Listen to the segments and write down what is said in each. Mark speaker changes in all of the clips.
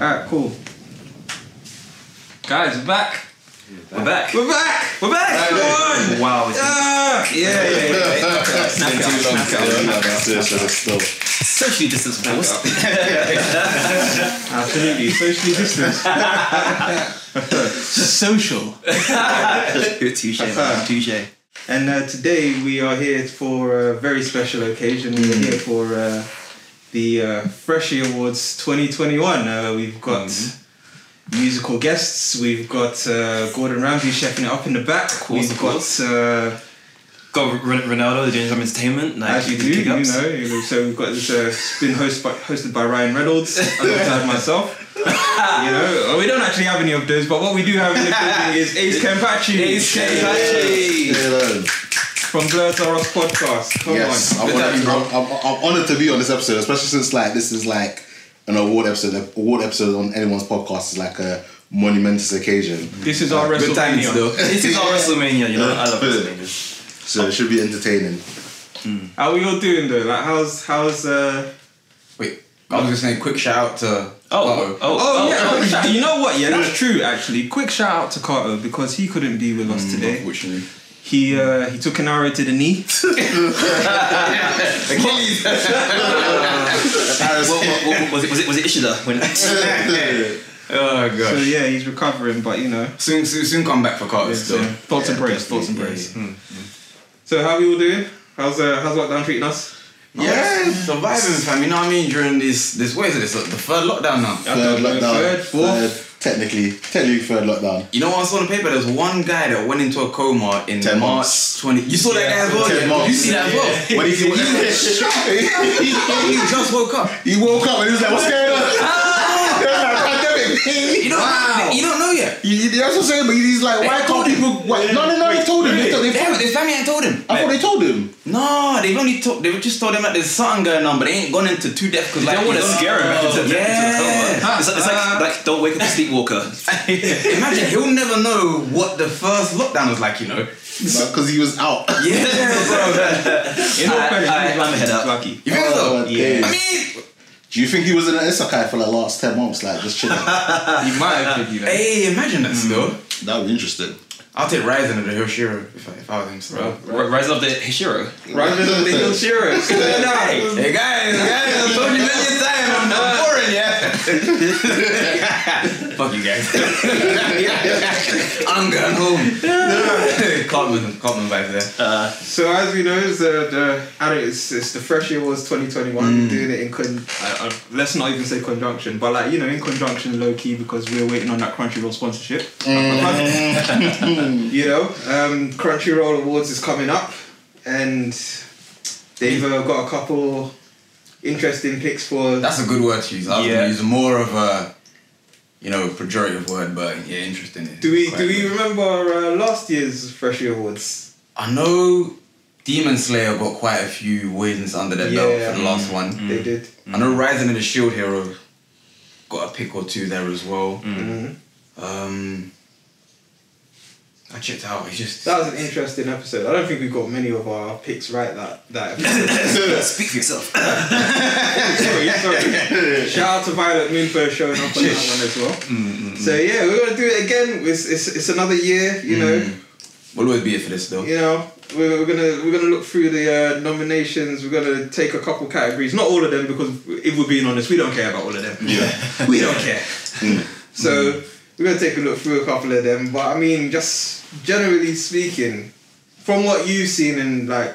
Speaker 1: Alright, cool. Guys, we're back.
Speaker 2: We're back.
Speaker 1: We're back! We're back! Come on!
Speaker 2: Wow, it's
Speaker 1: Ah, yeah, yeah, yeah. Knock it out, knock it out, knock it out. Socially distance, of course.
Speaker 3: Absolutely, socially distanced.
Speaker 1: Social.
Speaker 2: touche, man. Touche.
Speaker 3: And uh, today we are here for a very special occasion. We're here for uh, the uh, Freshie Awards 2021. Uh, we've got musical guests. We've got uh, Gordon Ramsay chefing it up in the back.
Speaker 2: course,
Speaker 3: we've
Speaker 2: of
Speaker 3: got.
Speaker 2: course.
Speaker 3: Uh,
Speaker 2: Got R- R- Ronaldo doing some entertainment. Like,
Speaker 3: As you do, you know.
Speaker 2: pickups.
Speaker 3: you know, So we've got this. Uh, it's been host by, hosted by Ryan Reynolds alongside myself. You know, uh, we don't actually have any of those, but what we do have in the building is Ace Campachi.
Speaker 1: Ace Kempachi.
Speaker 4: Hello.
Speaker 3: from Blur to Ross podcast. Come on.
Speaker 4: Yes, I'm,
Speaker 1: With
Speaker 4: honored,
Speaker 1: that-
Speaker 4: I'm, I'm, I'm honored to be on this episode, especially since like this is like an award episode. An award episode on anyone's podcast is like a monumentous occasion,
Speaker 3: This is our
Speaker 1: Good times,
Speaker 3: WrestleMania.
Speaker 1: though.
Speaker 2: This is our WrestleMania, you know. I love
Speaker 4: Yeah.
Speaker 2: WrestleMania.
Speaker 4: so it should be entertaining.
Speaker 3: How we all doing though? Like how's how's uh
Speaker 5: Wait, I was just saying, quick shout out to.
Speaker 2: Oh, oh,
Speaker 5: Uh-oh.
Speaker 3: Oh,
Speaker 2: oh,
Speaker 3: yeah,
Speaker 2: oh.
Speaker 3: quick shout- you know what? Yeah, that's true actually. Quick shout out to Carter because he couldn't be with us oh,
Speaker 5: Mm,
Speaker 3: today.
Speaker 5: Unfortunately.
Speaker 3: He uh he took an arrow to the knee.
Speaker 2: What- what- what- was it was it was it Ishida when?
Speaker 5: Oh, gosh.
Speaker 3: So yeah, he's recovering, but you know.
Speaker 5: soon, soon, soon come back for Carter
Speaker 3: So
Speaker 5: still.
Speaker 3: thoughts and prayers, thoughts and
Speaker 5: yeah,
Speaker 3: prayers.
Speaker 2: Mm,
Speaker 3: So how we all doing? How's uh how's lockdown treating us?
Speaker 5: Yeah, surviving, fam. You know what I mean? During this, this what is it? This, like, the third lockdown now.
Speaker 4: Third
Speaker 3: know,
Speaker 4: lockdown.
Speaker 3: third, fourth?
Speaker 4: Third, technically, technically third lockdown.
Speaker 5: You know what I saw on the paper? There's one guy that went into a coma in
Speaker 4: Ten
Speaker 5: March
Speaker 4: months.
Speaker 5: 20. You saw that guy as well?
Speaker 4: Ten
Speaker 5: yeah?
Speaker 4: months.
Speaker 5: You see that as well?
Speaker 4: When he, when he,
Speaker 5: he just woke up.
Speaker 4: he woke up and he was like, "What's going on?" Pandemic.
Speaker 5: You don't, wow. you don't know yet.
Speaker 4: You- you- That's what I'm saying, but he's like, why can't people? Why? No, no, no. They told him. They told, they
Speaker 5: Damn
Speaker 4: told
Speaker 5: it, his family ain't told him.
Speaker 4: I thought they told him.
Speaker 5: No, they've only told, they've just told him that there's something going on, but they ain't gone into too depth because like
Speaker 2: don't want to
Speaker 5: you
Speaker 3: Oh,
Speaker 2: scare him into the
Speaker 5: Yeah.
Speaker 2: coma. It's, like- it's
Speaker 3: Uh,
Speaker 2: like, like don't wake up a sleepwalker.
Speaker 5: Imagine he'll never know what the first lockdown was like, you know.
Speaker 4: because he was out.
Speaker 5: Yeah, bro.
Speaker 3: In all
Speaker 2: I-
Speaker 3: fairness,
Speaker 2: I-
Speaker 3: he was
Speaker 2: I'm ahead up.
Speaker 3: lucky.
Speaker 5: You think
Speaker 4: Oh,
Speaker 5: so?
Speaker 4: okay.
Speaker 5: I mean,
Speaker 4: Do you think he was in an Isekai for like last ten months, like just chilling? that
Speaker 3: He might have been, you know.
Speaker 5: hey, imagine that still.
Speaker 4: would be interesting.
Speaker 5: I'll take Ryzen and the Hoshiro if I, if I was him still.
Speaker 2: R- Rise of the Hishiro.
Speaker 3: Right in the hill Shiro. Hey.
Speaker 5: Hey guys, guys, I told you million times, I'm not boring, yeah. Fuck you guys. I'm going home. Cartman, Cartman vibes there.
Speaker 3: So as we know, it's the, the I don't, it's, it's the fresh year was 2021. We're doing it in con. Uh, uh, let's not even say conjunction, but like you know, in conjunction, low key because we're waiting on that Crunchyroll sponsorship. you know, um, Crunchyroll Awards is coming up, and they've uh, got a couple interesting picks for.
Speaker 5: That's a good word to use. I was
Speaker 2: Yeah.
Speaker 5: gonna use more of a, you know, pejorative word, but yeah, interesting. is
Speaker 3: do we
Speaker 5: quite
Speaker 3: do we
Speaker 5: good.
Speaker 3: remember uh, last year's fresh year awards?
Speaker 5: I know Demon Slayer got quite a few wins under their
Speaker 3: Yeah. Mm.
Speaker 5: belt for the last one.
Speaker 3: They did.
Speaker 5: I know Rising and the Shield Hero got a pick or two there as well.
Speaker 3: Mhm.
Speaker 5: Um, I checked out. It's just
Speaker 3: That was an interesting episode. I don't think we got many of our picks right that that episode.
Speaker 2: Speak for yourself.
Speaker 3: sorry, sorry. Shout out to Violet Moon for showing up on that one as well. So yeah, we're gonna do it again. It's it's, it's another year, you know.
Speaker 5: we'll always be here for this though.
Speaker 3: You know, we're, we're gonna we're gonna look through the uh, nominations. We're gonna take a couple categories, not all of them, because if we're being honest, we don't care about all of them. Yeah, we don't care. So we're gonna take a look through a couple of them. But I mean, just generally speaking, from what you've seen in like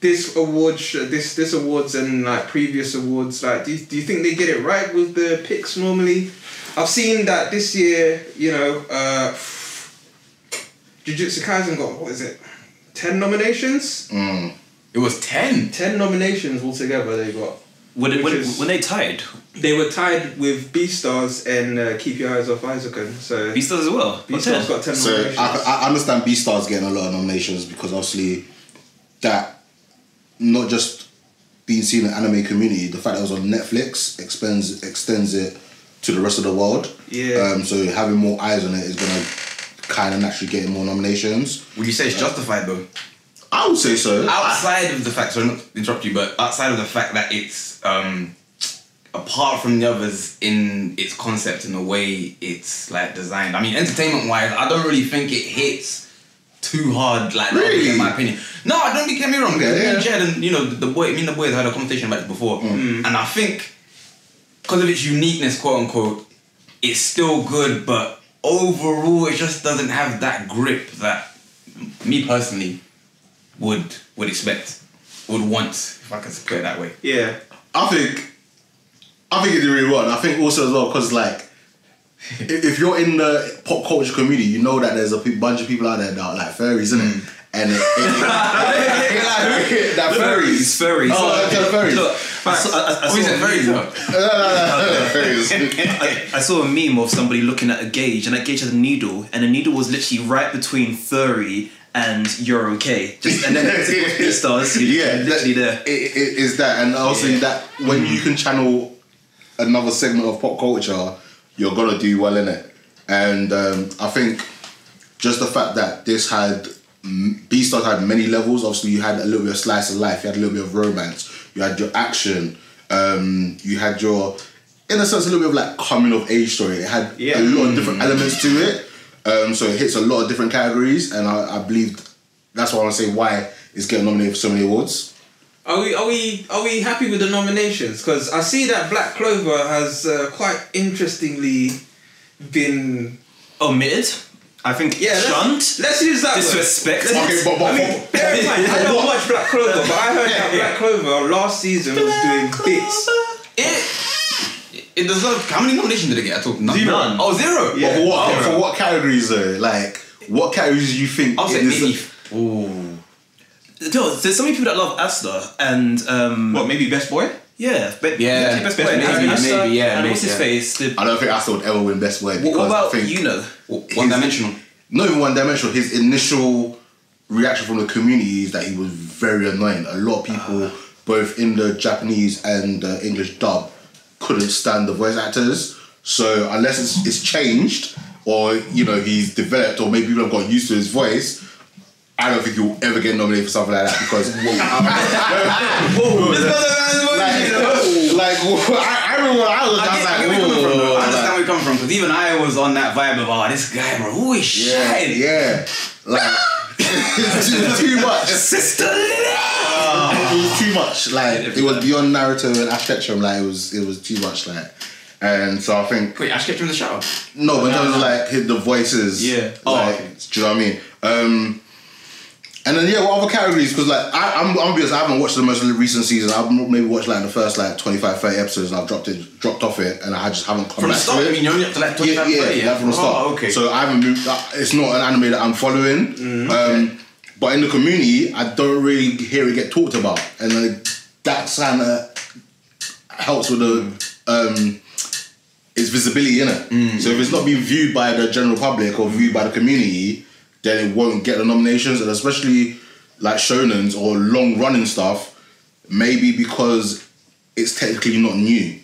Speaker 3: this award, sh- this this awards and like previous awards, like do you, do you think they get it right with the picks normally? I've seen that this year, you know, uh, Jujutsu Kaisen got what is it, ten nominations?
Speaker 4: Mm.
Speaker 5: It was ten.
Speaker 3: Ten nominations altogether they got.
Speaker 2: When, it-
Speaker 3: Which
Speaker 2: when,
Speaker 3: is-
Speaker 2: when they tied,
Speaker 3: They were tied with Beastars and uh, Keep Your Eyes Off Isaacson. So
Speaker 2: Beast does as well. Got
Speaker 3: Beastars
Speaker 2: 10.
Speaker 3: got ten
Speaker 4: So
Speaker 3: nominations.
Speaker 4: I, I understand B Star's getting a lot of nominations because obviously that not just being seen in the anime community, the fact that it was on Netflix extends extends it to the rest of the world.
Speaker 3: Yeah.
Speaker 4: Um, so having more eyes on it is gonna kind of naturally get it more nominations.
Speaker 5: Would you say it's justified though?
Speaker 4: I would say so.
Speaker 5: Outside of the fact, sorry not to interrupt you, but outside of the fact that it's um, apart from the others in its concept and the way it's like designed. I mean, entertainment wise, I don't really think it hits too hard. Like the others,
Speaker 4: Really?
Speaker 5: in my opinion, no, I don't. Get me wrong.
Speaker 4: Okay,
Speaker 5: because me and
Speaker 4: yeah.
Speaker 5: Jed and you know the boy, me and the boys had a conversation about it before,
Speaker 4: Mm.
Speaker 5: and I think because of its uniqueness, quote unquote, it's still good, but overall, it just doesn't have that grip that me personally would would expect, would want, if I could put it that way.
Speaker 3: yeah.
Speaker 4: I think I think it did really well. And I think also as well because like if if you're in the pop culture community, you know that there's a pe- bunch of people out there that are like fairies, isn't it? And it, it, it- that fairies.
Speaker 2: Furries.
Speaker 4: Oh, okay, fairies.
Speaker 2: Look, I saw, I, I,
Speaker 5: Oh, is
Speaker 2: saw
Speaker 5: it
Speaker 2: a
Speaker 5: very
Speaker 2: meme-
Speaker 5: good?
Speaker 4: Fairies.
Speaker 2: I, I saw a meme of somebody looking at a gauge, and that gauge had a needle, and the needle was literally right between furry and you're okay. Just and then it was stars.
Speaker 4: yeah,
Speaker 2: literally there.
Speaker 4: It, it, it is that, and also
Speaker 2: Yeah.
Speaker 4: that when you can channel another segment of pop culture, you're gonna do well in it. And um, I think just the fact that this had Beastars had many levels. Obviously, you had a little bit of slice of life, you had a little bit of romance, you had your action, um, you had your, in a sense, a little bit of like coming of age story. It had
Speaker 3: Yeah.
Speaker 4: a lot of different elements to it, um, so it hits a lot of different categories, and I, I believe that's why I want to say why it's getting nominated for so many awards.
Speaker 3: Are we are we are we happy with the nominations? Because I see that Black Clover has uh, quite interestingly been
Speaker 2: Omitted. I think
Speaker 3: yeah let's-
Speaker 2: shunned.
Speaker 3: Let's use that
Speaker 2: Disrespect.
Speaker 3: Word.
Speaker 4: Okay,
Speaker 3: Let's-
Speaker 4: but- but-
Speaker 3: I mean, bear in mind, I don't watch Black Clover, but I heard that Black Clover last season was doing bits.
Speaker 5: It, it deserved. How many nominations did it get? I took none.
Speaker 2: None.
Speaker 5: Oh, zero.
Speaker 3: Yeah.
Speaker 4: But for what,
Speaker 5: Zero.
Speaker 4: for what categories though? Like, what categories do you think?
Speaker 5: I'll say
Speaker 4: it is-
Speaker 5: maybe. Ooh.
Speaker 2: No, there's so many people that love Asta and um,
Speaker 1: What, maybe Best Boy?
Speaker 2: yeah, but
Speaker 5: Yeah,
Speaker 2: actually best
Speaker 5: best
Speaker 2: boy,
Speaker 5: maybe,
Speaker 2: and Asta,
Speaker 5: maybe, yeah,
Speaker 2: and
Speaker 5: maybe,
Speaker 2: what's his
Speaker 5: yeah.
Speaker 2: face? The,
Speaker 4: I don't think Asta would ever win Best Word.
Speaker 2: what,
Speaker 4: because I
Speaker 2: about
Speaker 4: think,
Speaker 2: you know?
Speaker 5: One dimensional.
Speaker 4: not even one dimensional. His initial reaction from the community is that he was very annoying. A lot of
Speaker 5: Ah.
Speaker 4: people, both in the Japanese and the English dub, couldn't stand the voice actors. So unless it's, it's changed, or you know he's developed, or maybe people have got used to his voice. I don't think he'll ever get nominated for something like that because like, like I, I remember when I was, I, was
Speaker 5: I, get,
Speaker 4: like,
Speaker 5: I get where you're coming from, though.
Speaker 4: "Whoa,"
Speaker 5: I understand
Speaker 4: like,
Speaker 5: where you're coming from because even I was on that vibe of, oh, this guy, bro, who is shy?
Speaker 4: Yeah, yeah. Like it's too, too much. It was too much. Like it was beyond narrative and architecture. Like it was, it was too much. Like, and so I think
Speaker 5: Wait, Ash kept him in the shower.
Speaker 4: no, but in
Speaker 5: No,
Speaker 4: terms of
Speaker 5: no.
Speaker 4: like his, the voices.
Speaker 1: Yeah.
Speaker 4: Like,
Speaker 5: Oh.
Speaker 4: Do you know what I mean? Um, and then yeah, what other categories? Because like I, I'm, I'm gonna be honest, I haven't watched the most recent season. I've maybe watched like the first like 25, 30 episodes, and I've dropped it, dropped off it, and I just haven't come
Speaker 5: From the
Speaker 4: back to
Speaker 5: start,
Speaker 4: it
Speaker 5: I mean, you're only up to like 25
Speaker 4: yeah, yeah,
Speaker 5: thirty,
Speaker 4: like from the start.
Speaker 5: Oh, okay. Mm-hmm.
Speaker 4: So I haven't moved. uh, It's not an anime that I'm following. Um, but in the community, I don't really hear it get talked about, and like, that kind of helps with the
Speaker 5: Mm-hmm.
Speaker 4: um, its visibility in it. So if it's not being viewed by the general public or viewed by the community, then it won't get the nominations, and especially like shonens or long running stuff. Maybe because it's technically not new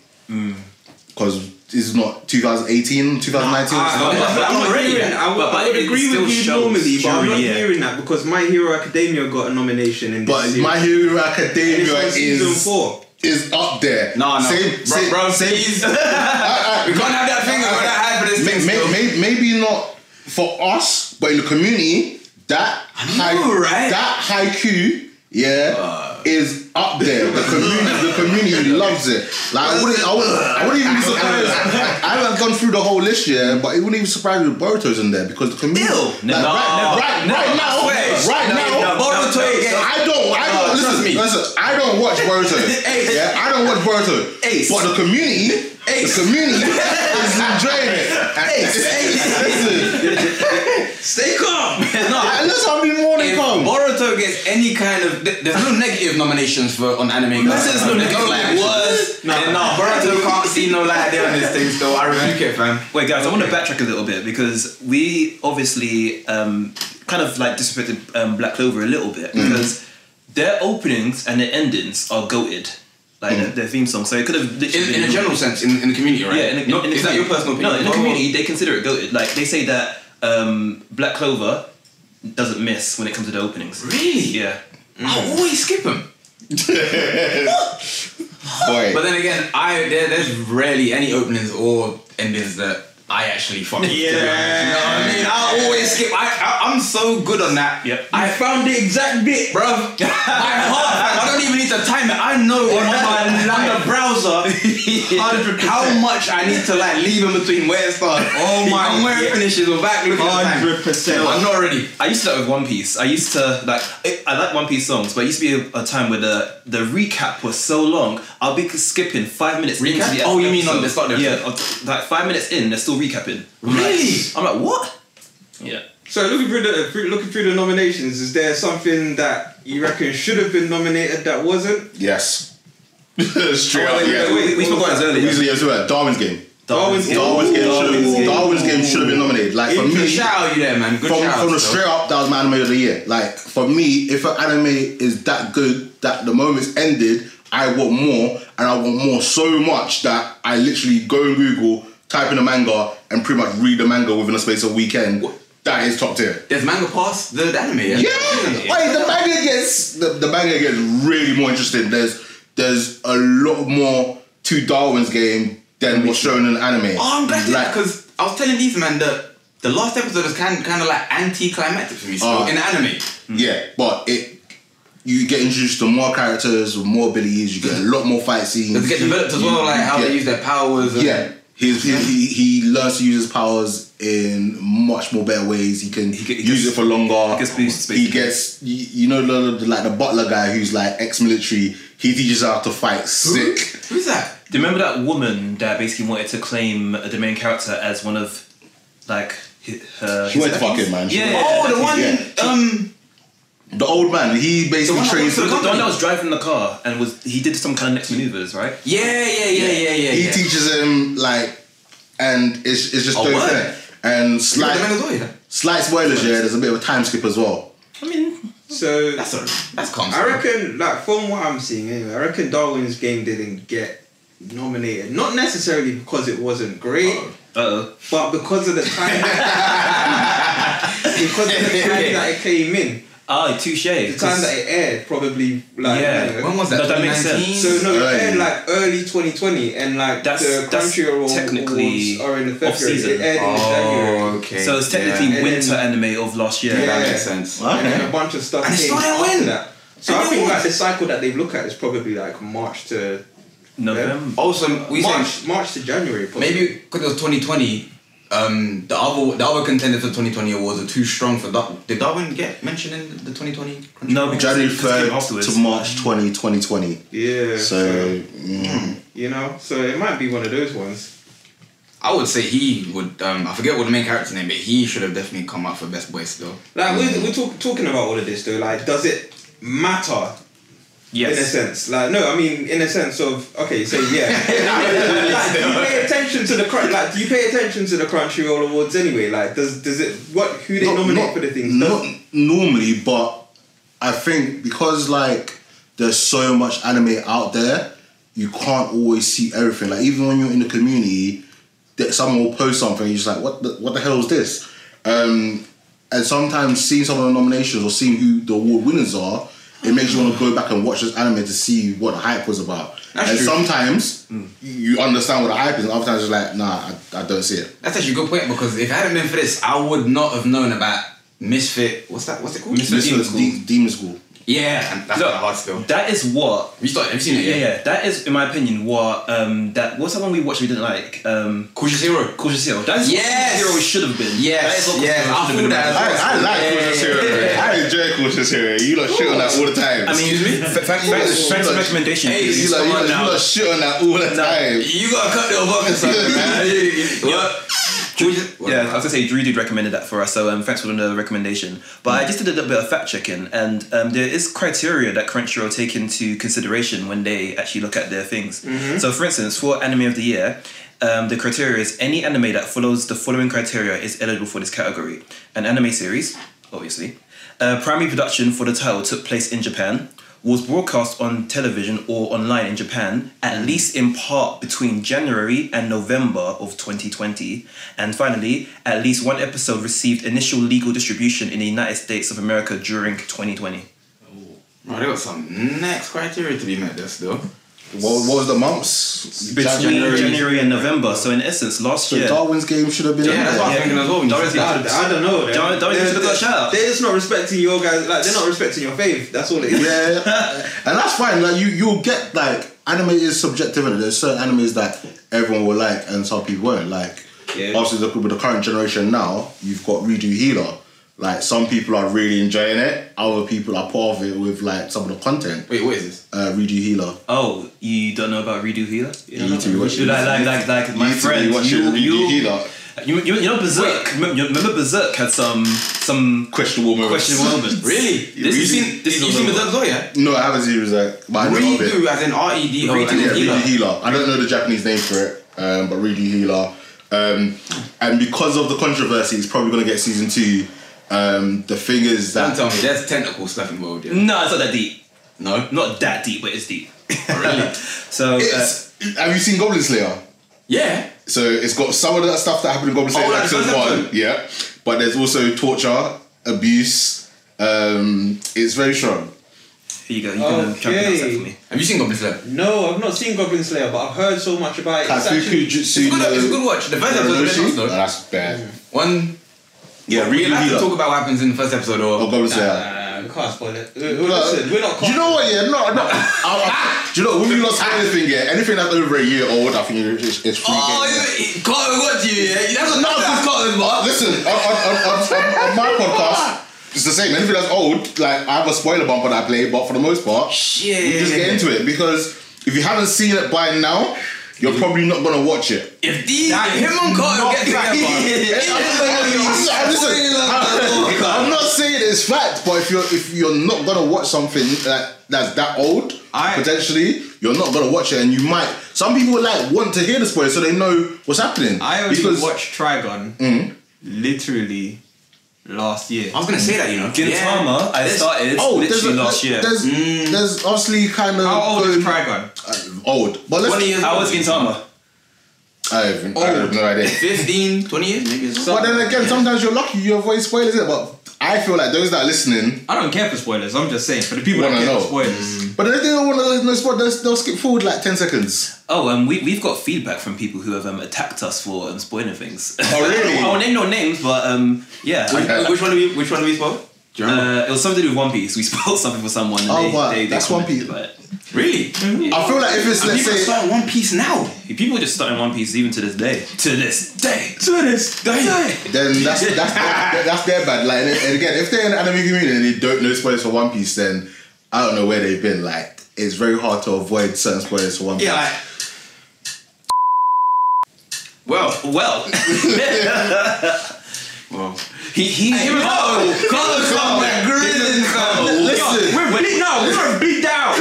Speaker 4: because it's not 2018, 2019.
Speaker 3: I- I'm
Speaker 2: but-
Speaker 3: not-
Speaker 2: but
Speaker 3: I'm
Speaker 2: I'm
Speaker 3: not
Speaker 2: already-
Speaker 3: hearing that. I would-
Speaker 2: but-
Speaker 3: I
Speaker 2: but
Speaker 3: would
Speaker 2: it
Speaker 3: agree
Speaker 2: still
Speaker 3: with you
Speaker 2: shows
Speaker 3: normally, but I'm
Speaker 2: during
Speaker 3: not
Speaker 2: the year.
Speaker 3: hearing that because My Hero Academia got a nomination in this
Speaker 4: but
Speaker 3: season.
Speaker 4: My Hero
Speaker 3: And it's
Speaker 4: Academia
Speaker 3: on season
Speaker 4: is
Speaker 3: four.
Speaker 4: is up there. ah,
Speaker 5: no, Ah, no.
Speaker 4: Same,
Speaker 5: bro,
Speaker 4: same-
Speaker 5: bro, please. we can't have that finger, we're not high for this
Speaker 4: may-
Speaker 5: thing.
Speaker 4: may-
Speaker 5: still.
Speaker 4: may- maybe not for us, but in the community, that high,
Speaker 5: know, right?
Speaker 4: that haiku, yeah, is up there. The community, the community loves it. Like I wouldn't, I wouldn't, I wouldn't even be surprised. I, I, I haven't gone through the whole list yet, but it wouldn't even surprise me if Boruto's in there because the community,
Speaker 2: Ew.
Speaker 4: like,
Speaker 2: No.
Speaker 4: right, right,
Speaker 2: No.
Speaker 4: right now,
Speaker 2: I swear.
Speaker 4: right now,
Speaker 2: No, no,
Speaker 5: Boruto
Speaker 2: no,
Speaker 5: again.
Speaker 2: no.
Speaker 4: I don't. I don't.
Speaker 5: Uh,
Speaker 4: listen,
Speaker 5: trust me.
Speaker 4: listen. I don't watch Boruto.
Speaker 5: Ace.
Speaker 4: Yeah, I don't watch Boruto.
Speaker 2: Ace.
Speaker 4: But the community,
Speaker 5: Ace.
Speaker 4: the community is enjoying it. Listen,
Speaker 3: Stay calm.
Speaker 5: no, I-
Speaker 4: let's have the morning
Speaker 5: if
Speaker 4: come.
Speaker 5: Boruto Naruto gets any kind of th- there's no negative nominations for on anime.
Speaker 2: No, there's no
Speaker 5: There's like
Speaker 2: negative
Speaker 5: words. No, no, Boruto can't see no light there on this thing. Still, I rebuke it, fam.
Speaker 2: Wait, guys, I want to backtrack a little bit because we obviously um, kind of like disrespected um, Black Clover a little bit because their openings and their endings are goated, like their, their theme song. So it could have
Speaker 5: In,
Speaker 2: literally
Speaker 5: in a
Speaker 2: been-
Speaker 5: general sense, in, in the community, right?
Speaker 2: Yeah, in a,
Speaker 5: Not-
Speaker 2: in a
Speaker 5: is that your personal opinion?
Speaker 2: No, in the
Speaker 5: Well,
Speaker 2: community, they consider it goated. Like they say that um, Black Clover doesn't miss when it comes to the openings.
Speaker 5: Really?
Speaker 2: Yeah.
Speaker 5: I always skip them.
Speaker 4: Boy.
Speaker 5: But then again, I there, there's rarely any openings or endings that I actually fuck with. Yeah, you know what I mean. I always skip. I, I I'm so good on that.
Speaker 2: Yep.
Speaker 5: I found the exact bit, bro. My heart. I don't even need to time it. I know on my Lambda browser 100 how much I need to like leave in between where it starts. Oh my, and where it finishes. Or back looking at the time.
Speaker 3: 100%.
Speaker 5: I'm not ready.
Speaker 2: I used to do that with One Piece. I used to like I- I like One Piece songs, but it used to be a, a time where the the recap was so long. I'll be skipping five minutes into
Speaker 5: Recap?
Speaker 2: the
Speaker 5: Oh, you mean on
Speaker 2: episode.
Speaker 5: the start of the
Speaker 2: Yeah, of- like five minutes in, they're still recapping. I'm like-
Speaker 5: Really?
Speaker 2: I'm like, what? Yeah.
Speaker 3: So looking through the through- looking through the nominations, is there something that you reckon should have been nominated that wasn't?
Speaker 4: Yes. Straight up,
Speaker 3: wait,
Speaker 4: yeah.
Speaker 3: wait.
Speaker 2: We, we spoke about this earlier.
Speaker 4: Easily as well. Darwin's game.
Speaker 3: Darwin's Game.
Speaker 4: Darwin's
Speaker 2: Darwin's
Speaker 4: game should have been
Speaker 2: Game.
Speaker 4: Darwin's game should have been nominated. Like for
Speaker 5: Good
Speaker 4: me,
Speaker 5: shout out you there, man. Good
Speaker 4: from,
Speaker 5: shout
Speaker 4: from the
Speaker 5: out.
Speaker 4: straight up, that was my anime of the year. Like for me, if an anime is that good that the moment's ended, I want more, and I want more so much that I literally go in Google, type in a manga, and pretty much read the manga within a space of weekend. That is top tier.
Speaker 5: There's manga past the anime. Yeah.
Speaker 4: Yeah, Wait, the manga gets the, the manga gets really more interesting. There's there's a lot more to Darwin's game than what's shown in anime.
Speaker 5: Oh, I'm glad you
Speaker 4: Like,
Speaker 5: because I was telling these man that the last episode is kind kind of like anti-climactic for me. So
Speaker 4: Oh.
Speaker 5: in anime,
Speaker 4: Yeah, but it you get introduced to more characters with more abilities. You get a lot more fight scenes.
Speaker 5: does it get developed as well? Like how
Speaker 4: yeah.
Speaker 5: they use their powers. And
Speaker 4: yeah, his, his- he he learns to use his powers in much more better ways. He can
Speaker 2: He get- he
Speaker 4: use
Speaker 2: gets-
Speaker 4: it for longer.
Speaker 2: gets boosts,
Speaker 4: He
Speaker 2: basically.
Speaker 4: gets you, you know the, the- like the butler guy who's like ex-military. He teaches her how to fight sick.
Speaker 5: Who's that?
Speaker 2: Do you remember that woman that basically wanted to claim the main character as one of like hi- her?
Speaker 4: She went fucking man. She
Speaker 2: Yeah.
Speaker 4: went-
Speaker 5: oh, the one.
Speaker 4: yeah.
Speaker 5: Um,
Speaker 4: The old man. He basically
Speaker 5: one that
Speaker 4: trains.
Speaker 5: works for
Speaker 2: The
Speaker 5: the
Speaker 2: one that was driving the car and was he did some kind of next maneuvers, right?
Speaker 5: yeah, yeah, yeah, yeah, yeah.
Speaker 4: He
Speaker 5: yeah.
Speaker 4: teaches him like, and it's it's just
Speaker 5: Oh,
Speaker 4: doing
Speaker 5: word.
Speaker 4: thing. And
Speaker 5: You got the manga
Speaker 4: slight
Speaker 5: as well, yeah.
Speaker 4: slight spoilers. Yeah, there's a bit of a time skip as well.
Speaker 2: I mean,
Speaker 3: So
Speaker 5: That's a, that's calm.
Speaker 3: I reckon, like from what I'm seeing, anyway, I reckon Darwin's game didn't get nominated. Not necessarily because it wasn't great,
Speaker 2: uh oh.
Speaker 3: but because of the time. because of the time that it came in,
Speaker 2: Ah, touche.
Speaker 3: the time that it aired, probably like.
Speaker 2: Yeah.
Speaker 3: you know.
Speaker 5: When was that?
Speaker 2: No, that makes
Speaker 5: 2019?
Speaker 2: sense.
Speaker 3: so no, it
Speaker 4: Early.
Speaker 3: aired like early 2020, and like
Speaker 2: That's-
Speaker 3: the
Speaker 2: that's
Speaker 3: country awards
Speaker 2: technically
Speaker 3: are in the February.
Speaker 2: off-season.
Speaker 3: It aired in January.
Speaker 5: Oh, okay.
Speaker 2: so it's technically
Speaker 5: yeah.
Speaker 3: And then-
Speaker 2: winter anime of last year.
Speaker 5: that
Speaker 3: Yeah.
Speaker 5: makes sense.
Speaker 3: and then a bunch of stuff.
Speaker 5: And it's
Speaker 3: came
Speaker 5: not a
Speaker 3: after
Speaker 5: win.
Speaker 3: That. So
Speaker 5: And
Speaker 3: I
Speaker 5: it
Speaker 3: think like
Speaker 5: was.
Speaker 3: the cycle that they look at is probably like March to
Speaker 2: November.
Speaker 5: Also, we
Speaker 3: March,
Speaker 5: said
Speaker 3: March to January. Probably.
Speaker 5: maybe because it was 2020. Um, the other the other contenders for 2020 awards are too strong for that. Did Darwin get mentioned in the 2020? Crunchyroll?
Speaker 2: No, because-
Speaker 4: January
Speaker 2: Just came
Speaker 4: third
Speaker 2: afterwards.
Speaker 4: to March 20, 2020.
Speaker 3: Yeah.
Speaker 4: So mm,
Speaker 3: you know, so it might be one of those ones.
Speaker 5: I would say he would. Um, I forget what the main character's name, but he should have definitely come up for best boy still.
Speaker 3: Like
Speaker 5: Hmm.
Speaker 3: we're, we're talk, talking about all of this though. Like, does it matter in a
Speaker 2: Yes.
Speaker 3: sense? Like, no, I mean in a sense of okay, so yeah. like, do you pay attention to the crunch? Like, do you pay attention to the Crunchyroll Awards anyway? Like, does does it what who they nominate for the things?
Speaker 4: Not
Speaker 3: does-
Speaker 4: normally, but I think because like there's so much anime out there, you can't always see everything. Like even when you're in the community, that someone will post something, you're just like, what the what the hell is this? Um, and sometimes seeing some of the nominations or seeing who the award winners are, it makes you want to go back and watch this anime to see what the hype was about.
Speaker 5: That's
Speaker 4: and
Speaker 5: true.
Speaker 4: sometimes you understand what the hype is, and other times it's like, nah, I, I don't see it.
Speaker 5: That's actually a good point because if it hadn't been for this, I would not have known about Misfit. What's that? What's it called?
Speaker 4: This
Speaker 2: Demon
Speaker 4: was
Speaker 2: School.
Speaker 4: De- Demon School.
Speaker 5: Yeah, and that's
Speaker 2: Look,
Speaker 5: not hard still.
Speaker 2: That is what.
Speaker 5: Have you started? Have you seen it?
Speaker 2: Yeah, yeah. That is, in my opinion, what um that what's that one we watched we didn't like um
Speaker 5: Cautious Hero.
Speaker 2: Cautious Hero. That is
Speaker 5: Yes.
Speaker 2: what Cautious Hero should have been.
Speaker 5: Yes,
Speaker 2: That is what Cautious
Speaker 5: yes,
Speaker 2: Hero
Speaker 5: I
Speaker 2: should have
Speaker 5: thought
Speaker 2: been.
Speaker 5: that as
Speaker 2: about.
Speaker 5: well.
Speaker 4: I, I like
Speaker 5: Yeah,
Speaker 4: Cautious Hero. I enjoy Cautious Hero. You lot shit on that all the time.
Speaker 2: I mean,
Speaker 5: Excuse me?
Speaker 4: Fa- fa-
Speaker 2: thanks-
Speaker 4: you
Speaker 2: thanks
Speaker 4: lot-
Speaker 2: for recommendation.
Speaker 5: Hey,
Speaker 4: You
Speaker 2: please.
Speaker 4: lot,
Speaker 5: Come
Speaker 4: you
Speaker 5: on
Speaker 4: lot, you
Speaker 5: now.
Speaker 4: lot shit on that all the time.
Speaker 5: You gotta cut the fucking son, man. You- you- What? we just-
Speaker 2: yeah, I was gonna say Drew did recommended that for us, so um, thanks for the recommendation. But I just did a little bit of fact checking, and um, there is criteria that Crunchyroll take into consideration when they actually look at their things. So, for instance, for Anime of the Year, um, the criteria is any anime that follows the following criteria is eligible for this category: an anime series, obviously. Uh, primary production for the title took place in Japan. Was broadcast on television or online in Japan, at least in part between January and November of 2020. And finally, at least one episode received initial legal distribution in the United States of America during 2020.
Speaker 5: Right, they got some next criteria to be met there still.
Speaker 4: What, what was the months?
Speaker 2: Between January,
Speaker 4: January.
Speaker 2: and November. So, in essence, last
Speaker 4: So
Speaker 2: year.
Speaker 4: Darwin's game should have been.
Speaker 5: Yeah,
Speaker 4: Yeah,
Speaker 5: that's what I was
Speaker 2: yeah.
Speaker 5: thinking as well. when you
Speaker 2: Dorothy
Speaker 5: said
Speaker 3: I,
Speaker 5: that.
Speaker 3: I don't know.
Speaker 2: Don't- don't
Speaker 3: they're,
Speaker 2: even look at shout.
Speaker 3: they're just not respecting your guys. Like they're not respecting your faith. That's all it is.
Speaker 4: yeah, and that's fine. Like you, you'll get like anime is subjective. And there's certain animes that everyone will like, and some people won't like.
Speaker 3: Yeah.
Speaker 4: Obviously, the, with the current generation now, you've got Redo Healer. Like some people are really enjoying it, other people are part of it with like some of the content.
Speaker 5: Wait, what is this?
Speaker 4: Uh, Redo Healer.
Speaker 2: Oh, you don't know about Redo Healer?
Speaker 4: You need to be watching.
Speaker 2: Like, like, like, like
Speaker 4: You
Speaker 2: my
Speaker 4: need to be
Speaker 2: friend.
Speaker 4: watching
Speaker 2: you,
Speaker 4: Redo
Speaker 2: you,
Speaker 4: Healer.
Speaker 2: you, you, you know Berserk? Remember, you remember Berserk had some some
Speaker 4: Questionable moments.
Speaker 2: questionable moments?
Speaker 5: Really? This
Speaker 2: Really?
Speaker 5: you seen?
Speaker 2: This
Speaker 5: This
Speaker 2: is
Speaker 5: you
Speaker 2: a
Speaker 5: seen
Speaker 2: little
Speaker 5: with that Zoya?
Speaker 4: No, I haven't seen Berserk, but I know of it.
Speaker 5: Redo as in R E D O and
Speaker 4: Yeah,
Speaker 5: then
Speaker 4: Reedy
Speaker 5: Healer.
Speaker 4: Healer. I don't know the Japanese name for it, um, but Reedy Healer. Um, and because of the controversy, it's probably going to get season two. Um, the thing is
Speaker 5: Don't
Speaker 4: that
Speaker 5: tell me there's technical stuff involved. Yeah.
Speaker 2: No, it's not that deep.
Speaker 5: No.
Speaker 2: Not that deep, but it's deep.
Speaker 5: Really?
Speaker 2: so, uh,
Speaker 4: it's. have you seen Goblin Slayer?
Speaker 5: Yeah.
Speaker 4: So it's got some of that stuff that happened in Goblin Slayer
Speaker 5: Oh,
Speaker 4: in
Speaker 5: like
Speaker 4: episode
Speaker 5: first
Speaker 4: one.
Speaker 5: episode?
Speaker 4: Yeah, but there's also torture, abuse. Um, it's very strong.
Speaker 2: here you go. You can um, try and pronounce that
Speaker 3: Okay.
Speaker 2: for me.
Speaker 5: Have you seen Goblin Slayer?
Speaker 3: No, I've not seen Goblin Slayer, but I've heard so much about it. It's
Speaker 4: Katsuki
Speaker 3: actually-
Speaker 4: Jutsu.
Speaker 5: It's a good, it's a good watch. The first episode is
Speaker 4: Orochi?
Speaker 5: the
Speaker 4: No,
Speaker 5: best
Speaker 4: uh, that's bad.
Speaker 5: One.
Speaker 4: Yeah,
Speaker 5: We
Speaker 4: Reedy
Speaker 5: have to talk
Speaker 4: Healer.
Speaker 5: about Mm. what happens in the first episode or.
Speaker 4: Or Goblin Slayer.
Speaker 3: Nah, we can't spoil it. Uh, Listen, we're not.
Speaker 4: Do you know what? Yeah, no, no. I, I, do you know when we lost anything? Yeah, anything that's over a year old, I think it's, it's free.
Speaker 5: Oh,
Speaker 4: game.
Speaker 5: you Cotton, what you? Yeah, that's a
Speaker 4: No,
Speaker 5: that's Cotton, but
Speaker 4: Listen, on, on, on, on, on, on my podcast, it's the same. Anything that's old, like I have a spoiler bumper that I play, but for the most part, we just get into it because if you haven't seen it by now, you're
Speaker 5: Mm-hmm.
Speaker 4: probably not gonna watch it.
Speaker 5: If these, him and Cotton get together,
Speaker 4: I'm not saying it's fact, but if you're if you're not gonna watch something that that's that old,
Speaker 5: I-
Speaker 4: potentially you're not gonna watch it, and you might. Some people like want to hear the spoiler so they know what's happening.
Speaker 3: I only
Speaker 4: because
Speaker 3: watched Trigon literally last year.
Speaker 5: I was gonna say that, you know.
Speaker 2: Gintama, I started
Speaker 4: oh, there's
Speaker 2: literally
Speaker 4: a-
Speaker 2: last year.
Speaker 4: There's, there's obviously kind of
Speaker 3: How old is
Speaker 4: going-
Speaker 3: Trigon?
Speaker 4: uh, old, but let's.
Speaker 5: Twenty years.
Speaker 2: I was Gintama.
Speaker 4: I have, I have no idea.
Speaker 5: 15, 20 years, maybe. or something.
Speaker 4: but then again, sometimes you're lucky you avoid spoilers, it. But I feel like those that are listening,
Speaker 3: I don't care for spoilers. I'm just saying for the people that
Speaker 4: Wanna
Speaker 3: care
Speaker 4: know.
Speaker 3: for spoilers.
Speaker 4: but if they don't want to know spoilers, they'll skip forward like ten seconds.
Speaker 2: Oh, um, we, we've got feedback from people who have um, attacked us for um, spoiling things.
Speaker 4: Oh, really?
Speaker 2: I won't name no names, but um, yeah.
Speaker 4: Okay.
Speaker 5: Which one do we? Which one do we spoil? Do you remember?
Speaker 2: Uh, it was something to do with One Piece. We spoiled something for someone. And
Speaker 4: Oh,
Speaker 2: they,
Speaker 4: but
Speaker 2: they, they
Speaker 4: that's One Piece.
Speaker 2: commented about
Speaker 5: really?
Speaker 4: I feel like if it's
Speaker 5: And
Speaker 4: let's
Speaker 5: people
Speaker 4: say
Speaker 5: are starting One Piece now.
Speaker 2: it. People are just starting One Piece even to this day. To this day.
Speaker 5: To this day.
Speaker 4: then that's that's their, that's their bad. Like, and, and again, if they're in the anime community and they don't know spoilers for One Piece, then I don't know where they've been. Like, it's very hard to avoid certain spoilers for One Piece.
Speaker 5: Yeah. Like, well,
Speaker 2: Well,
Speaker 5: well.
Speaker 2: he he.
Speaker 5: No, colors on that grilling
Speaker 4: Listen.
Speaker 5: we're bleed. No, we're gonna bleed down.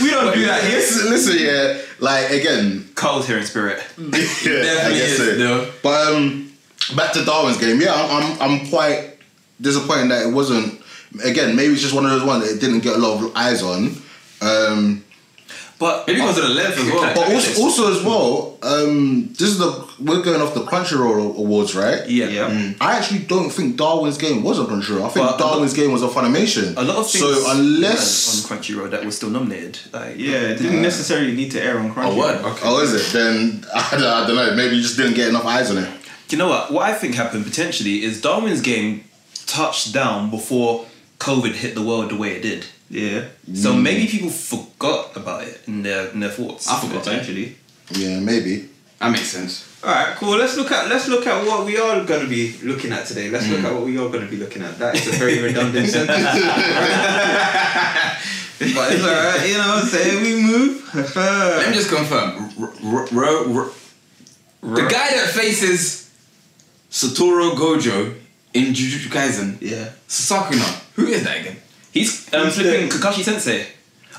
Speaker 5: we don't do that here.
Speaker 4: Listen, listen, yeah. Like again,
Speaker 2: Cold here in spirit.
Speaker 4: yeah, I
Speaker 5: Definitely
Speaker 4: guess
Speaker 5: is,
Speaker 4: so.
Speaker 5: though.
Speaker 4: But um, back to Darwin's game. Yeah, I'm, I'm I'm quite disappointed that it wasn't. Again, maybe it's just one of those ones that it didn't get a lot of eyes on. Um,
Speaker 2: But
Speaker 5: Maybe because of the length as well.
Speaker 4: but also, also as well, um, this is the we're going off the Crunchyroll awards, right? Mm.
Speaker 2: yeah.
Speaker 4: I actually don't think Darwin's game was a Crunchyroll. I think
Speaker 2: But a lot-
Speaker 4: Darwin's game was a Funimation.
Speaker 2: A lot of things.
Speaker 4: So unless
Speaker 2: on Crunchyroll that was still nominated, like
Speaker 3: Yeah, it didn't necessarily need to air on Crunchyroll.
Speaker 5: Oh, what? Okay.
Speaker 4: oh, is it? Then I, don't- I don't know. Maybe you just didn't get enough eyes on it.
Speaker 2: Do you know what? What I think happened potentially is Darwin's game touched down before COVID hit the world the way it did.
Speaker 3: Yeah,
Speaker 2: So maybe people forgot about it in their in their thoughts.
Speaker 5: Mm. I forgot.
Speaker 3: potentially.
Speaker 4: Yeah, maybe.
Speaker 5: That makes sense.
Speaker 3: All right, cool. Let's look at let's look at what we are going to be looking at today. Let's look at what we are going to be looking at. That is a very redundant sentence. but it's all right. You know what I'm saying? We move.
Speaker 5: Let me just confirm. R- r- r- r- The guy that faces Satoru Gojo in Jujutsu Kaisen,
Speaker 2: Yeah.
Speaker 5: Sasakuna. Who is that again?
Speaker 2: He's um,
Speaker 3: Who's
Speaker 2: flipping Kakashi Sensei.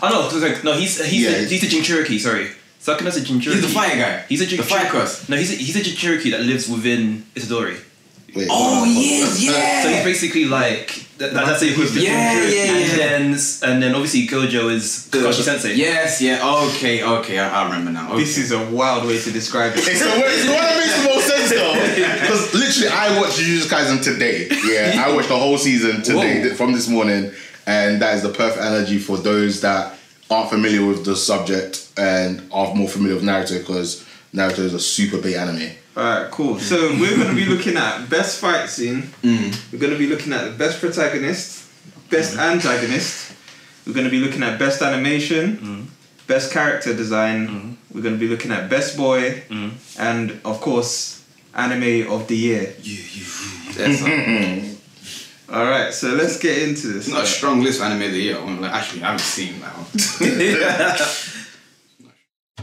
Speaker 2: Oh no, sorry, no, he's he's
Speaker 4: Yeah.
Speaker 2: a, he's a Jinchuriki. Sorry, Sakuna's a Jinchuriki.
Speaker 5: He's the fire guy.
Speaker 2: He's a
Speaker 5: The fire
Speaker 2: Jinchuriki.
Speaker 5: curse.
Speaker 2: No, he's a, he's a Jinchuriki that lives within Itadori.
Speaker 4: Wait,
Speaker 5: Oh,
Speaker 4: what?
Speaker 5: he is,
Speaker 2: So he's
Speaker 5: yeah!
Speaker 2: basically like that, that- that's it. Who's the
Speaker 5: Yeah,
Speaker 2: Jinchuriki.
Speaker 5: yeah, yeah.
Speaker 2: And then and then obviously Gojo is Kakashi Sensei.
Speaker 5: Yes, yeah, okay, okay, I, I remember now. Okay.
Speaker 3: This is a wild way to describe it.
Speaker 4: It's the, way, it's the one that makes the most sense though, because literally I watched Jujutsu Kaisen today. Yeah, I watched the whole season today
Speaker 5: Whoa.
Speaker 4: th- from this morning, and that is the perfect analogy for those that aren't familiar with the subject and are more familiar with Naruto because Naruto is a super big anime.
Speaker 3: Alright, cool. So we're going to be looking at best fight scene. We're going to be looking at the best protagonist, best antagonist. We're going to be looking at best animation, best character design. We're going to be looking at best boy, and of course, anime of the year.
Speaker 5: That's a,
Speaker 3: Alright, so let's get into this.
Speaker 5: it's not a strong list for anime of the year. I'm like, actually, I haven't seen that one.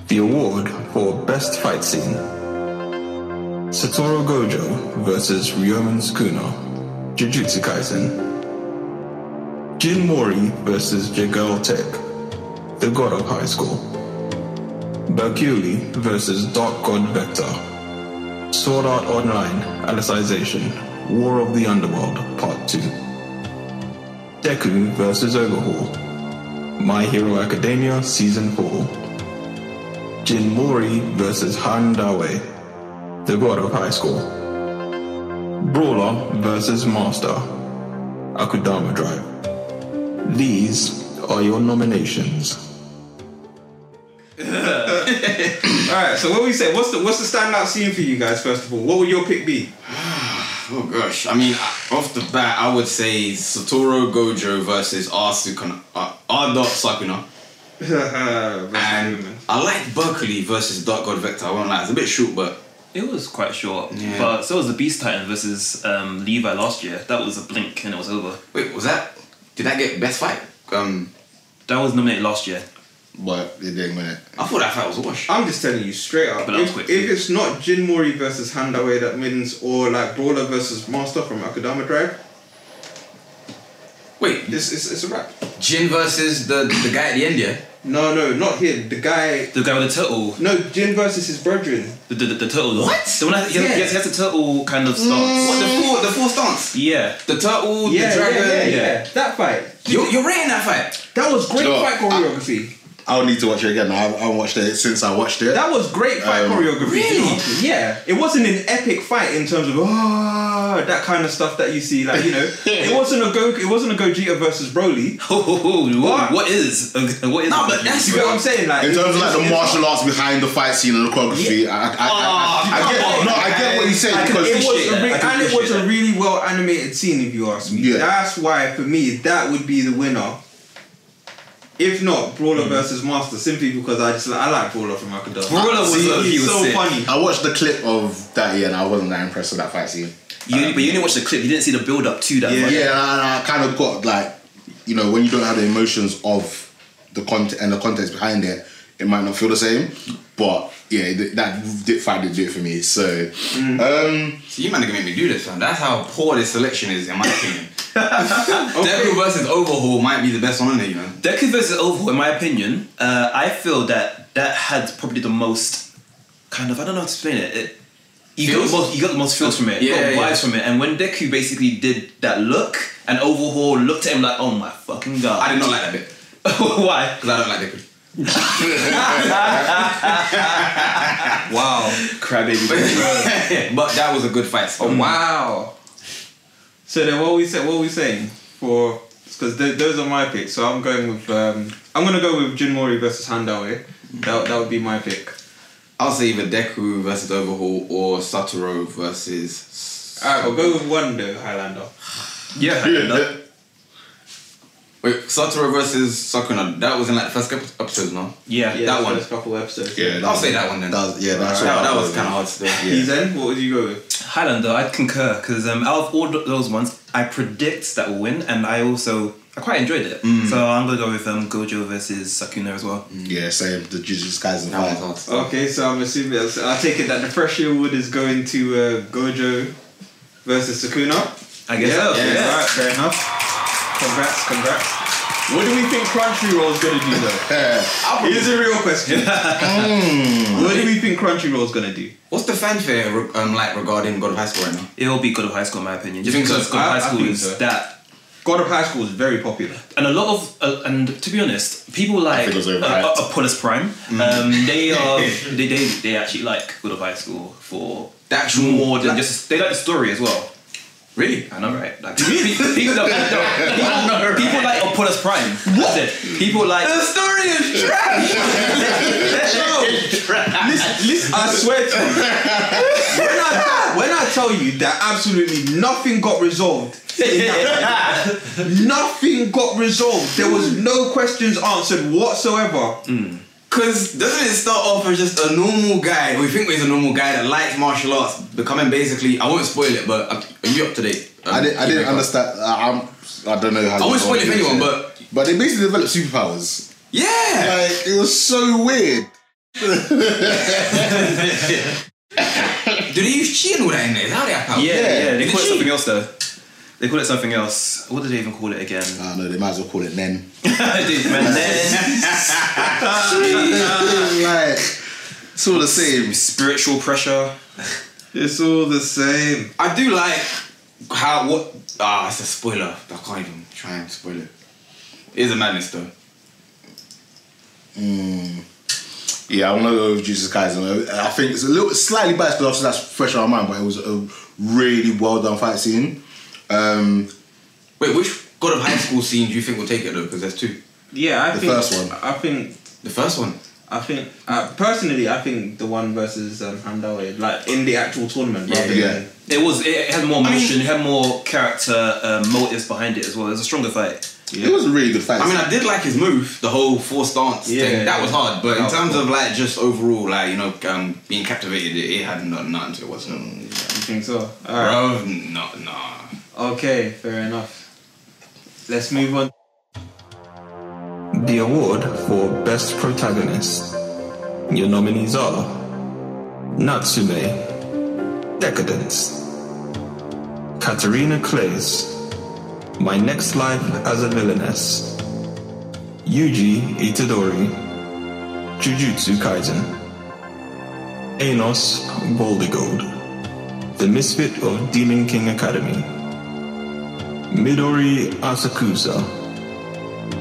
Speaker 6: The award for Best Fight Scene Satoru Gojo vs. Ryomen Sukuna, Jujutsu Kaisen. Jin Mori vs. Jigel Tech, The God of High School. Berculi vs. Dark God Vector. Sword Art Online, Alicization, War of the Underworld, Part 2. Deku vs. Overhaul, My Hero Academia, Season 4. Jin Mori versus Han Dawe, the god of high school. Brawler versus Master, Akudama Drive. These are your nominations.
Speaker 3: Alright, so what we say? What's the what's the standout scene for you guys? First of all, what would your pick be?
Speaker 5: oh gosh, I mean, I- off the bat, I would say Satoru Gojo versus R. Sukuna, uh, R. Dot Sukuna. And
Speaker 3: and
Speaker 5: I like Berkeley versus Dark God Vector. I won't lie, it's a bit short, but
Speaker 2: It was quite short,
Speaker 5: Yeah.
Speaker 2: but so was the Beast Titan versus um, Levi last year. That was a blink and it was over.
Speaker 5: wait, was that? Did that get best fight? Um,
Speaker 2: That was nominated last year.
Speaker 4: But it didn't win it.
Speaker 5: I thought that fight was a wash.
Speaker 3: I'm just telling you straight up.
Speaker 2: But that was
Speaker 3: if,
Speaker 2: quick.
Speaker 3: if it's not Jin Mori versus Handawe that wins, or like Brawler versus Master from Akadama Drive,
Speaker 2: Mm.
Speaker 5: Wait,
Speaker 3: it's, it's, it's a wrap.
Speaker 5: Jin versus the the guy at the end, yeah.
Speaker 3: No, no, not him. The guy.
Speaker 2: The guy with the turtle,
Speaker 3: No, Jin versus his brethren.
Speaker 2: the the, the, the turtle.
Speaker 5: What? Mm.
Speaker 2: The one that, he, has,
Speaker 5: Yeah.
Speaker 2: he, has, he has a turtle kind of stance.
Speaker 5: What the four the four stance?
Speaker 2: Yeah.
Speaker 5: The
Speaker 3: Yeah,
Speaker 5: turtle, the
Speaker 3: yeah,
Speaker 5: dragon.
Speaker 3: yeah, yeah,
Speaker 2: yeah.
Speaker 3: That fight.
Speaker 5: You're, you're right in that fight.
Speaker 3: That was great
Speaker 4: No,
Speaker 3: fight choreography.
Speaker 4: I'll need to watch it again. I haven't I haven't watched it since I watched it.
Speaker 3: that was great fight
Speaker 4: Um,
Speaker 3: choreography.
Speaker 5: Really?
Speaker 3: Yeah. It wasn't an epic fight in terms of ah that kind of stuff that you see. Like you know, it wasn't a go. It wasn't a Gogeta versus Broly.
Speaker 2: Ho, ho, ho,
Speaker 3: What?
Speaker 2: what? what is what is?
Speaker 5: No,
Speaker 2: it?
Speaker 5: but that's
Speaker 3: You get what I'm saying? Like
Speaker 4: in terms of
Speaker 3: it's-
Speaker 4: like the
Speaker 3: it's-
Speaker 4: martial arts behind the fight scene and the choreography, I, I, I, I, I,
Speaker 5: come
Speaker 4: get
Speaker 5: on,
Speaker 4: no, I get what you say
Speaker 3: Like,
Speaker 4: because
Speaker 3: it was
Speaker 2: appreciate
Speaker 3: a
Speaker 2: that.
Speaker 3: re-
Speaker 2: I can
Speaker 3: and it was
Speaker 2: appreciate
Speaker 3: a really well animated scene, if you ask me.
Speaker 4: Yeah.
Speaker 3: That's why, for me, that would be the winner. If not Brawler
Speaker 4: Mm-hmm.
Speaker 3: versus Master, simply because I just like, I like Brawler from Akadama.
Speaker 2: Brawler was-
Speaker 3: See,
Speaker 2: he
Speaker 3: he's
Speaker 2: was
Speaker 3: so
Speaker 2: sick.
Speaker 3: funny.
Speaker 4: I watched the clip of that year and I wasn't that impressed with that fight scene.
Speaker 2: You, but you didn't watch the clip. You didn't see the build up to that.
Speaker 4: Yeah,
Speaker 2: much.
Speaker 4: and I, and I kind of got like, you know, when you don't have the emotions of the content and the context behind it, it might not feel the same. But yeah, th- that did fight did do it for me. So,
Speaker 5: Mm.
Speaker 4: um,
Speaker 5: See, you man are gonna make me do this, man. That's how poor this selection is, in my opinion. Deku versus Overhaul might be the best one in there, you know.
Speaker 2: Deku versus Overhaul, in my opinion, uh, I feel that that had probably the most kind of I don't know how to explain it. it you got,
Speaker 5: Feels?
Speaker 2: the most, you got the most feels from it. You got
Speaker 5: Yeah, yeah.
Speaker 2: vibes from it. And when Deku basically did that look, and Overhaul looked at him like, "Oh my fucking god!"
Speaker 5: I did not like that bit
Speaker 2: Why?
Speaker 5: because I don't like Deku.
Speaker 2: Wow, crybaby.
Speaker 5: but that was a good fight.
Speaker 3: Oh,
Speaker 4: Mm.
Speaker 3: wow. So then, what we say? What we saying for? Because those are my picks. So I'm going with. Um, I'm gonna go with Jin Mori versus Handawe. That that would be my pick.
Speaker 5: I'll say either Deku versus Overhaul or Satoru versus.
Speaker 3: Alright, we'll go with one though, Highlander.
Speaker 2: yeah, I know.
Speaker 5: Wait, Satoru versus Sukuna. That was in like the first couple episodes, no?
Speaker 2: yeah,
Speaker 3: Yeah,
Speaker 2: yeah.
Speaker 5: that one.
Speaker 3: First couple episodes.
Speaker 4: yeah,
Speaker 5: I'll say that one then.
Speaker 4: That was, yeah, that's
Speaker 5: that,
Speaker 4: what I
Speaker 5: that was
Speaker 4: thought.
Speaker 5: kind of hard to do.
Speaker 4: Yeah.
Speaker 3: He's in. What would you go with?
Speaker 2: Highlander, I'd concur because um, out of all th- those ones, I predict that will win, and I also I quite enjoyed it. So I'm gonna go with um, Gojo versus Sakuna as well.
Speaker 4: Yeah, same. The Jujutsu Kaisen
Speaker 5: That
Speaker 4: fight.
Speaker 5: one's hard to say.
Speaker 3: Okay, so I'm assuming I take it that the fresh year wood is going to uh, Gojo versus Sukuna.
Speaker 2: I guess.
Speaker 3: Yeah,
Speaker 2: so.
Speaker 3: okay,
Speaker 2: Yeah.
Speaker 3: alright, fair enough. Congrats, congrats.
Speaker 1: What do we think Crunchyroll is going to do though?
Speaker 3: Here's a real question. What do we think Crunchyroll's gonna do?
Speaker 5: What's the fanfare re- um, like regarding God of High School right now?
Speaker 2: It'll be God of High School, in my opinion. Just
Speaker 5: think so?
Speaker 2: because God
Speaker 3: I-
Speaker 2: of
Speaker 3: I
Speaker 2: High School
Speaker 3: think
Speaker 2: is
Speaker 3: so.
Speaker 2: that
Speaker 3: God of High School is very popular.
Speaker 2: and a lot of uh, and to be honest, people like
Speaker 4: think it was
Speaker 2: uh,
Speaker 4: overhyped. Mm.
Speaker 2: uh, Apollos Prime, um, they are they, they they actually like Good of High School for
Speaker 5: The actual-
Speaker 4: Mm.
Speaker 2: more than just they like the story as well.
Speaker 5: Really?
Speaker 2: I know, right? Like, people, people, people, no, no, people, people like Apollos Prime. What? People like
Speaker 5: The story is trash!
Speaker 3: Listen, I swear to you, when I, when I tell you that absolutely nothing got resolved, in that video, nothing got resolved. There was no questions answered whatsoever.
Speaker 5: Because doesn't it start off as just a normal guy? We think he's a normal guy that likes martial arts, becoming basically. I won't spoil it, but uh, are you up to date? Um,
Speaker 4: I didn't. I didn't
Speaker 5: Keeping up?
Speaker 4: understand. I, I'm. I don't know how.
Speaker 5: I won't spoil it for anyone, but
Speaker 4: but they basically developed superpowers.
Speaker 5: yeah,
Speaker 4: Like it was so weird.
Speaker 5: do they use chi and all that in there? Is that how they have power?
Speaker 2: yeah, yeah. They
Speaker 5: Did
Speaker 2: call it
Speaker 5: she?
Speaker 2: something else though. They call it something else. What did they even call it again?
Speaker 4: I don't know. They might as well call it Nen.
Speaker 2: Dude, man, then
Speaker 4: like it's all the same.
Speaker 2: spiritual pressure.
Speaker 3: It's all the same.
Speaker 5: I do like how what ah, it's a spoiler. I can't even try and spoil it. It is a madness though.
Speaker 4: Yeah, I want to go with Jesus Kaisen. I think it's a little slightly biased because obviously that's fresh on my mind, but it was a really well done fight scene. Um,
Speaker 5: Wait, which God of High School scene do you think will take it though? Because there's two.
Speaker 3: Yeah, I
Speaker 4: The
Speaker 3: think.
Speaker 4: first one.
Speaker 3: I think.
Speaker 5: The first one.
Speaker 3: I think. Uh, personally, I think the one versus um, Handawe, like in the actual tournament, rather
Speaker 4: yeah.
Speaker 3: than.
Speaker 2: It was. It, it had more
Speaker 5: I mean-
Speaker 2: emotion. it had more character um, motives behind it as well. It was a stronger fight.
Speaker 4: It was a really good fight.
Speaker 5: I mean,
Speaker 4: scene.
Speaker 5: I did like his move, the whole four stance
Speaker 3: Yeah,
Speaker 5: thing. That
Speaker 3: yeah.
Speaker 5: was hard, but in
Speaker 3: That was
Speaker 5: terms of like just overall, like you know, um, being captivated, it, it had no- nothing to it whatsoever.
Speaker 3: You think so? All right.
Speaker 5: Bro, no, no.
Speaker 3: Okay, fair enough. Let's move on.
Speaker 6: The award for Best Protagonist. Your nominees are Natsume, Decadence, Katerina Clays, My Next Life as a Villainess, Yuji Itadori, Jujutsu Kaisen, Enos Baldigold, The Misfit of Demon King Academy, Midori Asakusa.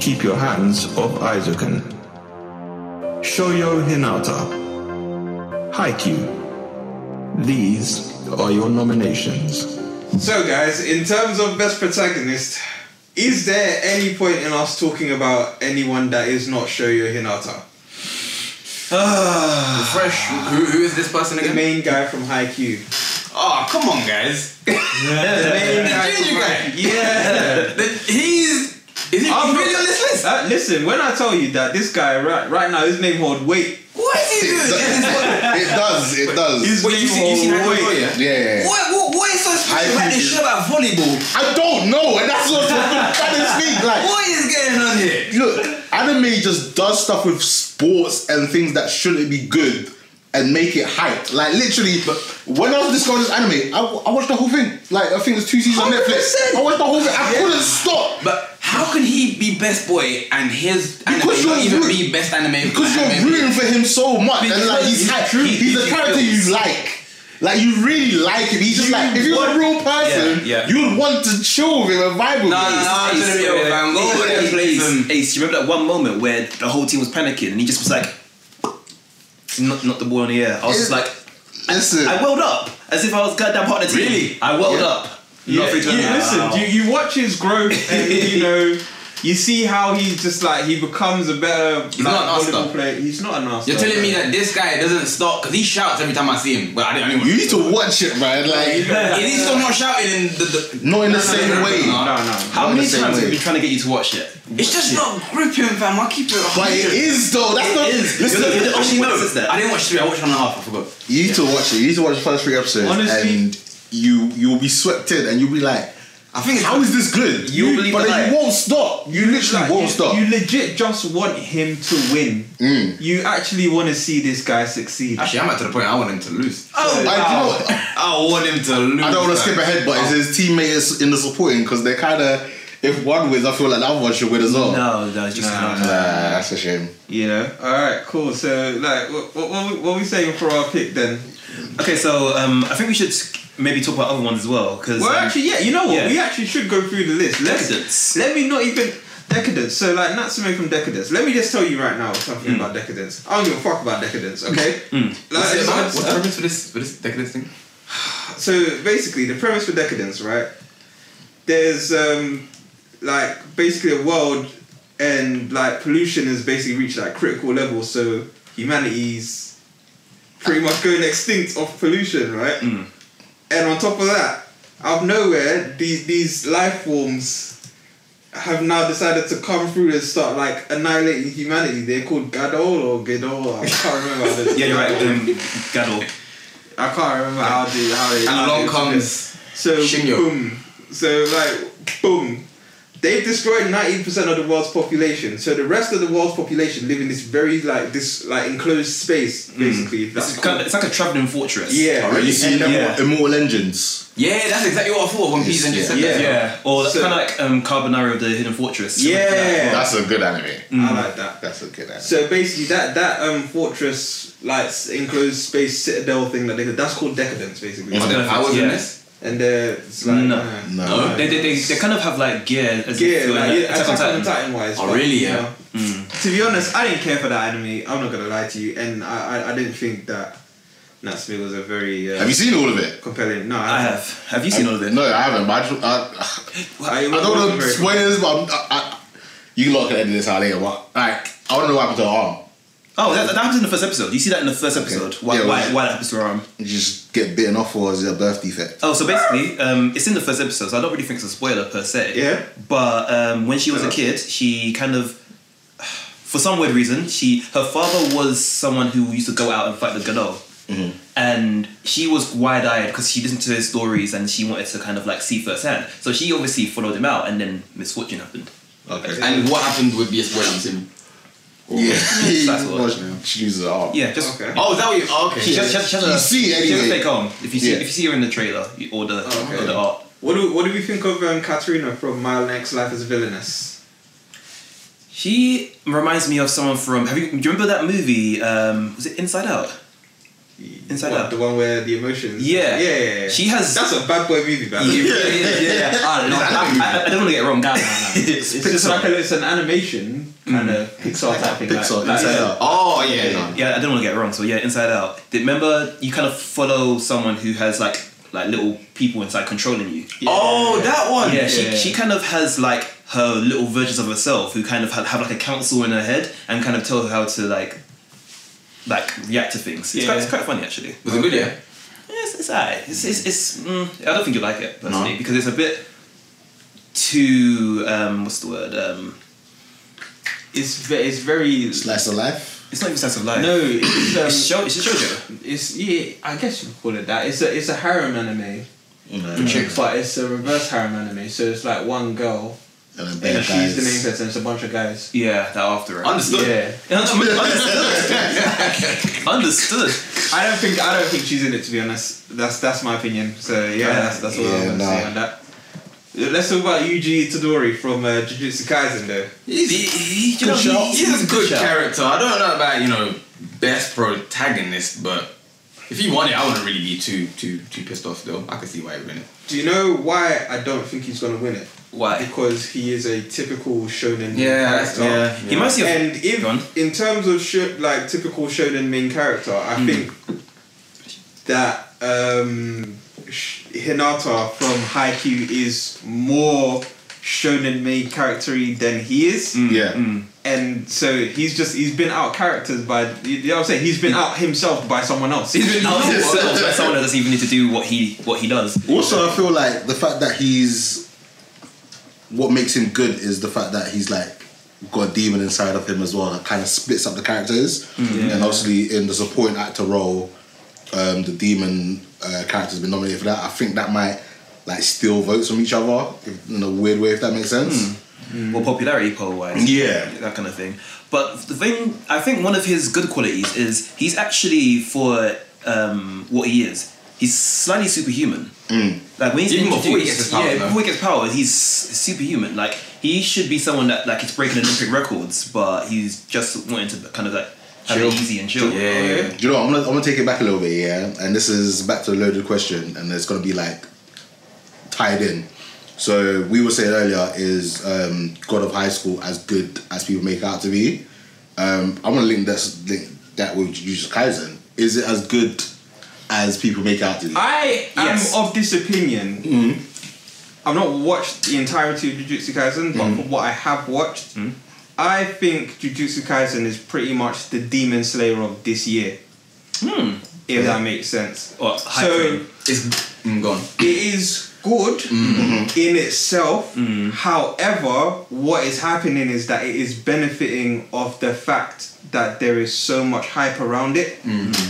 Speaker 6: Keep Your Hands Off Isoken. Shoyo Hinata. Haikyuu. These are your nominations.
Speaker 3: So, guys, in terms of best protagonist, is there any point in us talking about anyone that is not Shoyo Hinata?
Speaker 5: Fresh. Who, who is this person
Speaker 3: The
Speaker 5: again?
Speaker 3: main guy from Haikyuu.
Speaker 5: Oh, come on, guys.
Speaker 3: The main
Speaker 5: The ginger guy.
Speaker 3: Haikyuu. Yeah.
Speaker 5: The- He's. Is he
Speaker 3: I'm
Speaker 5: really
Speaker 3: not-
Speaker 5: on this list?
Speaker 3: Uh, listen, when I tell you that this guy right right now, his name hold weight.
Speaker 5: What is he doing? Is this what-
Speaker 4: it does. It does.
Speaker 3: His
Speaker 5: Wait, you
Speaker 3: name
Speaker 5: see, Oh, you see
Speaker 3: hold
Speaker 5: how
Speaker 3: weight.
Speaker 5: yeah?
Speaker 4: Yeah.
Speaker 5: What, what, what is so special about this shit about volleyball?
Speaker 4: I don't know, and that's what's that is me. Like,
Speaker 5: What is getting on here?
Speaker 4: look, anime just does stuff with sports and things that shouldn't be good and make it hype. Like literally, but when I was discovering this anime, I, I watched the whole thing. Like I think it was two seasons on Netflix.
Speaker 5: 100%.
Speaker 4: I watched the whole thing. I couldn't stop
Speaker 5: But how can he be best boy and his anime
Speaker 4: Because
Speaker 5: not
Speaker 4: you're
Speaker 5: even
Speaker 4: rude.
Speaker 5: be best anime?
Speaker 4: because
Speaker 5: anime
Speaker 4: you're rooting for him so much, and like
Speaker 5: Because
Speaker 4: he's
Speaker 5: he's
Speaker 4: hype.
Speaker 5: true.
Speaker 4: He's a
Speaker 5: He
Speaker 4: character you like. Like you really like him. He's just like if he was a real person,
Speaker 2: Yeah, yeah.
Speaker 4: you'd want to chill with him and vibe with
Speaker 5: Nah,
Speaker 4: him.
Speaker 5: nah, I'm gonna be okay, fam. Go over there,
Speaker 2: Ace,
Speaker 5: please.
Speaker 2: Ace, Ace, you remember that one moment where the whole team was panicking and he just was like, not, not the ball in the air. I was just
Speaker 4: Yeah.
Speaker 2: like,
Speaker 4: Listen,
Speaker 2: I welled up as if I was goddamn part of the team.
Speaker 5: Really?
Speaker 2: I welled
Speaker 4: Yeah.
Speaker 2: up.
Speaker 3: Yeah,
Speaker 2: Nothing to
Speaker 3: you,
Speaker 2: it.
Speaker 3: listen, you, you watch his growth and you know you see how he just like he becomes a better like,
Speaker 5: not an
Speaker 3: volleyball
Speaker 5: Asta.
Speaker 3: player. He's not an Asta.
Speaker 5: You're telling me
Speaker 3: bro.
Speaker 5: that this guy doesn't stop because he shouts every time I see him. Well, I didn't. I didn't
Speaker 4: you need to watch it, man. Like
Speaker 5: At least I'm not shouting in the. the
Speaker 4: Not in the same way.
Speaker 5: no, no.
Speaker 3: No, no.
Speaker 2: How
Speaker 4: I'm
Speaker 2: many
Speaker 4: the same
Speaker 2: times have
Speaker 4: way.
Speaker 2: we been trying to get you to watch it?
Speaker 5: It's just not gripping, fam. I keep it.
Speaker 4: But
Speaker 5: 100.
Speaker 4: it is though. That's not.
Speaker 2: It is.
Speaker 4: Listen,
Speaker 2: You're the- you're the only one that says that.
Speaker 5: I didn't watch three. I watched one and a half. I forgot.
Speaker 4: you need to watch it. You need to watch the first three episodes,
Speaker 3: Honestly-
Speaker 4: and you you'll be swept in, and you'll be like,
Speaker 5: I think it's
Speaker 4: How is this good?
Speaker 2: You believe
Speaker 4: but
Speaker 2: the
Speaker 4: then
Speaker 2: hype.
Speaker 4: you won't stop. You literally
Speaker 3: Like,
Speaker 4: won't
Speaker 3: you,
Speaker 4: stop.
Speaker 3: you legit just want him to win. You actually want to see this guy succeed.
Speaker 5: actually I'm at the point I want him to lose.
Speaker 4: I, you know,
Speaker 5: I want him to lose.
Speaker 4: I don't want
Speaker 5: man.
Speaker 4: to skip ahead, but it's his teammates in the supporting because they're kind of. If one wins, I feel like the other one should win as well.
Speaker 2: No, no, just
Speaker 4: Nah, that's a shame.
Speaker 3: You know. All right. Cool. So like, what what, what, we- what we saying for our pick then?
Speaker 2: Okay, so um, I think we should maybe talk about other ones as well um, because
Speaker 3: Well, actually, yeah. You know what?
Speaker 2: yeah.
Speaker 3: We actually should go through the list. Let's,
Speaker 2: Decadence.
Speaker 3: Let me not even decadence. So like Natsume from Decadence. Let me just tell you right now something about Decadence. I don't give a fuck about Decadence. Okay. Like,
Speaker 5: What's the-
Speaker 3: it's-
Speaker 5: what's the premise for this for this decadence thing?
Speaker 3: so basically the premise for decadence right there's um like basically a world and like pollution has basically reached like critical level so humanity's pretty much going extinct off pollution right and on top of that out of nowhere these these life forms have now decided to come through and start like annihilating humanity. They're called Gadol or Gadol. I can't remember. how they-
Speaker 2: yeah, you're right. Um, Gadol.
Speaker 3: I can't remember how they how they.
Speaker 5: And
Speaker 3: how
Speaker 5: along
Speaker 3: they-
Speaker 5: comes
Speaker 3: so
Speaker 5: Shinyo.
Speaker 3: boom. So like boom. They've destroyed ninety percent of the world's population. So the rest of the world's population live in this very like this like enclosed space basically. That's
Speaker 2: It's, kind of, it's like a traveling fortress.
Speaker 3: yeah.
Speaker 4: Already seen
Speaker 3: And-
Speaker 2: Yeah.
Speaker 4: Immortal Engines.
Speaker 5: Yeah, that's exactly what I thought when Pete just said
Speaker 3: Yeah.
Speaker 5: that.
Speaker 2: Yeah, or
Speaker 3: So-
Speaker 2: kind of like um, Carbonara of the Hidden Fortress.
Speaker 3: Yeah.
Speaker 4: That's a good anime.
Speaker 3: I like that.
Speaker 4: That's a good anime.
Speaker 3: So basically, that that um fortress like enclosed space citadel thing that they that's called decadence basically.
Speaker 5: Are there
Speaker 2: Perfect,
Speaker 5: powers in
Speaker 2: yeah.
Speaker 5: this?
Speaker 3: And uh, it's like
Speaker 2: No.
Speaker 3: uh,
Speaker 4: no.
Speaker 2: They, they, they, they kind of have like gear as
Speaker 3: Yeah,
Speaker 2: if you're
Speaker 3: like,
Speaker 2: in
Speaker 3: yeah, Attack, on Titan wise.
Speaker 5: Oh,
Speaker 3: but,
Speaker 5: really,
Speaker 3: you
Speaker 5: yeah?
Speaker 3: know. To be honest, I didn't care for that anime. I'm not gonna lie to you, and I, I, I didn't think that Natsume was a very uh,
Speaker 4: Have you seen all of it?
Speaker 3: compelling. No,
Speaker 2: I
Speaker 3: I,
Speaker 2: have. Have you seen all of it?
Speaker 4: No, I haven't. But I, just, I,
Speaker 3: I,
Speaker 4: I don't know spoilers, but I'm, I, I, you lot can edit this out later. But like, I want to know what happened to her arm.
Speaker 2: Oh, that, that happens in the first episode. You see that in the first episode. Why,
Speaker 4: Yeah,
Speaker 2: why,
Speaker 4: well-
Speaker 2: why that happens to her arm?
Speaker 4: You just get bitten off, or is it a birth defect?
Speaker 2: Oh, so basically, um, it's in the first episode, so I don't really think it's a spoiler per se.
Speaker 3: Yeah.
Speaker 2: But um, when she was a kid, she kind of, for some weird reason, she her father was someone who used to go out and fight the Gadol. And she was wide eyed because she listened to his stories and she wanted to kind of like see firsthand. So she obviously followed him out, and then misfortune happened.
Speaker 4: Okay.
Speaker 5: And what happened with the spoiler? I'm assuming.
Speaker 4: Yeah.
Speaker 2: That's what-
Speaker 4: Well, she- She loses her arm.
Speaker 2: Yeah, just.
Speaker 3: Okay.
Speaker 5: Oh, is that what you? Oh, okay.
Speaker 2: She just, she has, she has a,
Speaker 4: You see
Speaker 2: she has a
Speaker 4: anyway.
Speaker 2: fake arm. If you see,
Speaker 4: Yeah.
Speaker 2: if you see her in the trailer you- or the
Speaker 3: Oh, okay.
Speaker 2: or the art,
Speaker 3: What do what do we think of um, Katerina from My Next Life as Villainous?
Speaker 2: she reminds me of someone from. Have you? Do you remember that movie? Um, was it Inside Out? Inside
Speaker 3: What,
Speaker 2: Out.
Speaker 3: The one where the emotions. yeah,
Speaker 2: Yeah.
Speaker 3: yeah, yeah.
Speaker 2: She has-
Speaker 3: That's a bad boy movie, man.
Speaker 2: Yeah, yeah, yeah, yeah. I don't know. I, I, I don't want to get it wrong. Down.
Speaker 3: It's, just like a, it's an animation kind of Pixar type thing.
Speaker 4: Pixar.
Speaker 3: like,
Speaker 4: Inside
Speaker 3: yeah.
Speaker 4: Out.
Speaker 5: Oh, yeah. no.
Speaker 2: Yeah, I don't want to get it wrong. So yeah, Inside Out. Did- Remember, you kind of follow someone who has like like little people inside controlling you.
Speaker 5: Oh, that one.
Speaker 2: Yeah, she, she kind of has like her little versions of herself who kind of have, have like a council in her head and kind of tell her how to like like react to things. It's, quite, it's quite funny actually.
Speaker 5: Was it good? Yeah.
Speaker 2: It's, it's alright. It's, it's, it's mm, I don't think you like it personally because it's a bit too um, what's the word? Um,
Speaker 3: It's ve- it's very
Speaker 4: Slice of life.
Speaker 2: it's not even sense of life.
Speaker 3: no. It's, um,
Speaker 2: It's, show, it's a shoujo.
Speaker 3: It's yeah, I guess you could call it that. It's a it's a harem anime,
Speaker 4: And
Speaker 3: but it's a reverse harem anime. So it's like one girl,
Speaker 4: a
Speaker 3: and
Speaker 4: bad
Speaker 3: she's the main
Speaker 4: guys.
Speaker 3: person. It's a bunch of guys.
Speaker 2: Yeah, that after.
Speaker 5: Understood.
Speaker 3: Yeah,
Speaker 2: Understood.
Speaker 3: I don't think I don't think she's in it to be honest. That's that's my opinion. So yeah, that's that's what
Speaker 4: Yeah,
Speaker 3: I'm gonna
Speaker 4: nah.
Speaker 3: say on that. Let's talk about Yuji Itadori from uh, Jujutsu Kaisen though.
Speaker 5: He's,
Speaker 2: He- he-
Speaker 5: you know,
Speaker 2: good shout.
Speaker 5: he's, he's a good
Speaker 2: shout.
Speaker 5: character. I don't know about you know best protagonist, but if he won it, I wouldn't really be too too too pissed off though. I could see why he win it.
Speaker 3: Do you know why I don't think he's gonna win it?
Speaker 2: Why?
Speaker 3: Because he is a typical shonen character.
Speaker 2: He reminds me of.
Speaker 3: And
Speaker 2: Go on.
Speaker 3: if in terms of sho- like typical shonen main character, I
Speaker 2: Hmm.
Speaker 3: think that um, Sh- Hinata from Haikyuu is more shonen main charactery than he is,
Speaker 2: Hmm.
Speaker 4: Yeah.
Speaker 2: Mm.
Speaker 3: and so he's just he's been out characters by you know what I'm saying he's
Speaker 2: Hmm.
Speaker 3: been out himself by someone else.
Speaker 2: He's been out himself by someone that doesn't even need to do what he what he does.
Speaker 4: Also, I feel like the fact that he's what makes him good is the fact that he's like got a demon inside of him as well that kind of splits up the characters. And obviously, in the supporting actor role, um, the demon uh, character's been nominated for that. I think that might like steal votes from each other in a weird way, if that makes sense.
Speaker 2: or popularity poll wise.
Speaker 4: Yeah.
Speaker 2: That kind of thing. But the thing, I think one of his good qualities is he's actually, for um, what he is, he's slightly superhuman.
Speaker 5: Mm.
Speaker 2: Like when he's
Speaker 5: Even before he
Speaker 2: introduced-
Speaker 5: gets his powers,
Speaker 2: yeah,
Speaker 5: though.
Speaker 2: before he gets powers, he's superhuman. Like he should be someone that like is breaking Olympic records, but he's just wanting to kind of like have
Speaker 5: Chill.
Speaker 2: it easy and chill.
Speaker 5: Yeah.
Speaker 4: Do you know what? I'm gonna, I'm gonna take it back a little bit, yeah? And this is back to the loaded question, and it's gonna be like tied in. So, we were saying earlier, is um, God of High School as good as people make out to be? Um, I'm gonna link this link that with Jujutsu Kaisen. Is it as good as people make out to be?
Speaker 3: I am
Speaker 2: Yes.
Speaker 3: of this opinion. I've not watched the entirety of Jujutsu Kaisen, but from what I have watched, I think Jujutsu Kaisen is pretty much the Demon Slayer of this year. If that makes sense.
Speaker 2: Or hype
Speaker 3: so
Speaker 2: train.
Speaker 5: It's mm, gone.
Speaker 3: it is good in itself. However, what is happening is that it is benefiting of the fact that there is so much hype around it.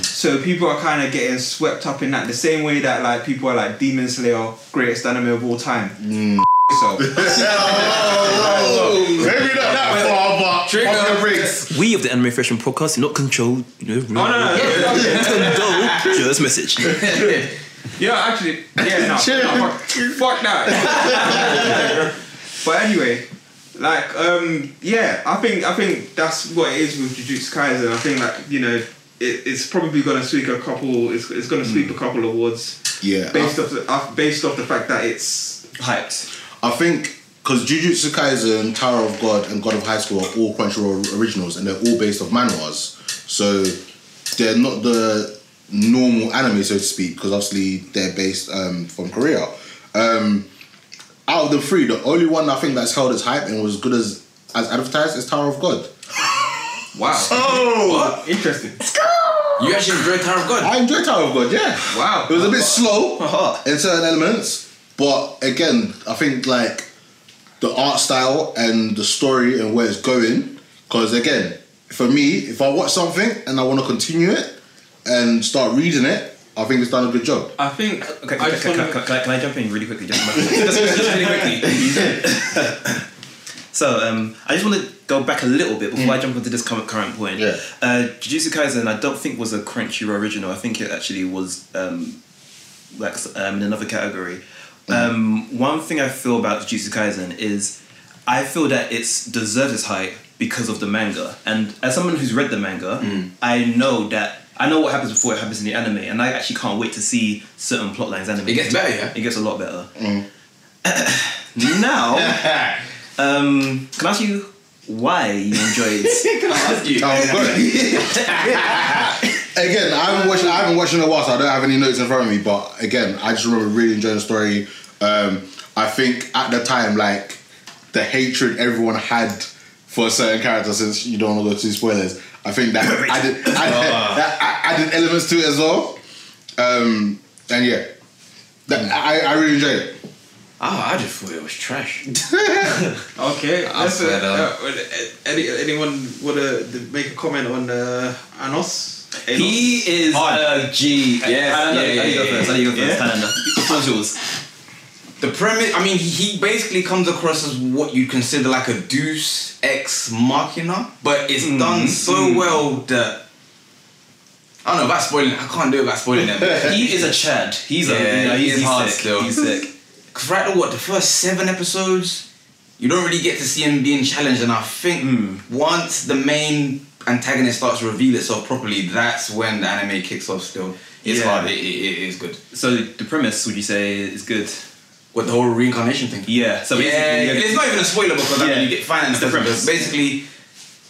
Speaker 3: So people are kind of getting swept up in that the same way that like people are like Demon Slayer, greatest anime of all time. So
Speaker 4: Maybe not that far, but
Speaker 5: Trigger.
Speaker 4: pump the brakes.
Speaker 2: We of the Anime Freshman Podcast do not control, you know, condone this message.
Speaker 3: yeah, actually, yeah, no,
Speaker 4: Chill.
Speaker 3: no, fuck, fuck that. but anyway, like um, yeah, I think I think that's what it is with Jujutsu Kaisen. I think like you know it, it's probably gonna sweep a couple. It's, it's gonna sweep a couple awards
Speaker 4: Yeah.
Speaker 3: based off the, uh, based off the fact that it's
Speaker 2: Hyped.
Speaker 4: I think because Jujutsu Kaisen, Tower of God, and God of High School are all Crunchyroll originals, and they're all based off manhwas, so they're not the normal anime, so to speak, because obviously they're based um, from Korea. Um, out of the three, the only one I think that's held as hype and was good as as advertised is Tower of God.
Speaker 3: wow.
Speaker 4: Oh,
Speaker 3: Interesting.
Speaker 5: You actually enjoyed Tower of God.
Speaker 4: I enjoyed Tower of God. Yeah.
Speaker 3: Wow.
Speaker 4: It was a bit slow in certain elements, but again, I think like the art style and the story and where it's going. Because again, for me, if I watch something and I want to continue it and start reading it, I think it's done a good job.
Speaker 3: I think
Speaker 2: Okay,
Speaker 3: I
Speaker 2: can,
Speaker 3: just
Speaker 2: can,
Speaker 3: wanna-
Speaker 2: can, can I- can I jump in really quickly? Just, just, just really quickly. so um, I just want to go back a little bit
Speaker 3: Mm.
Speaker 2: before I jump onto this current, current point.
Speaker 4: Yeah.
Speaker 2: Uh, Jujutsu Kaisen, I don't think was a Crunchyroll original. I think it actually was um, like um, in another category. Um, one thing I feel about Jujutsu Kaisen is I feel that it's deserves its hype because of the manga. And as someone who's read the manga,
Speaker 5: Mm.
Speaker 2: I know that I know what happens before it happens in the anime, and I actually can't wait to see certain plot lines animated.
Speaker 5: It gets better, yeah? Mm.
Speaker 2: It gets a lot better. now, um, can I ask you why you enjoyed?
Speaker 4: Tower of God. again, I haven't watched. I haven't watched in a while, so I don't have any notes in front of me. But again, I just remember really enjoying the story. Um, I think at the time, like the hatred everyone had for a certain character, since you don't want to go too spoilers, I think that added, added, that added elements to it as well. Um, and yeah, that, I, I really enjoy it.
Speaker 5: Oh, I just thought it was trash.
Speaker 3: Okay, that's
Speaker 5: swear
Speaker 3: a,
Speaker 5: down.
Speaker 3: uh, would- uh, any, anyone want to make a comment on uh, Anos? Anos?
Speaker 2: he is a G.
Speaker 5: Yes,
Speaker 2: I don't know.
Speaker 5: yeah,
Speaker 2: I
Speaker 5: yeah,
Speaker 2: go
Speaker 5: yeah,
Speaker 2: first. I go
Speaker 3: yeah.
Speaker 2: first. I don't know. What's yours?
Speaker 5: The premise, I mean, he, he basically comes across as what you'd consider like a Deuce Ex Machina, but it's done so well that. I don't know about spoiling it. I can't do it about spoiling it. but-
Speaker 2: He is a Chad. He's
Speaker 5: Yeah,
Speaker 2: a you know,
Speaker 5: he
Speaker 2: he's,
Speaker 5: is
Speaker 2: he's
Speaker 5: hard
Speaker 2: sick.
Speaker 5: still.
Speaker 2: He's sick.
Speaker 5: Because right now, what, the first seven episodes, you don't really get to see him being challenged. And I think once the main antagonist starts to reveal itself properly, that's when the anime kicks off still. It's
Speaker 2: Yeah.
Speaker 5: hard, it, it, it is good.
Speaker 2: So the premise, would you say, is good?
Speaker 5: With the whole reincarnation thing.
Speaker 2: Yeah. So
Speaker 5: yeah,
Speaker 2: basically,
Speaker 5: and it's not even a spoiler because I
Speaker 2: Yeah.
Speaker 5: mean, you get finance
Speaker 2: It's the
Speaker 5: the premise.
Speaker 2: premise.
Speaker 5: Basically,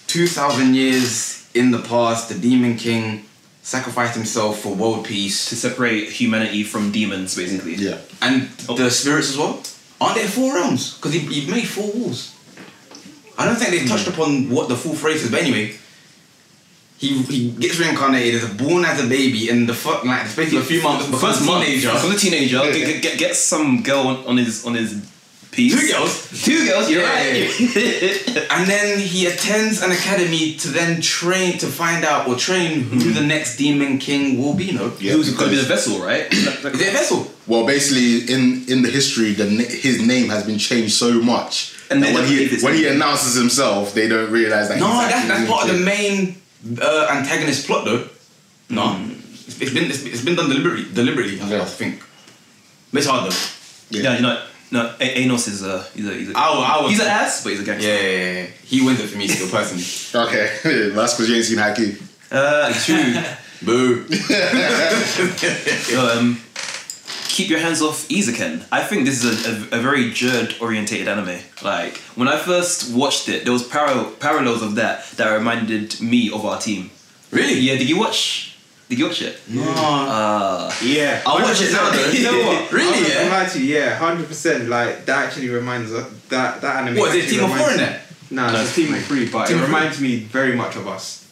Speaker 5: 2,000 years in the past, the Demon King sacrificed himself for world
Speaker 2: to
Speaker 5: peace.
Speaker 2: separate humanity from demons, basically.
Speaker 4: Yeah,
Speaker 5: And
Speaker 2: Oh.
Speaker 5: the spirits as well. Aren't there four realms? Because he, he made four walls. I don't think they've
Speaker 2: Hmm.
Speaker 5: touched upon what the full phrase is, but anyway. He, he gets reincarnated, is born as a baby, and the fuck, like, it's basically a few months, becomes a
Speaker 2: month,
Speaker 5: teenager.
Speaker 2: Becomes a teenager. Get, get, get some girl on, on his on his Peace.
Speaker 5: Two girls.
Speaker 2: Two girls, you're
Speaker 5: Yeah,
Speaker 2: right.
Speaker 5: And then he attends an academy to then train to find out or train who the next demon king will be, you know?
Speaker 4: Yeah,
Speaker 2: Who's going to be the
Speaker 4: because-
Speaker 2: vessel, right?
Speaker 5: Is it a vessel?
Speaker 4: Well, basically, in in the history, the na- his name has been changed so much.
Speaker 2: And
Speaker 4: And
Speaker 2: they
Speaker 4: that when
Speaker 2: don't believe
Speaker 4: he
Speaker 2: it's
Speaker 4: when
Speaker 2: him.
Speaker 4: he announces himself, they don't realize that.
Speaker 5: No,
Speaker 4: he's
Speaker 5: that's,
Speaker 4: actually
Speaker 5: that's part of the
Speaker 4: him.
Speaker 5: main uh, antagonist plot, though. No, it's, it's been it's, it's been done deliberately. Deliberately, I, I
Speaker 4: Yeah.
Speaker 5: think. But it's hard though.
Speaker 2: No, you're not. No, A- Anos is a he's a he's a,
Speaker 5: Our our
Speaker 2: he's an ass, but he's a gangster.
Speaker 5: yeah, yeah, yeah, yeah. he wins it for me still personally.
Speaker 4: Okay, that's because you ain't seen Haki.
Speaker 2: Uh, true.
Speaker 5: Boo.
Speaker 2: um, keep your hands off Izaken. I think this is a, a, a very jerd orientated anime. Like when I first watched it, there was paral- parallels of that that reminded me of our team.
Speaker 5: Really?
Speaker 2: Yeah, did you watch? Did you watch it?
Speaker 3: Yeah,
Speaker 2: I'll watch it now, though.
Speaker 3: You know what?
Speaker 5: Really,
Speaker 3: I'm not gonna
Speaker 5: yeah?
Speaker 3: lie to you, yeah, hundred percent. Like that actually reminds us that that anime.
Speaker 5: What, is it
Speaker 3: actually
Speaker 5: Team of Four
Speaker 3: reminds-
Speaker 5: in there?
Speaker 3: Nah, it's a team of three, but
Speaker 5: Team
Speaker 3: it
Speaker 5: of Three.
Speaker 3: reminds me very much of us.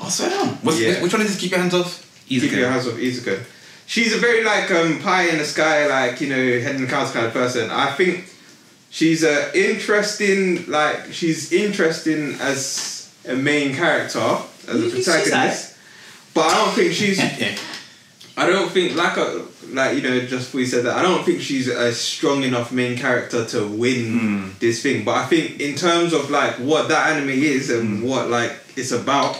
Speaker 5: Oh, swear down. What's,
Speaker 3: Yeah.
Speaker 5: Which one is this? Keep your hands off.
Speaker 3: Keep your
Speaker 2: Izaken.
Speaker 3: hands off Izuka. She's a very like um pie in the sky, like you know, head in the clouds kind of person. I think she's a interesting, like she's interesting as a main character, as a
Speaker 2: She's
Speaker 3: protagonist.
Speaker 2: nice.
Speaker 3: But I don't think she's
Speaker 5: Yeah.
Speaker 3: I don't think like a, like you know just before you said that I don't think she's a strong enough main character to win
Speaker 2: Hmm.
Speaker 3: this thing. But I think in terms of like what that anime is
Speaker 2: Hmm.
Speaker 3: and what like it's about,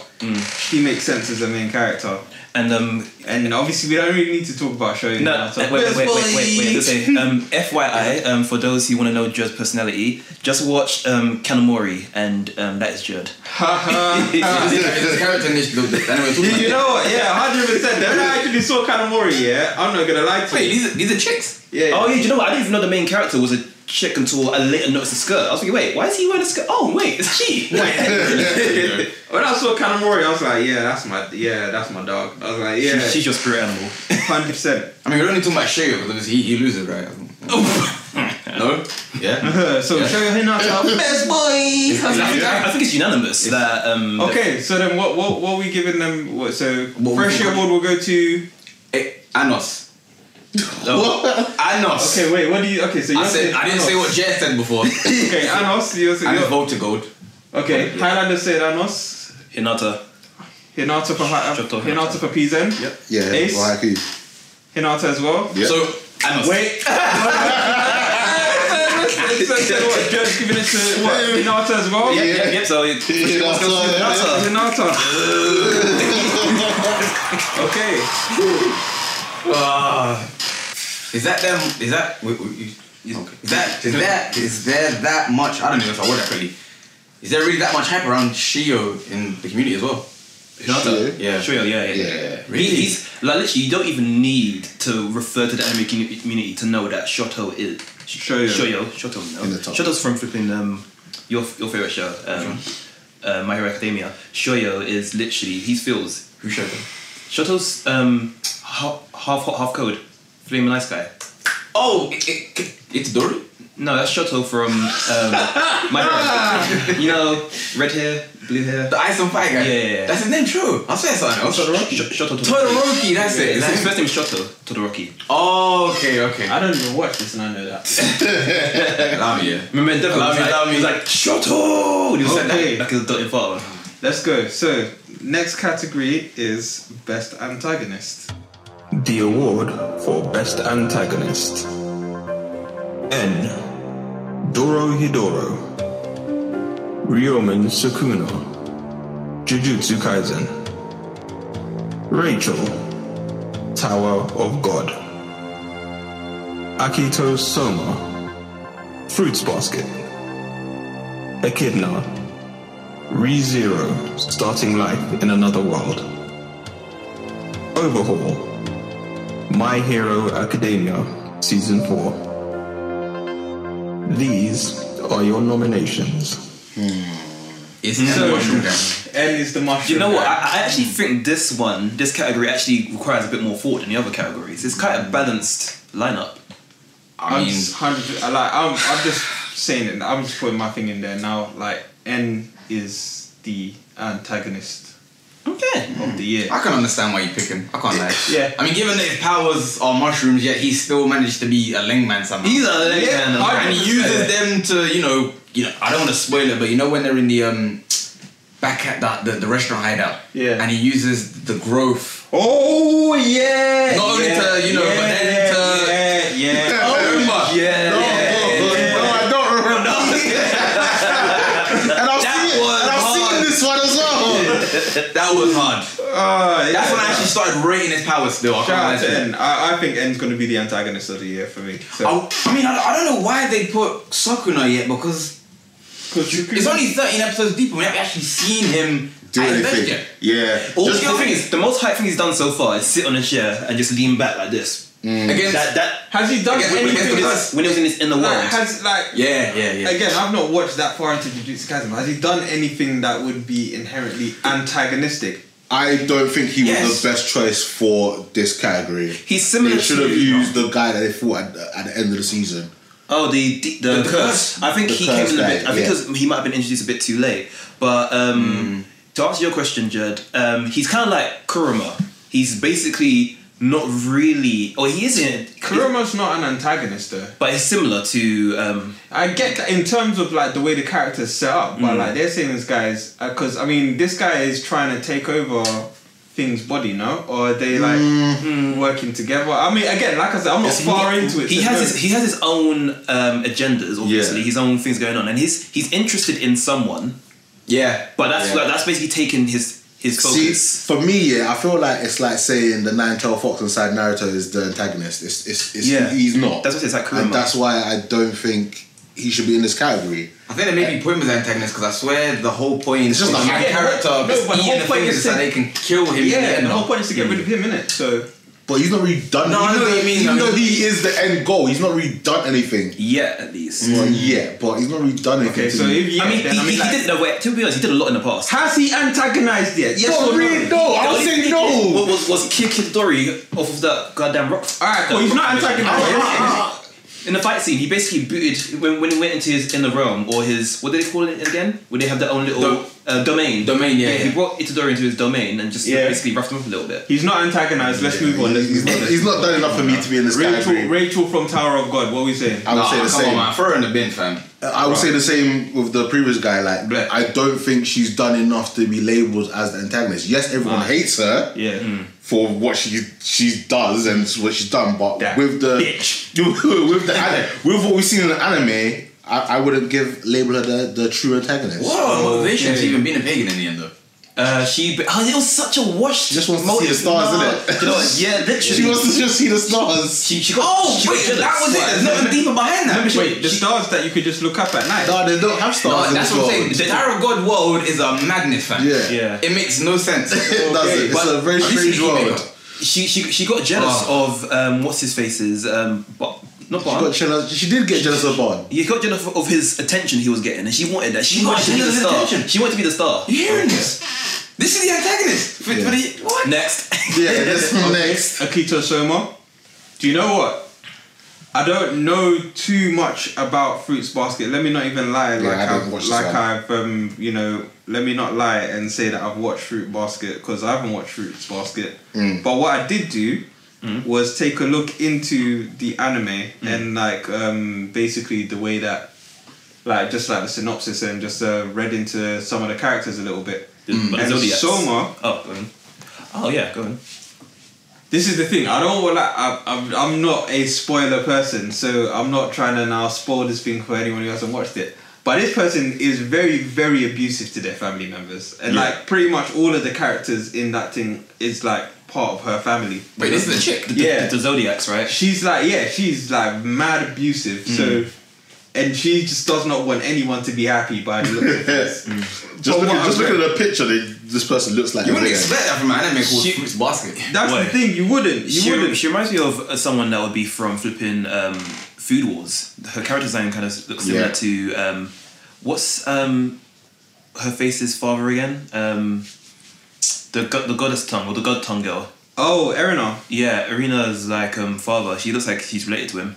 Speaker 3: she makes sense as a main character.
Speaker 2: And um,
Speaker 3: And obviously we don't really need to talk about showing
Speaker 2: No,
Speaker 3: now. So
Speaker 2: wait, wait, wait, wait, wait. wait. Okay, um, FYI, um, for those who want to know Jerd's personality, just watch um, Kanamori, and um, that is Jerd.
Speaker 5: There's a character in this. Look, that anyway,
Speaker 3: you know what? Yeah, hundred percent. When I actually saw Kanamori, yeah, I'm not gonna lie to you.
Speaker 5: Wait, these are, these are chicks.
Speaker 3: Yeah.
Speaker 2: Oh yeah, do you know what? I didn't even know the main character was a chick until I later noticed the skirt. I was thinking, wait, why is he wearing a skirt? Oh wait, it's she.
Speaker 3: when I saw Kanamori, I was like, yeah, that's my yeah, that's my dog. I was like, yeah,
Speaker 2: She's your spirit animal.
Speaker 3: hundred percent.
Speaker 5: I mean, we're only talking about Shayo because obviously he, he loses, right? no? Yeah?
Speaker 3: So
Speaker 5: Yeah.
Speaker 3: show your hand out.
Speaker 5: Best boy!
Speaker 2: I, think it's unanimous that. Um,
Speaker 3: Okay, so then what what what are we giving them? What so
Speaker 5: What we-
Speaker 3: fresh year award will go to?
Speaker 5: Eh, Anos. Anos.
Speaker 3: Okay, wait, what do you? Okay, so you
Speaker 5: I said I didn't say what Jay said before. and
Speaker 3: Okay, Anos. You're,
Speaker 5: it's
Speaker 3: you're,
Speaker 5: vote to gold.
Speaker 3: okay, Highlander said Anos.
Speaker 2: Hinata.
Speaker 3: Hinata for Hi-
Speaker 2: Shoto
Speaker 3: Hinata
Speaker 2: Hinata.
Speaker 3: for Pizen.
Speaker 2: Yep.
Speaker 4: Yeah,
Speaker 3: Ace?
Speaker 4: well, Haki.
Speaker 3: Hinata as well.
Speaker 4: Yeah.
Speaker 5: So Anos.
Speaker 3: Wait. so, so what? Judge giving it to what? Hinata as well.
Speaker 4: Yeah.
Speaker 2: Yep, yep. So it-
Speaker 4: Yeah, that's all, yeah.
Speaker 2: Hinata.
Speaker 3: Hinata. okay.
Speaker 5: Is that them? Is that? Wait, wait, you- okay. Is that? Is that? Is there that much? I don't even know if I word that correctly. Is there really that much hype around Shio in the community as well?
Speaker 2: Hinata.
Speaker 5: Yeah.
Speaker 2: Sure, yeah, yeah. yeah.
Speaker 4: Yeah.
Speaker 5: Really?
Speaker 2: He's like literally. You don't even need to refer to the anime commu- community to know that Shoto is
Speaker 3: Shoyo.
Speaker 2: Shoyo. Shoto. No.
Speaker 4: In the top.
Speaker 2: Shoto's from flipping um, your your favorite show, um, uh, My Hero Academia. Shoyo is literally he's feels
Speaker 5: Who showed them?
Speaker 2: Shoto's um, half half hot, half cold, flaming nice guy.
Speaker 5: Oh, it, it, it's Dory.
Speaker 2: No, that's Shoto from um, My Hero. you know, red hair, blue hair.
Speaker 5: The Ice and Fire guy.
Speaker 2: Yeah, yeah, yeah.
Speaker 5: That's his name, true. I swear something else.
Speaker 2: Sh- Shoto Todoroki.
Speaker 5: Todoroki, that's it.
Speaker 2: His
Speaker 5: That's
Speaker 2: first name is Shoto Todoroki.
Speaker 5: Oh, okay, okay.
Speaker 3: I don't even watch this and I know that.
Speaker 5: Love you.
Speaker 2: Remember in Devil,
Speaker 5: Allow
Speaker 2: he was
Speaker 5: me,
Speaker 2: like,
Speaker 5: allow me.
Speaker 2: he was like, Shoto! And he was
Speaker 3: Okay.
Speaker 2: like, that, like a dotted father.
Speaker 3: Let's go. So next category is best antagonist.
Speaker 6: The award for Best Antagonist N. Doro Hidoro, Ryomen Sukuno, Jujutsu Kaisen, Rachel, Tower of God, Akito Soma, Fruits Basket, Echidna, ReZero, Starting Life in Another World, Overhaul. My Hero Academia Season 4. These are your nominations.
Speaker 5: It's so mushroom guy.
Speaker 3: N is the mushroom.
Speaker 2: You know what?
Speaker 3: guy.
Speaker 2: I, I actually think this one, this category actually requires a bit more thought than the other categories. It's quite a balanced lineup.
Speaker 5: I
Speaker 3: I'm
Speaker 5: mean,
Speaker 3: just hundred. I Like I'm, I'm just saying it. I'm just putting my thing in there now. Like N is the antagonist
Speaker 2: Okay. Of the year.
Speaker 5: I can understand why you pick him. I can't lie.
Speaker 2: Yeah.
Speaker 5: I mean, given that his powers are mushrooms, yet he still managed to be a Lengman somehow.
Speaker 2: He's a leg man, I'm
Speaker 5: and
Speaker 2: right.
Speaker 5: he uses them to, you know, you know. I don't want to spoil it, but you know when they're in the um, back at that the, the restaurant hideout.
Speaker 2: Yeah.
Speaker 5: And he uses the growth.
Speaker 2: Oh yeah.
Speaker 5: Not only to, you know, but then to-
Speaker 2: yeah, yeah.
Speaker 5: Oh,
Speaker 2: Yeah, yeah,
Speaker 4: No,
Speaker 2: yeah.
Speaker 4: I don't remember. and I've,
Speaker 5: That
Speaker 4: seen,
Speaker 5: was
Speaker 4: and I've
Speaker 5: hard.
Speaker 4: seen this one as well.
Speaker 5: That was hard.
Speaker 2: Ah,
Speaker 3: Uh,
Speaker 5: That's
Speaker 3: yeah.
Speaker 5: when I actually started rating his powers. Still, I
Speaker 3: Shout
Speaker 5: can't
Speaker 3: out to
Speaker 5: lie you.
Speaker 3: N. I, I think N's going to be the antagonist of the year for me.
Speaker 2: Oh,
Speaker 3: So,
Speaker 5: I, I mean, I, I don't know why they put Sukuna yet because it's only 13 episodes deep and we haven't actually seen him
Speaker 4: Do
Speaker 5: at his best
Speaker 4: anything.
Speaker 5: yet.
Speaker 4: Yeah.
Speaker 2: All
Speaker 4: Just-
Speaker 2: the other thing is, the most hype thing he's done so far is sit on a chair and just lean back like this.
Speaker 5: Against,
Speaker 2: That that
Speaker 3: has he done
Speaker 5: Again,
Speaker 3: anything?
Speaker 5: against the
Speaker 3: that's-
Speaker 5: class.
Speaker 2: when he was in his inner world.
Speaker 3: Like, has like
Speaker 5: yeah, yeah, yeah.
Speaker 3: again? I've not watched that far into Jujutsu Kaisen. Has he done anything that would be inherently antagonistic?
Speaker 4: I don't think he
Speaker 5: Yes.
Speaker 4: was the best choice for this category.
Speaker 2: he's similar.
Speaker 4: They should have
Speaker 2: to-
Speaker 4: used the guy that they fought at the, at the end of the season.
Speaker 2: Oh, the the, the,
Speaker 5: the
Speaker 2: curse.
Speaker 5: curse.
Speaker 2: I think
Speaker 4: The
Speaker 2: he
Speaker 4: curse
Speaker 2: came in a
Speaker 4: guy,
Speaker 2: bit. I think
Speaker 4: yeah.
Speaker 2: it was, he might have been introduced a bit too late. But um, to answer your question, Jed, um, he's kind of like Kurama. He's basically not really, or he isn't.
Speaker 3: Kurama's not an antagonist though.
Speaker 2: but it's similar to um,
Speaker 3: I get that in terms of like the way the character's set up, but like they're saying this guy's because I mean this guy is trying to take over Thing's body, no? Or are they like working together? I mean, again, like I said, I'm not far into it.
Speaker 2: He
Speaker 3: so
Speaker 2: has
Speaker 3: no-
Speaker 2: his, he has his own um, agendas, obviously,
Speaker 4: Yeah.
Speaker 2: his own things going on, and he's he's interested in someone,
Speaker 5: yeah.
Speaker 2: but that's
Speaker 5: yeah.
Speaker 2: like, that's basically taking his his
Speaker 4: See,
Speaker 2: focus.
Speaker 4: for me, yeah, I feel like it's like saying the nine tail fox inside Naruto is the antagonist. It's, it's, it's
Speaker 2: Yeah.
Speaker 4: he's not.
Speaker 2: that's what it's like Kurama.
Speaker 4: and that's why I don't think he should be in this category.
Speaker 5: I think they maybe put him as antagonist because I swear the whole point is
Speaker 4: just
Speaker 5: that
Speaker 4: like-
Speaker 5: my
Speaker 3: Yeah,
Speaker 5: character
Speaker 3: no,
Speaker 5: is
Speaker 3: but the
Speaker 5: eating
Speaker 3: whole
Speaker 5: the
Speaker 3: point
Speaker 5: things
Speaker 3: is
Speaker 5: so
Speaker 3: to-
Speaker 5: they can kill him. in
Speaker 3: yeah,
Speaker 5: end,
Speaker 3: the whole
Speaker 5: though.
Speaker 3: point is to get rid of him, innit? So
Speaker 4: But he's not really done.
Speaker 5: No, I
Speaker 4: even
Speaker 5: know
Speaker 4: though,
Speaker 5: what you mean,
Speaker 4: Even
Speaker 5: I
Speaker 4: though
Speaker 5: mean-
Speaker 4: he is the end goal, he's not really done anything.
Speaker 2: yeah, at least.
Speaker 4: Well, yeah, but he's not really done anything.
Speaker 3: okay,
Speaker 4: to
Speaker 3: so
Speaker 4: me.
Speaker 3: if yeah,
Speaker 2: I mean,
Speaker 3: then,
Speaker 2: he,
Speaker 3: I mean
Speaker 2: he
Speaker 3: like,
Speaker 2: did. No, wait, to be honest, he did a lot in the past.
Speaker 3: has he antagonized yet? Yes
Speaker 4: No,
Speaker 3: or
Speaker 4: really,
Speaker 3: no?
Speaker 4: no. I
Speaker 2: The
Speaker 4: would
Speaker 2: only thing
Speaker 4: say
Speaker 2: he
Speaker 4: no.
Speaker 2: did was- was was kick Hidori off of that goddamn rock.
Speaker 3: All right, cool. He's not antagonized.
Speaker 2: In the fight scene, he basically booted when, when he went into his inner realm or his what do they call it again? Where they have their own little
Speaker 5: Dom-
Speaker 2: uh, domain.
Speaker 5: Domain, yeah,
Speaker 2: He
Speaker 5: yeah.
Speaker 2: brought Itadori into his domain and just
Speaker 3: Yeah.
Speaker 2: basically roughed him up a little bit.
Speaker 3: He's not antagonized. Let's move on. Let's
Speaker 4: he's,
Speaker 3: move on.
Speaker 4: not, he's not done enough for me to be in this
Speaker 3: Rachel,
Speaker 4: category.
Speaker 3: Rachel from Tower of God. What are we saying?
Speaker 4: I would
Speaker 5: Nah,
Speaker 4: say the
Speaker 5: come
Speaker 4: same.
Speaker 5: on, man. Throw her in the bin, fam.
Speaker 4: I would say the same with the previous guy. Like,
Speaker 5: Bleh.
Speaker 4: I don't think she's done enough to be labelled as the antagonist. Yes, everyone hates her
Speaker 3: Yeah.
Speaker 4: for what she she does and what she's done, but
Speaker 3: That
Speaker 4: with the
Speaker 3: bitch.
Speaker 4: with the an- with what we've seen in the anime, I, I wouldn't give label her the, the true antagonist.
Speaker 5: What are her motivations
Speaker 3: Okay.
Speaker 5: even being a pagan in the end, though?
Speaker 2: Uh, she be- oh, it was such a wash.
Speaker 4: Just wants to see the stars, innit?
Speaker 2: You know what? Yeah, literally.
Speaker 4: She wants to just see the stars.
Speaker 2: She, she got.
Speaker 5: Oh,
Speaker 2: she got
Speaker 5: wait,
Speaker 2: jealous.
Speaker 5: that was it. There's nothing deeper behind that.
Speaker 3: Wait, the stars that you could just look up at night.
Speaker 4: No, they don't have
Speaker 5: No,
Speaker 4: stars in
Speaker 5: that's
Speaker 4: this
Speaker 5: what
Speaker 4: world.
Speaker 5: I'm saying. The Tower of God world is a madness, fam.
Speaker 4: Yeah.
Speaker 2: Yeah.
Speaker 5: It makes no sense.
Speaker 4: It doesn't. It's
Speaker 5: But
Speaker 4: a very
Speaker 5: at least
Speaker 4: strange
Speaker 5: you can keep it
Speaker 4: world.
Speaker 5: up.
Speaker 2: She she she got jealous of um what's his face's um but not
Speaker 4: She,
Speaker 2: Bond.
Speaker 4: got jealous, she did get jealous of Bond.
Speaker 2: He got jealous of his attention he was getting, and she wanted that. She,
Speaker 5: She got
Speaker 2: wanted to be the
Speaker 5: jealous of
Speaker 2: star.
Speaker 5: attention.
Speaker 2: She wanted to be the star.
Speaker 5: You hearing this? This is the antagonist. For, for the, what?
Speaker 2: Next.
Speaker 4: Yeah, that's next.
Speaker 3: Akito Soma. Do you know what? I don't know too much about Fruits Basket. Let me not even lie. Like
Speaker 4: I haven't
Speaker 3: I've,
Speaker 4: watched this
Speaker 3: like
Speaker 4: one.
Speaker 3: I've, um, you know, let me not lie and say that I've watched Fruit Basket because I haven't watched Fruits Basket. But what I did do was take a look into the anime and like um, basically the way that, like just like the synopsis and just uh, read into some of the characters a little bit.
Speaker 2: But
Speaker 3: And
Speaker 2: Zodiacs.
Speaker 3: Soma.
Speaker 2: Oh, go on. oh yeah, go on.
Speaker 3: This is the thing. I don't want like I, I'm. I'm not a spoiler person, so I'm not trying to now spoil this thing for anyone who hasn't watched it. But this person is very, very abusive to their family members, and like pretty much all of the characters in that thing is like part of her family.
Speaker 5: Wait, this is a chick.
Speaker 2: The,
Speaker 3: Yeah.
Speaker 2: the, the Zodiacs, right?
Speaker 3: She's like, yeah, she's like mad abusive.
Speaker 2: Mm.
Speaker 3: So, and she just does not want anyone to be happy by the look of this.
Speaker 2: Mm.
Speaker 4: Just,
Speaker 3: But
Speaker 4: look,
Speaker 3: what
Speaker 4: just
Speaker 3: I'm
Speaker 4: looking at a picture, they, this person looks like
Speaker 5: You
Speaker 4: a
Speaker 5: wouldn't
Speaker 4: villain.
Speaker 5: expect that from an anime called
Speaker 2: She-
Speaker 5: Fruits Basket.
Speaker 3: That's
Speaker 2: Why?
Speaker 3: the thing. You wouldn't. You
Speaker 2: She,
Speaker 3: wouldn't.
Speaker 2: she reminds me of uh, someone that would be from flipping um, Food Wars. Her character design kind of looks similar
Speaker 4: Yeah.
Speaker 2: to um, what's um, her face's father again? Um, the go- the goddess tongue or the god tongue girl.
Speaker 3: oh, Erina.
Speaker 2: Yeah, Irina's like um, father. She looks like she's related to him.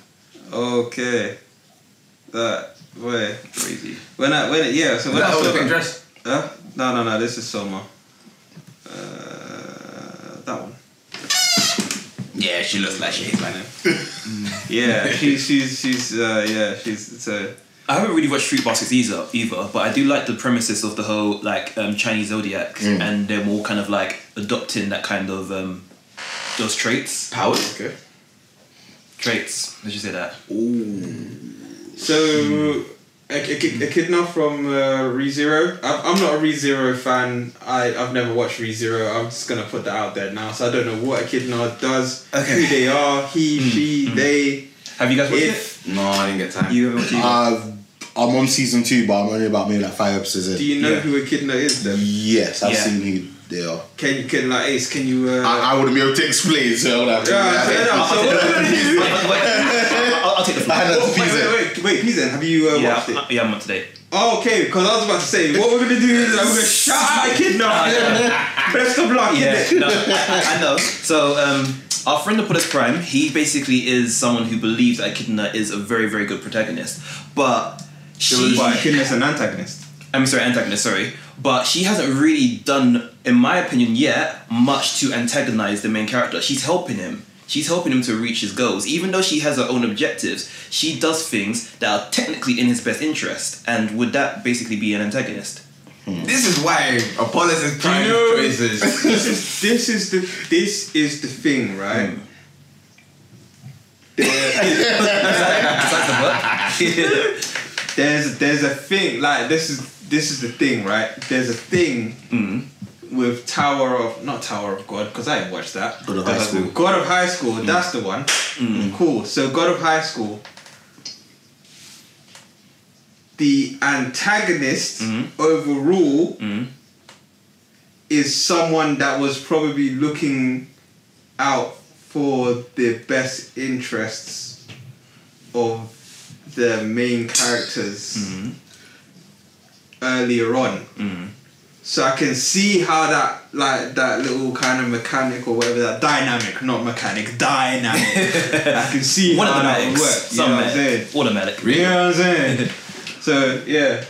Speaker 3: Okay. That way.
Speaker 2: Crazy.
Speaker 3: When I when it, yeah, so when
Speaker 5: That
Speaker 3: I
Speaker 5: whole
Speaker 3: saw
Speaker 5: pink
Speaker 3: that,
Speaker 5: dress.
Speaker 3: huh? no no no this is Soma. Uh, that one.
Speaker 5: Yeah, she looks like she hates my name.
Speaker 3: Yeah, she's she's she's uh, yeah she's so
Speaker 2: I haven't really watched Street Baskets either, either, but I do like the premises of the whole like um, Chinese zodiac,
Speaker 3: Mm.
Speaker 2: and they're all kind of like adopting that kind of um, those traits.
Speaker 5: Powered.
Speaker 3: okay.
Speaker 2: Traits. Let's just say that.
Speaker 3: So Echidna from uh, ReZero. I- I'm not a ReZero fan. I, I've never watched ReZero. I'm just gonna put that out there now. So I don't know what Echidna does,
Speaker 2: Okay. Hmm,
Speaker 3: who they are, he, she, they.
Speaker 2: Have you guys watched
Speaker 3: If
Speaker 5: No, I didn't get time.
Speaker 2: it? You haven't watched it. either?
Speaker 4: I've, I'm on season two, but I'm only about maybe like five episodes in.
Speaker 3: do you know
Speaker 2: Yeah.
Speaker 3: who Echidna is then?
Speaker 4: yes, I've
Speaker 2: Yeah.
Speaker 4: seen who they are.
Speaker 3: Can you can like Ace? Can you? Uh,
Speaker 4: I, I wouldn't be able to explain, so I'll have to.
Speaker 3: Yeah,
Speaker 4: I
Speaker 3: fair
Speaker 4: had to-
Speaker 3: enough. So what we're gonna do-
Speaker 2: Wait, wait, wait. I'll, I'll take the floor.
Speaker 4: I had
Speaker 3: Oh,
Speaker 4: to
Speaker 3: wait,
Speaker 4: piece
Speaker 3: wait, wait,
Speaker 4: it.
Speaker 3: wait, Pizen, have you uh,
Speaker 2: Yeah,
Speaker 3: watched it?
Speaker 2: I, yeah, I'm up today.
Speaker 3: Oh, okay, because I was about to say, what we're gonna do is like, we're gonna shout out Echidna. Best of luck,
Speaker 2: Yeah,
Speaker 3: innit?
Speaker 2: no, I, I know. So, um, our friend Apollos Prime, he basically is someone who believes that Echidna is a very, very good protagonist, but she,
Speaker 3: By Echidna's an antagonist.
Speaker 2: I'm sorry, antagonist, sorry, but she hasn't really done, in my opinion, yet much to antagonize the main character. She's helping him. She's helping him to reach his goals. Even though she has her own objectives, she does things that are technically in his best interest. And would that basically be an antagonist?
Speaker 5: This is why Apollos is trying
Speaker 3: know-
Speaker 5: choices.
Speaker 3: this is this is the this is the thing, right? There-
Speaker 2: Besides the book?
Speaker 3: there's there's a thing like this is this is the thing, right? There's a thing with Tower of not Tower of God because I didn't watch that.
Speaker 4: Mm-hmm. God of High School. Mm. Mm-hmm.
Speaker 3: God of High School, that's the one. Cool. So God of High School. The antagonist
Speaker 4: Mm-hmm.
Speaker 3: overall is someone that was probably looking out for the best interests of the main characters
Speaker 2: Mm-hmm.
Speaker 3: earlier on. So I can see how that like that little kind of mechanic or whatever that dynamic, not mechanic, dynamic. I can see
Speaker 2: One of
Speaker 3: how
Speaker 2: the
Speaker 3: that
Speaker 2: medics.
Speaker 3: works. You
Speaker 2: Some
Speaker 3: know what I'm saying?
Speaker 2: medic. Automatic.
Speaker 3: You know what I'm saying? so yeah.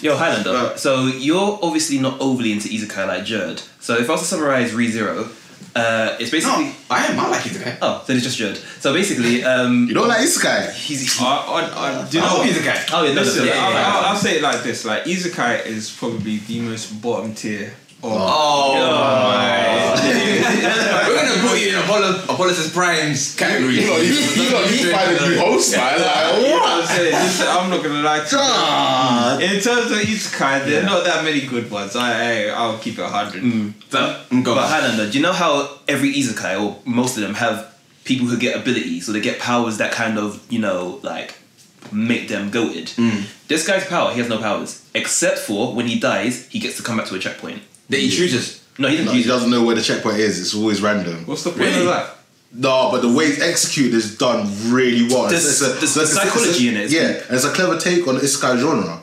Speaker 2: Yo, Highlander.
Speaker 3: Right.
Speaker 2: So you're obviously not overly into Izakai like Jerd. So if I was to summarize ReZero, uh, it's basically.
Speaker 5: No, I am. I like it, guy.
Speaker 2: Oh, then it's just Jerd. So basically, um,
Speaker 4: You don't like this guy?
Speaker 2: he's.
Speaker 3: I, I, I, do
Speaker 5: You
Speaker 3: you know
Speaker 5: know
Speaker 3: what?
Speaker 5: he's a guy.
Speaker 2: oh, yeah, no,
Speaker 3: Oh, Listen,
Speaker 2: no, no,
Speaker 3: I'll,
Speaker 2: no, no,
Speaker 3: I'll,
Speaker 2: no.
Speaker 3: I'll say it like this: like Izakai is probably the most bottom tier. Of,
Speaker 5: Oh,
Speaker 3: my!
Speaker 5: We're gonna put you in Apollo, Apollos' primes category.
Speaker 4: You know, you, you, know, you find a new host, man. Like,
Speaker 3: You know
Speaker 4: what?
Speaker 3: what I'm saying? Listen, I'm not gonna lie to you. In terms of Izakai, there are not that many good ones. I, I I'll keep it hundred.
Speaker 2: But,
Speaker 5: Mm, go
Speaker 2: but
Speaker 5: on.
Speaker 2: Highlander, do you know how every Izakai, or most of them, have people who get abilities or they get powers that kind of, you know, like make them goated?
Speaker 5: Mm.
Speaker 2: This guy's power, he has no powers. Except for when he dies, he gets to come back to a checkpoint.
Speaker 5: That he chooses.
Speaker 2: No, he didn't
Speaker 4: No,
Speaker 2: use
Speaker 4: he doesn't know where the checkpoint is. It's always random.
Speaker 3: What's the point
Speaker 5: Really?
Speaker 3: of that?
Speaker 4: No, but the way it's executed is done really well. It's-
Speaker 2: There's-
Speaker 4: it's a-
Speaker 2: there's
Speaker 4: it's a-
Speaker 2: psychology
Speaker 4: it's a-
Speaker 2: in it.
Speaker 4: Yeah, and it's a clever take on the isekai genre.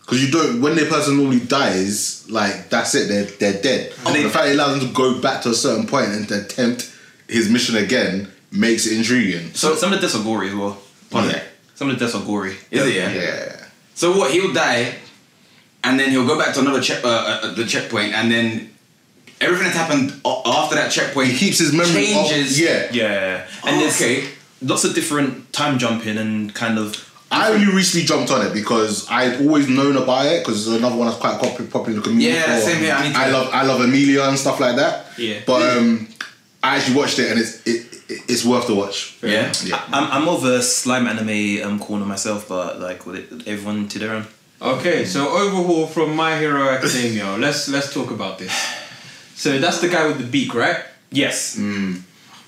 Speaker 4: Because you don't, when the person normally dies, like that's it, they're they're dead. And
Speaker 2: they-
Speaker 4: the fact it allows them to go back to a certain point and to attempt his mission again makes it intriguing.
Speaker 2: So some of the deaths are gory as well. Pardon me. Some of the deaths are gory.
Speaker 5: Is it?
Speaker 4: Yeah.
Speaker 5: Yeah.
Speaker 4: yeah.
Speaker 5: So what? He'll die, and then he'll go back to another check, uh, uh, the checkpoint, and then everything that's happened a- after that checkpoint
Speaker 4: He keeps his memory.
Speaker 5: changes.
Speaker 4: Of, yeah.
Speaker 2: Yeah. And
Speaker 5: Oh,
Speaker 2: there's
Speaker 5: okay.
Speaker 2: lots of different time jumping and kind of
Speaker 4: I only recently jumped on it because I'd always known about it because it's another one that's quite pop- popular in the community.
Speaker 5: Yeah,
Speaker 4: for-
Speaker 5: same here, I need to-
Speaker 4: I love I love Amelia and stuff like that.
Speaker 3: Yeah.
Speaker 4: But um, I actually watched it and it's it, it it's worth the watch.
Speaker 5: Yeah.
Speaker 4: Yeah.
Speaker 2: I'm, I'm of a slime anime um, corner myself, but like with it, everyone to their own.
Speaker 3: Okay, so overhaul from My Hero Academia. let's let's talk about this. So that's the guy with the beak, right?
Speaker 2: Yes.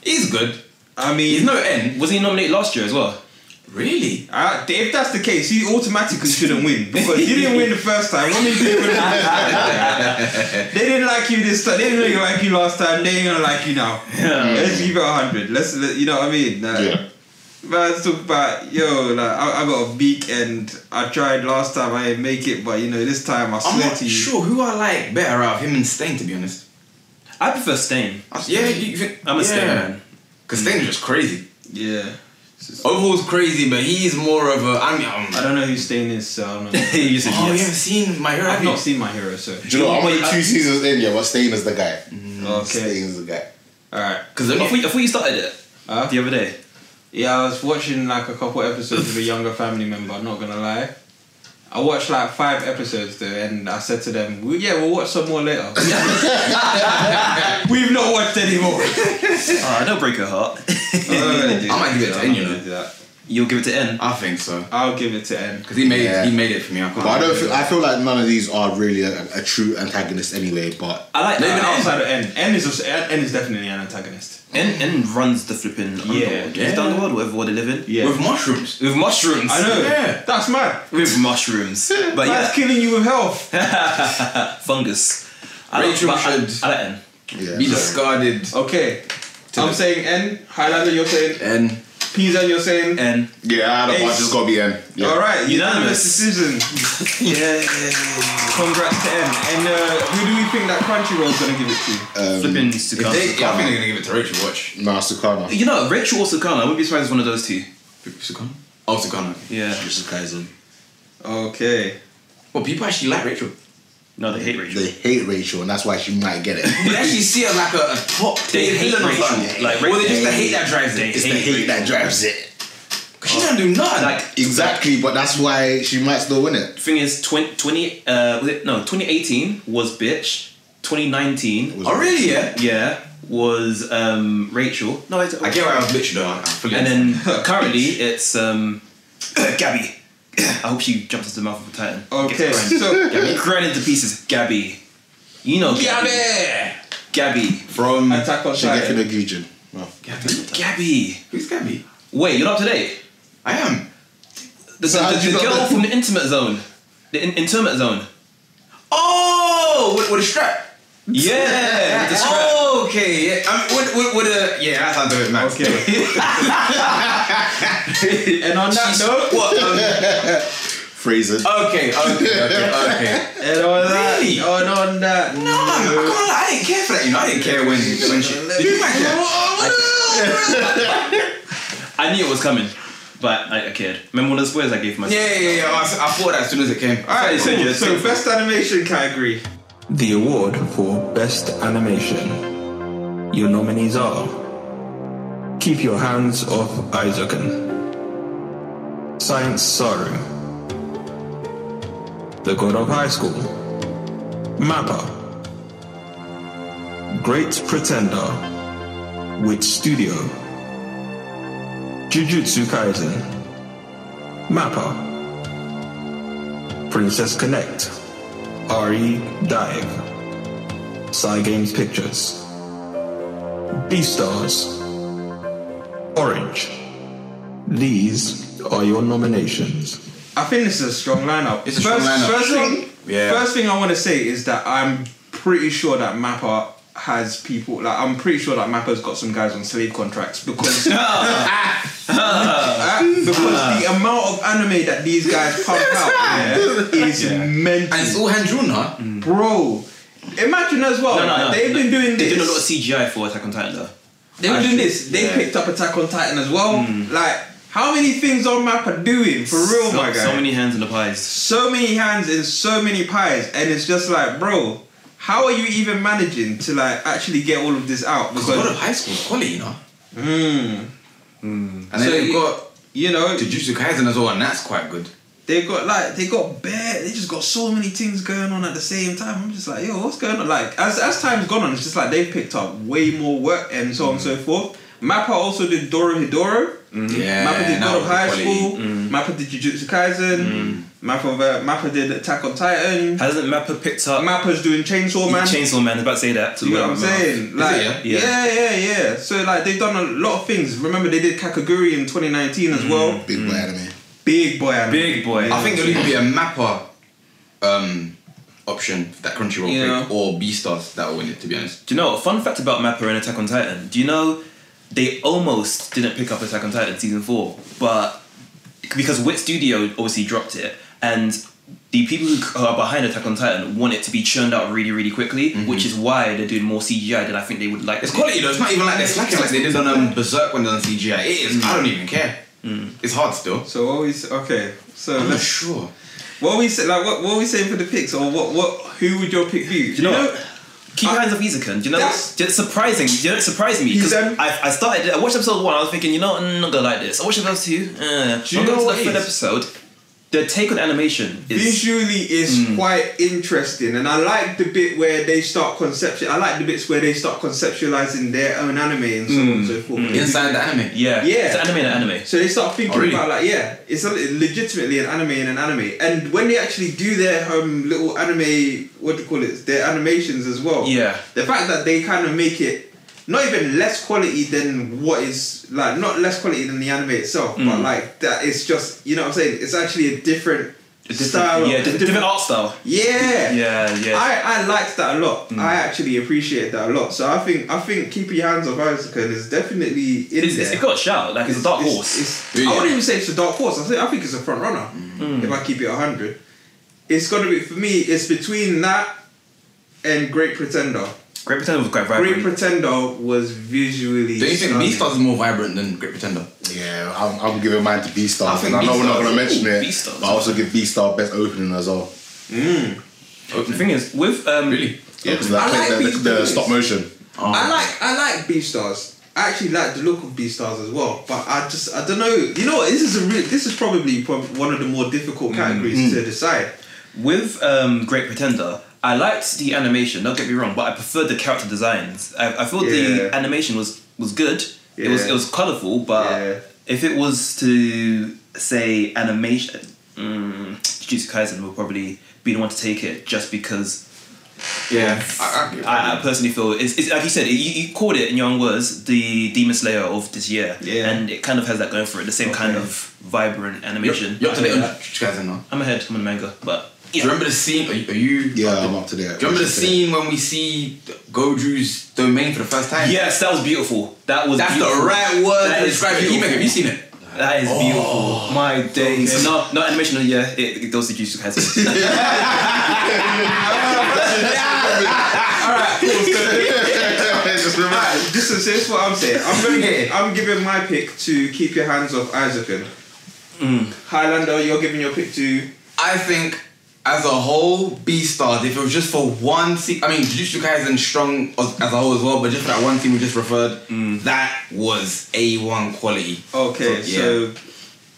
Speaker 5: He's good.
Speaker 3: I mean,
Speaker 5: He's no end.
Speaker 2: Was he nominated last year as well?
Speaker 5: Really?
Speaker 3: I, Uh, if that's the case, he automatically shouldn't win because you didn't win the first time. What made you win the first time? they didn't like you this time. They didn't really like you last time. They ain't gonna like you now. Let's keep it hundred. Let's let- you know what I mean. Like,
Speaker 4: Yeah.
Speaker 3: Man, let's talk about yo. Like I, I got a beak and I tried last time. I didn't make it, but you know this time I
Speaker 5: I'm
Speaker 3: swear
Speaker 5: not
Speaker 3: to you.
Speaker 5: sure who I like better out of him and Stain, to be honest.
Speaker 2: I prefer Stain.
Speaker 5: I- Yeah, you, you think,
Speaker 2: I'm a
Speaker 5: yeah.
Speaker 2: Stain man.
Speaker 5: Because Stain's just crazy.
Speaker 3: Yeah.
Speaker 5: Overhaul's Mm. crazy, but he's more of a. I mean, um,
Speaker 3: I don't know who's staying in, so I don't know.
Speaker 2: you said
Speaker 5: oh, you
Speaker 2: yes.
Speaker 5: haven't seen my hero?
Speaker 3: I've
Speaker 5: Have you?
Speaker 3: not seen my hero, so
Speaker 1: Do you know, I'm only two seasons in, yeah, but staying as the guy.
Speaker 5: Mm,
Speaker 3: okay.
Speaker 1: Staying as the guy.
Speaker 3: All right.
Speaker 5: Because
Speaker 2: I, thought, I thought you started it
Speaker 3: Huh?
Speaker 2: the other day.
Speaker 3: Yeah, I was watching like a couple episodes with a younger family member. I'm not gonna lie. I watched like five episodes though, and I said to them, well, "Yeah, we'll watch some more later." We've not watched anymore.
Speaker 2: Ah, don't break her heart.
Speaker 5: I might give it to N, you know.
Speaker 2: You'll give it to N.
Speaker 5: I think so.
Speaker 3: I'll give it to N.
Speaker 5: Because he made
Speaker 4: Yeah.
Speaker 5: he made it for me. I can't.
Speaker 4: But I don't. Feel, I feel like none of these are really a, a true antagonist anyway. But
Speaker 2: I like
Speaker 3: Even
Speaker 2: that.
Speaker 3: outside of N, N is just, N is definitely an antagonist.
Speaker 2: N, N runs the flipping
Speaker 3: Yeah,
Speaker 2: underworld.
Speaker 5: yeah.
Speaker 2: It's the underworld, whatever world they live in.
Speaker 3: Yeah,
Speaker 5: With mushrooms.
Speaker 2: With mushrooms.
Speaker 3: I know.
Speaker 5: Yeah.
Speaker 3: That's mad.
Speaker 2: With mushrooms. But
Speaker 3: That's
Speaker 2: yeah,
Speaker 3: killing you with health.
Speaker 2: fungus. I like,
Speaker 5: Rachel
Speaker 2: but I,
Speaker 5: should-
Speaker 2: I like N.
Speaker 4: yeah,
Speaker 5: Be discarded.
Speaker 3: Okay, I'm saying N. Highlander, you're saying
Speaker 5: And
Speaker 3: Pizan, you're saying.
Speaker 2: N.
Speaker 1: Yeah, I don't want just gotta be in. Yeah.
Speaker 3: All right, unanimous
Speaker 2: Unanimous.
Speaker 3: decision.
Speaker 2: Yeah.
Speaker 3: Congrats to N. And uh, who do we think that Crunchyroll's gonna give it to?
Speaker 4: Um,
Speaker 2: Flipping needs to
Speaker 5: Um, if
Speaker 2: come.
Speaker 5: they, yeah, I think they're gonna give it to Rachel. Watch.
Speaker 4: Master Kana.
Speaker 2: You know, Rachel or Sakana, I wouldn't be surprised if it's one of those two.
Speaker 5: Sukana. Oh, Sukana. okay.
Speaker 2: Yeah.
Speaker 3: Okay.
Speaker 5: Well, people actually like Rachel.
Speaker 2: No, they hate Rachel.
Speaker 4: They hate Rachel, and that's why she might get it.
Speaker 5: They actually see her like a, a top
Speaker 2: They
Speaker 5: tier
Speaker 2: hate
Speaker 5: villain or
Speaker 2: Rachel.
Speaker 5: something.
Speaker 2: Like,
Speaker 5: well, they
Speaker 2: Rachel-
Speaker 5: just the hate that drives
Speaker 2: They
Speaker 5: it. It's
Speaker 4: It's the
Speaker 2: hate
Speaker 4: hate that drives it.
Speaker 5: Cause she don't do nothing.
Speaker 2: Like,
Speaker 4: Exactly, but that's why she might still win it.
Speaker 2: thing is, 20, 20 uh, was it, no, 2018 was Bitch. 2019,
Speaker 4: Was-
Speaker 5: oh really? Yeah.
Speaker 2: yeah, was um, Rachel. No, it's,
Speaker 5: I get why I was bitch though. I fully
Speaker 2: And then currently it's um, Gabby. I hope she jumps into the mouth of a titan.
Speaker 3: Okay,
Speaker 2: Gets ground-
Speaker 3: so
Speaker 2: Gabby. Ground into pieces, Gabby. You know
Speaker 5: Gabby
Speaker 2: Gabby. Gabby.
Speaker 5: from
Speaker 3: Attack on
Speaker 4: Shigeki
Speaker 3: Titan.
Speaker 4: no Kyojin. No.
Speaker 5: Gabby.
Speaker 2: Gabby.
Speaker 5: Who's Gabby?
Speaker 2: Wait, you're not up to date.
Speaker 5: I am.
Speaker 2: The,
Speaker 4: So
Speaker 2: the-
Speaker 4: how
Speaker 2: the-
Speaker 4: did you
Speaker 2: the
Speaker 4: not
Speaker 2: girl
Speaker 4: know?
Speaker 2: from the intimate zone. The in- intimate zone.
Speaker 5: Oh, with, with a strap.
Speaker 2: Yeah. with the strap.
Speaker 5: Oh, okay. Yeah. I mean, with, with, with a yeah. That's how I do it,
Speaker 3: Okay.
Speaker 5: man.
Speaker 3: and on that note,
Speaker 5: What? Um,
Speaker 4: Fraser.
Speaker 5: Okay, okay, okay, okay.
Speaker 3: and on that,
Speaker 5: Really?
Speaker 3: and on that,
Speaker 5: No, I'm not gonna lie, I didn't care for that. You know, I didn't care when when she. Did you like that?
Speaker 2: I knew it was coming, but I, I cared. Remember one of the spoilers I gave
Speaker 5: Yeah,
Speaker 2: myself?
Speaker 5: yeah, yeah. yeah. I, I thought that as soon as it came. All
Speaker 3: All
Speaker 5: right,
Speaker 3: right,
Speaker 5: so
Speaker 3: cool.
Speaker 5: just
Speaker 3: so best animation category.
Speaker 6: The award for Best Animation. Your nominees are Keep Your Hands Off Isoken, Science Saru, The God of High School, Mappa, Great Pretender, Witch Studio, Jujutsu Kaisen, Mappa, Princess Connect. RE E Dive, Psy Games Pictures, Beastars, Orange. These are your nominations.
Speaker 3: I think this is a strong lineup.
Speaker 5: It's a
Speaker 3: first,
Speaker 5: strong lineup.
Speaker 3: First thing,
Speaker 5: Yeah.
Speaker 3: first thing I want to say is that I'm pretty sure that Mappa has people. Like, I'm pretty sure that Mappa's got some guys on slave contracts because Ah, because the amount of anime that these guys pump out yeah, is mental,
Speaker 5: and it's all hand drawn, huh?
Speaker 3: bro. Imagine as well.
Speaker 2: No, Oh, no, no.
Speaker 3: They've been doing
Speaker 2: They
Speaker 3: this.
Speaker 2: did a lot of CGI for Attack on Titan, though.
Speaker 3: They were doing this. They
Speaker 2: Yeah. Mm.
Speaker 3: picked up Attack on Titan as well. Like, how many things on map are doing for real,
Speaker 2: so,
Speaker 3: my guy?
Speaker 2: So many hands in the pies.
Speaker 3: so many hands in so many pies, and it's just like, bro, how are you even managing to like actually get all of this out?
Speaker 5: Because a lot of
Speaker 3: Because
Speaker 5: high school quality, you know.
Speaker 3: Mm.
Speaker 5: And then
Speaker 3: So
Speaker 5: they've
Speaker 3: you-
Speaker 5: got
Speaker 3: you know
Speaker 5: Jujutsu Kaisen as well, and that's quite good.
Speaker 3: they got like they got bare, they just got so many things going on at the same time. I'm just like, yo, what's going on? Like as as time's gone on, it's just like they've picked up way more work and so on and so
Speaker 5: Mm.
Speaker 3: forth. Mappa also did Doro Hidoro.
Speaker 5: Yeah,
Speaker 3: Mappa did
Speaker 5: that
Speaker 3: God of
Speaker 5: was
Speaker 3: High
Speaker 5: quality. Mm.
Speaker 3: School. Mappa did Jujutsu Kaisen. Mappa uh, Mappa did Attack on Titan.
Speaker 2: Hasn't Mappa picked up
Speaker 3: Mappa's doing Chainsaw Man.
Speaker 2: Chainsaw Man? I was about to say that.
Speaker 3: You know what I'm saying? Like,
Speaker 5: it,
Speaker 2: yeah?
Speaker 3: yeah? yeah, yeah, So like they've done a lot of things. Remember they did Kakaguri in 2019 as
Speaker 5: Mm.
Speaker 3: well.
Speaker 4: Big boy anime.
Speaker 3: Big boy, anime.
Speaker 2: Big boy.
Speaker 5: I think it'll either be a mapper um, option for that Crunchyroll
Speaker 3: Yeah.
Speaker 5: pick or Beastars that will win it. To be honest,
Speaker 2: Do you know, fun fact about Mappa and Attack on Titan, do you know they almost didn't pick up Attack on Titan season four, but because Wit Studio obviously dropped it, and the people who are behind Attack on Titan want it to be churned out really, really quickly,
Speaker 3: Mm-hmm.
Speaker 2: which is why they're doing more CGI than I think they would like.
Speaker 5: it's
Speaker 2: to.
Speaker 5: quality though. It's not even like they're slacking like they did on um, Berserk when they done CGI. It is. I don't even care.
Speaker 2: Mm.
Speaker 5: It's hard still.
Speaker 3: So what we s- okay? So
Speaker 5: I'm not
Speaker 3: let's,
Speaker 5: sure.
Speaker 3: what we say like what, what we saying for the picks or what what who would your pick be? Do you know?
Speaker 2: Keep your hands off Izakan. Do you know?
Speaker 3: That's-
Speaker 2: It's surprising. Do you know? It surprised me because
Speaker 3: He's, um,
Speaker 2: I, I started. I watched episode one. I was thinking, you know, I'm not gonna like this. I watched episode two. Uh,
Speaker 3: you
Speaker 2: I'm
Speaker 3: know
Speaker 2: going
Speaker 3: what
Speaker 2: to
Speaker 3: it
Speaker 2: the third
Speaker 3: is?
Speaker 2: episode. The take on animation is
Speaker 3: Visually, it's Hmm. quite interesting, and I like the bit where they start conceptual. I like the bits where they start conceptualizing their own anime and so on and so forth.
Speaker 5: Inside the anime.
Speaker 2: Mm. yeah,
Speaker 3: Yeah.
Speaker 2: It's anime and anime.
Speaker 3: So they start thinking
Speaker 5: Oh, really?
Speaker 3: about like yeah, it's a- legitimately an anime and an anime. And when they actually do their um little anime, what do you call it? Their animations as well.
Speaker 2: Yeah.
Speaker 3: The fact that they kind of make it not even less quality than what is like not less quality than the anime itself,
Speaker 2: Mm.
Speaker 3: but like that it's just you know what I'm saying. It's actually a different,
Speaker 2: A different,
Speaker 3: style.
Speaker 2: yeah,
Speaker 3: of,
Speaker 2: different, different art style.
Speaker 3: Yeah.
Speaker 2: Yeah, Mm. yeah.
Speaker 3: I, I liked that a lot. I actually appreciate that a lot. So I think I think keep your hands off Isaacan is definitely in
Speaker 2: It's,
Speaker 3: there.
Speaker 2: it's, it got a shout. Like it's, a dark
Speaker 3: It's-
Speaker 2: horse.
Speaker 3: it's-
Speaker 5: Yeah.
Speaker 3: I wouldn't even say it's a dark horse. I think I think it's a front runner.
Speaker 2: Mm.
Speaker 3: If I keep it hundred, it's gonna be for me. It's between that and Great Pretender.
Speaker 2: Great Pretender was quite vibrant.
Speaker 3: Great Pretender was visually.
Speaker 5: Don't you think
Speaker 3: stunning.
Speaker 5: Beastars is more vibrant than Great Pretender?
Speaker 4: Yeah, I'm, I'm giving mine to B
Speaker 5: I
Speaker 4: Star.
Speaker 5: think
Speaker 4: and I know we're not
Speaker 5: B-Star-
Speaker 4: going to mention
Speaker 2: Ooh,
Speaker 4: it,
Speaker 2: B-Star.
Speaker 4: but I also give B Star best opening as well.
Speaker 2: Oh, the thing is, with um,
Speaker 5: Really?
Speaker 4: Yeah, 'cause
Speaker 3: I
Speaker 4: that-
Speaker 3: like
Speaker 4: the, the,
Speaker 3: B-Star.
Speaker 4: the stop motion.
Speaker 3: I like I like Beastars. I actually like the look of Beastars as well, but I just I don't know. You know what? This is a real, this is probably prob- one of the more
Speaker 2: Mm.
Speaker 3: difficult categories
Speaker 5: Mm.
Speaker 3: to decide.
Speaker 2: With um, Great Pretender, I liked the animation. Don't get me wrong, but I preferred the character designs. I, I thought the
Speaker 3: Yeah.
Speaker 2: animation was was good. It was
Speaker 3: Yeah.
Speaker 2: it was colorful, but
Speaker 3: Yeah.
Speaker 2: if it was to say animation, mm, Jujutsu Kaisen will probably be the one to take it, just because
Speaker 5: Yeah.
Speaker 2: I, I personally feel it's, it's like you said, you, you called it in your own words the Demon Slayer of this year,
Speaker 3: Yeah.
Speaker 2: and it kind of has that going for it. The same kind of vibrant animation.
Speaker 5: You're up to date on Jujutsu Kaisen now.
Speaker 2: I'm ahead. I'm a manga, but
Speaker 5: Do
Speaker 2: yeah.
Speaker 5: you remember the scene? Are you? Are you
Speaker 4: Yeah, I'm up to date.
Speaker 5: Do you remember the
Speaker 4: Actually.
Speaker 5: scene when we see Goju's domain for the first time?
Speaker 2: Yes, that was beautiful. That was
Speaker 5: That's
Speaker 2: beautiful.
Speaker 5: the right word
Speaker 2: That
Speaker 5: to
Speaker 2: is
Speaker 5: describe the
Speaker 2: beautiful.
Speaker 5: Have you seen it?
Speaker 2: That is beautiful. My days. No, no animation of the year. It, it goes to Jujutsu Kaisen.
Speaker 4: Just remember-
Speaker 3: Alright, this is this is what I'm saying. I'm going.
Speaker 5: Yeah.
Speaker 3: I'm giving my pick to keep your hands off Isaacan.
Speaker 5: Mm.
Speaker 3: Highlander, you're giving your pick to.
Speaker 5: I think as a whole, Beastars, if it was just for one scene, I mean, Jujutsu Kaisen strong as, as a whole as well, but just for that one scene we just referred,
Speaker 2: Mm.
Speaker 5: that was A1 quality.
Speaker 3: Okay,
Speaker 5: Oh, yeah.
Speaker 3: so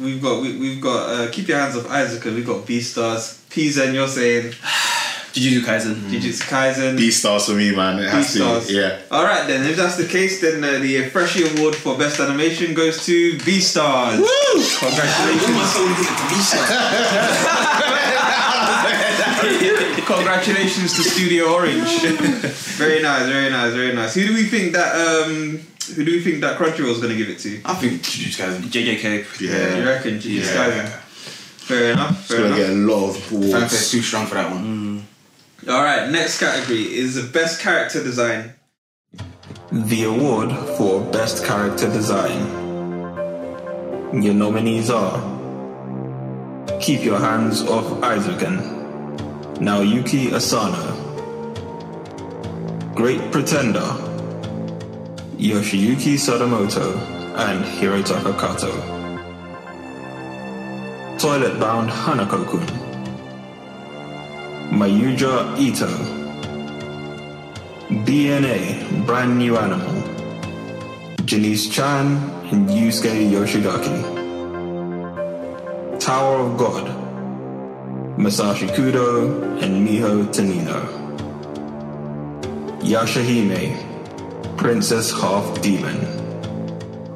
Speaker 3: we've got we, we've got uh, keep your hands off Isaacan. We've got B stars. Pizen, you're saying
Speaker 2: Jujutsu Kaisen.
Speaker 3: Jujutsu Kaisen.
Speaker 4: B stars for me, man. It has
Speaker 3: Beastars.
Speaker 4: to. Yeah.
Speaker 3: All right then. If that's the case, then uh, the Freshie Award for Best Animation goes to B Stars. Woo! Congratulations. Congratulations to Studio Orange. very nice. Very nice. Very nice. Who do we think that um? Who do we think that Crunchyroll is going to give it to?
Speaker 5: I think Jujutsu Kaisen.
Speaker 2: JJK.
Speaker 4: Yeah.
Speaker 3: You reckon? Jeez,
Speaker 4: Yeah.
Speaker 3: guys. Fair enough.
Speaker 4: It's
Speaker 3: Fair
Speaker 4: gonna
Speaker 3: enough.
Speaker 4: get a lot of
Speaker 5: Fanfare's
Speaker 4: awards.
Speaker 5: too strong for that
Speaker 2: Mm.
Speaker 5: one.
Speaker 3: All right. Next category is the best character design.
Speaker 6: The award for Best Character Design. Your nominees are Keep Your Hands Off Isoken, Naoyuki Asano, Great Pretender, Yoshiyuki Sadamoto, and Hirotaka Kato. Toilet Bound Hanako kun, Mayuja Ito. DNA, brand new animal. Janice Chan and Yusuke Yoshidaki. Tower of God. Masashi Kudo and Miho Tanino. Yashahime, Princess Half Demon.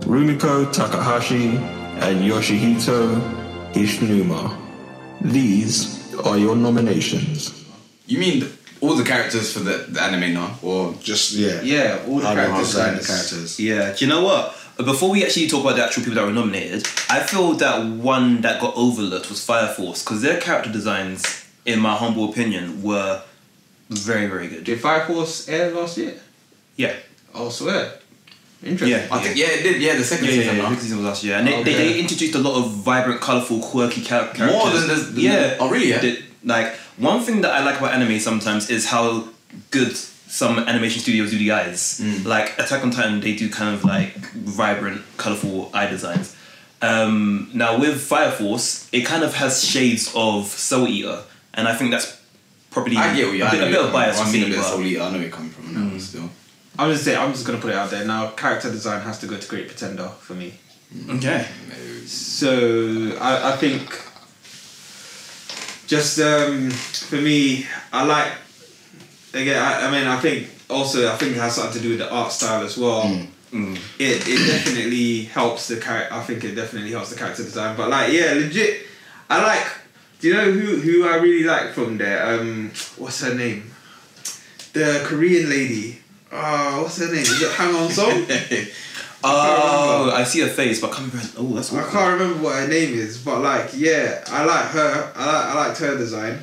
Speaker 6: Rumiko Takahashi and Yoshihito Hishinuma. These are your nominations.
Speaker 5: You mean the, all the characters for the, the anime now? Or
Speaker 4: Just yeah.
Speaker 3: Yeah, all the
Speaker 4: How they
Speaker 3: character
Speaker 4: design the
Speaker 3: designs.
Speaker 4: characters.
Speaker 2: Yeah. Do you know what? Before we actually talk about the actual people that were nominated, I feel that one that got overlooked was Fire Force because their character designs, in my humble opinion, were very, very good.
Speaker 3: Did Fire Force air last year?
Speaker 2: Yeah.
Speaker 3: Oh, swear. Interesting.
Speaker 2: Yeah.
Speaker 5: I think yeah, it did. Yeah, the second
Speaker 2: Yeah, yeah,
Speaker 5: season
Speaker 2: yeah.
Speaker 5: now.
Speaker 2: Because season was last year, and they, they,
Speaker 3: Okay.
Speaker 2: they introduced a lot of vibrant, colorful, quirky char- characters.
Speaker 5: More than this- than-
Speaker 2: yeah.
Speaker 5: oh, really, yeah?
Speaker 2: They- like one thing that I like about anime sometimes is how good some animation studios do the
Speaker 5: Mm.
Speaker 2: eyes. Like Attack on Titan, they do kind of like vibrant, colorful eye designs. Um, now with Fire Force, it kind of has shades of Soul Eater, and I think that's probably
Speaker 5: I get what you're
Speaker 2: a bit, a bit of bias
Speaker 5: I've
Speaker 2: for
Speaker 5: seen
Speaker 2: me.
Speaker 5: a bit of
Speaker 2: but- Mm.
Speaker 5: Soul Eater. I know where you're coming from now. Still,
Speaker 3: I'm just saying, I'm just gonna put it out there now. Character design has to go to Great Pretender for me.
Speaker 2: Okay.
Speaker 3: So I, I think just um, for me, I like again. I, I mean, I think also I think it has something to do with the art style as well. It it definitely helps the character. I think it definitely helps the character design. But like, yeah, legit. I like. Do you know who who I really like from there? Um, what's her name? The Korean lady. Ah, what's her name? Is it Hang On Song?
Speaker 2: Oh, I see a face, but I can't remember. Oh, that's
Speaker 3: I
Speaker 2: awkward.
Speaker 3: can't remember what her name is, but like, yeah, I like her. I like, I liked her design.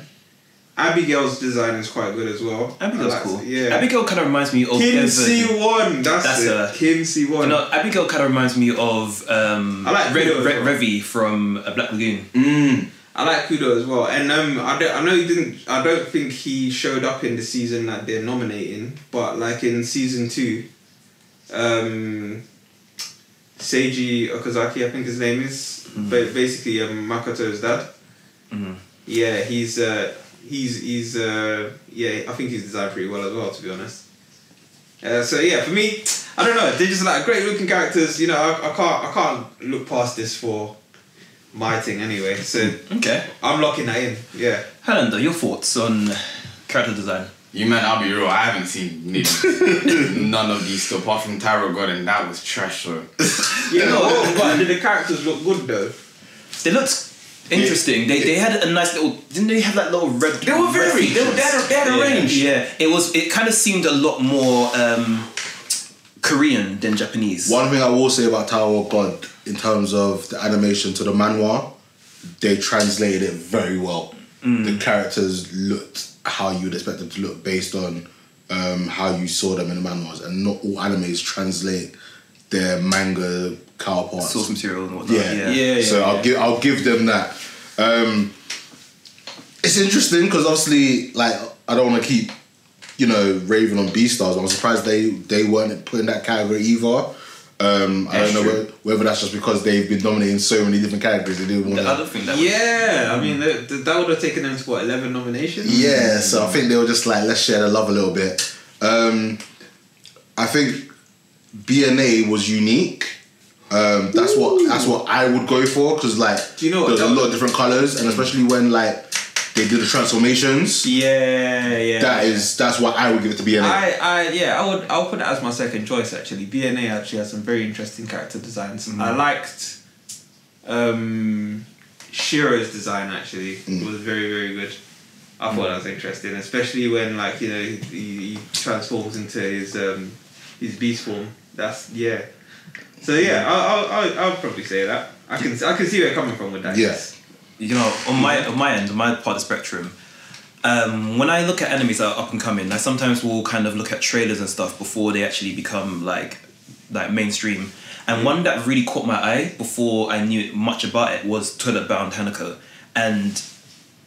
Speaker 3: Abigail's design is quite good as well.
Speaker 2: Abigail's
Speaker 3: I liked-
Speaker 2: cool.
Speaker 3: Yeah.
Speaker 2: Abigail kind of reminds me of
Speaker 3: Kim
Speaker 2: Evan.
Speaker 3: C one. That's,
Speaker 2: That's
Speaker 3: it.
Speaker 2: her.
Speaker 3: Kim C one.
Speaker 2: No, Abigail kind of reminds me of um,
Speaker 3: I like
Speaker 2: Re-
Speaker 3: Kudo as
Speaker 2: Re-
Speaker 3: well.
Speaker 2: Revy from uh, Black Lagoon.
Speaker 3: I like Kudo as well, and um, I don't, I know he didn't. I don't think he showed up in the season that they're nominating, but like in season two, um, Seiji Okazaki, I think his name is, but basically um, Makoto's dad. Yeah, he's uh, he's he's uh, yeah. I think he's designed pretty well as well, to be honest. Uh, so yeah, for me, I don't know. They're just like great looking characters. You know, I, I can't I can't look past this for my thing anyway. So
Speaker 2: Okay.
Speaker 3: I'm locking that in. Yeah.
Speaker 2: Helander, your thoughts on character design?
Speaker 5: you man, I'll be real. I haven't seen neither- none of these stuff apart from Tarot God, and that was trash. though.
Speaker 3: Yeah. No, oh, but the characters look good though.
Speaker 2: They looked interesting. They, they had a nice little. Didn't they have that little red?
Speaker 5: They were
Speaker 2: red
Speaker 5: very. They, were, they had a, they had a
Speaker 2: yeah.
Speaker 5: range.
Speaker 2: Yeah, it was. It kind of seemed a lot more um, Korean than Japanese.
Speaker 4: One thing I will say about Tower of God in terms of the animation to the manhwa, they translated it very well.
Speaker 2: Mm.
Speaker 4: The characters looked how you'd expect them to look based on um, how you saw them in the manhwas, and not all animes translate their manga counterparts.
Speaker 2: source material and whatnot.
Speaker 4: Yeah.
Speaker 2: Yeah.
Speaker 4: so I'll give I'll give them that. Um, it's interesting because obviously, like I don't want to keep you know raving on B stars. I'm surprised they they weren't put in that category either. Um, I
Speaker 5: That's
Speaker 4: don't know
Speaker 5: true.
Speaker 4: whether, whether that's just because they've been nominating so many different categories. They didn't want
Speaker 2: The other
Speaker 4: to.
Speaker 2: thing that
Speaker 3: Yeah, I mean that, that would have taken them to what eleven nominations.
Speaker 4: Yeah, so I think they were just like, let's share the love a little bit. Um, I think BNA was unique. Um, that's what that's what I would go for because like
Speaker 3: Do you know what? Mm.
Speaker 4: there's a lot of different colors and especially when like they do the transformations.
Speaker 3: Yeah, yeah.
Speaker 4: That is that's why I would give it to BNA.
Speaker 3: I, I, yeah, I would, I'll put it as my second choice actually. BNA actually has some very interesting character designs. I liked, um, Shiro's design actually It was very, very good. I thought that was interesting, especially when like you know he, he transforms into his um, his beast form. That's yeah. So yeah, I'll, I'll, I'll, I'll probably say that. I can, I can see where you're coming from with that.
Speaker 4: Yeah.
Speaker 3: yes.
Speaker 2: you know, on my on my end, on my part of the spectrum, um, when I look at enemies that are up and coming, I sometimes will kind of look at trailers and stuff before they actually become like like mainstream. And one that really caught my eye before I knew much about it was Toilet Bound Hanako. And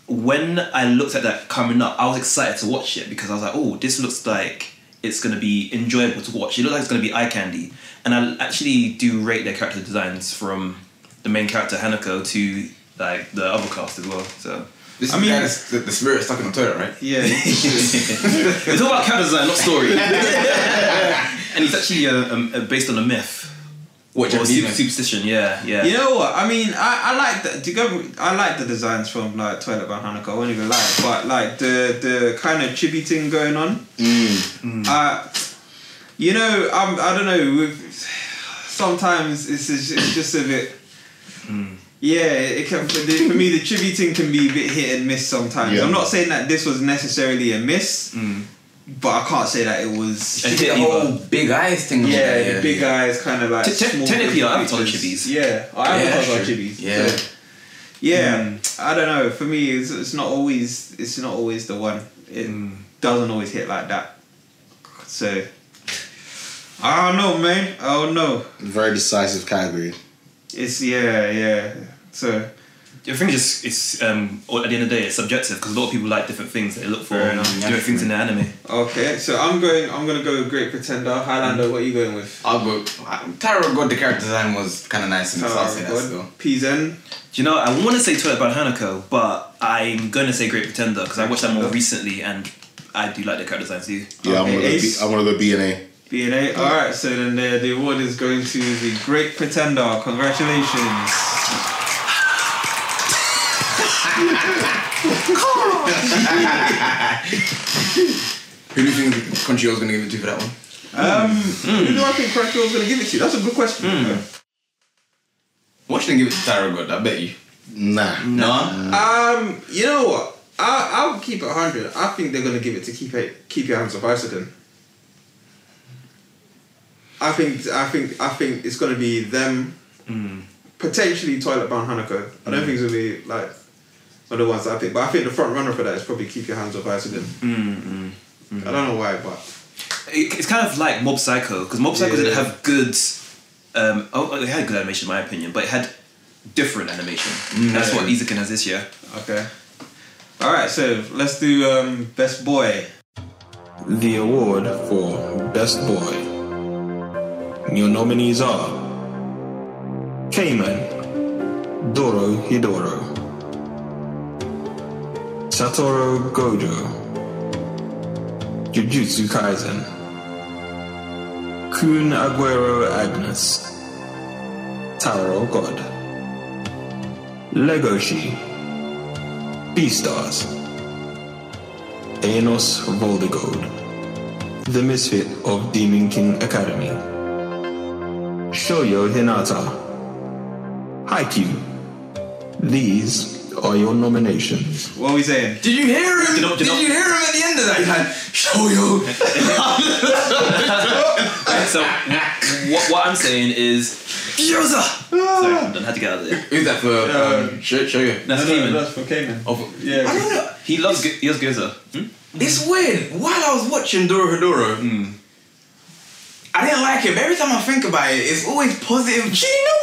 Speaker 2: when I looked at that coming up, I was excited to watch it because I was like, oh, this looks like it's gonna be enjoyable to watch. It looks like it's gonna be eye candy. And I actually do rate their character designs from the main character Hanako to like the other cast as well. So
Speaker 5: This
Speaker 3: I
Speaker 5: is the
Speaker 3: mean-
Speaker 5: guy that's- the, the spirit stuck in the toilet, right?
Speaker 3: Yeah.
Speaker 2: it's all about character design, not story. and it's actually uh, um, uh, based on a myth
Speaker 5: What
Speaker 2: or
Speaker 5: Japanese
Speaker 2: su-
Speaker 5: man?
Speaker 2: superstition. Yeah, yeah.
Speaker 3: You know what? I mean, I, I like the to go. I like the designs from like Toilet by Hanukkah. I won't even lie, but like the the kind of chibi thing going on. Uh, you know, I'm. I don't know. With, sometimes it's just, it's just a bit. Yeah, it can for, the, for me the chibi thing can be a bit hit and miss sometimes.
Speaker 4: Yeah.
Speaker 3: I'm not saying that this was necessarily a miss, but I can't say that it was.
Speaker 2: And
Speaker 5: The
Speaker 2: Chibi
Speaker 5: whole
Speaker 2: Eva.
Speaker 5: big eyes thing. and all
Speaker 3: Yeah,
Speaker 5: that,
Speaker 3: the big
Speaker 5: yeah.
Speaker 3: eyes kind of like.
Speaker 2: Te- te-
Speaker 3: small
Speaker 2: technically, our
Speaker 3: creatures.
Speaker 2: avatars are chibis.
Speaker 3: Yeah, our
Speaker 5: Yeah,
Speaker 3: avatars are
Speaker 5: true.
Speaker 3: chibis.
Speaker 5: Yeah.
Speaker 3: so- yeah, I don't know. For me, it's, it's not always it's not always the one. It doesn't always hit like that. So I don't know, man. I don't know.
Speaker 4: Very decisive category.
Speaker 3: It's yeah, yeah. So
Speaker 2: I think it's it's um, all- at the end of the day it's subjective because a lot of people like different things that they look for
Speaker 5: Fair
Speaker 2: and
Speaker 5: enough, yeah.
Speaker 2: different things in the anime.
Speaker 3: Okay, so I'm going. I'm gonna go with Great Pretender. Highlander. What are you going with?
Speaker 5: I'll go. Tyra God, the character design was kind of nice, and so I'll say that still.
Speaker 3: Pizen.
Speaker 2: Do you know I want to say Toilet by Hanako, but I'm gonna say Great Pretender because I watched that more
Speaker 3: Pretender.
Speaker 2: recently and I do like the character designs too.
Speaker 3: Okay,
Speaker 4: Yeah, I'm gonna go B,
Speaker 3: Ace.
Speaker 4: I'm gonna go B and A.
Speaker 3: B and A. All right. So then the, the award is going to the Great Pretender. Congratulations.
Speaker 5: Who do you think Crunchyroll's going to give it to for that one?
Speaker 3: Um, who do I think Crunchyroll's gonna give it to? That's a good question.
Speaker 5: Watch them give it to Tyra God. I bet you.
Speaker 4: Nah.
Speaker 5: No.
Speaker 3: Um, you know what? I I'll keep it hundred. I think they're gonna give it to keep it keep your hands off Isoden. I think I think I think it's gonna be them potentially Toilet Bound Hanako. I don't think it's gonna be like one of the ones that I pick, but I think the front runner for that is probably Keep Your Hands Off Isoden. I don't know why, but
Speaker 2: It, it's kind of like Mob Psycho because Mob Psycho
Speaker 3: Yeah.
Speaker 2: didn't have good. Um, oh, it had good animation in my opinion, but it had different animation.
Speaker 3: Mm,
Speaker 2: That's what Izakin has this year.
Speaker 3: okay. All right, so let's do um, best boy.
Speaker 6: The award for Best Boy. Your nominees are Cayman, Doro Hidoro, Satoru Gojo, Jujutsu Kaisen, Kun Aguero Agnes, Taro God, Legoshi, Beastars, Enos Voldegold. The Misfit of Demon King Academy. Shoyo Hinata. Haikyuu. These are your nominations.
Speaker 3: What are we saying?
Speaker 5: Did you hear him? Did,
Speaker 2: not- did not-
Speaker 5: you hear him at the end of that? He had show you.
Speaker 2: So what, what I'm saying is, Yoza.
Speaker 3: Ah!
Speaker 2: Sorry, I'm done. Had to get out of there.
Speaker 5: Who's that for? Um, show, show you.
Speaker 2: That's
Speaker 3: No, no,
Speaker 2: Keeman.
Speaker 3: that's for Cayman.
Speaker 5: Oh, for-
Speaker 3: Yeah.
Speaker 5: I don't know.
Speaker 2: He loves Ge- he loves Gyoza.
Speaker 5: It's weird. While I was watching Doro Hedoro, I didn't like it. But every time I think about it, it's always positive.
Speaker 2: Do you know what?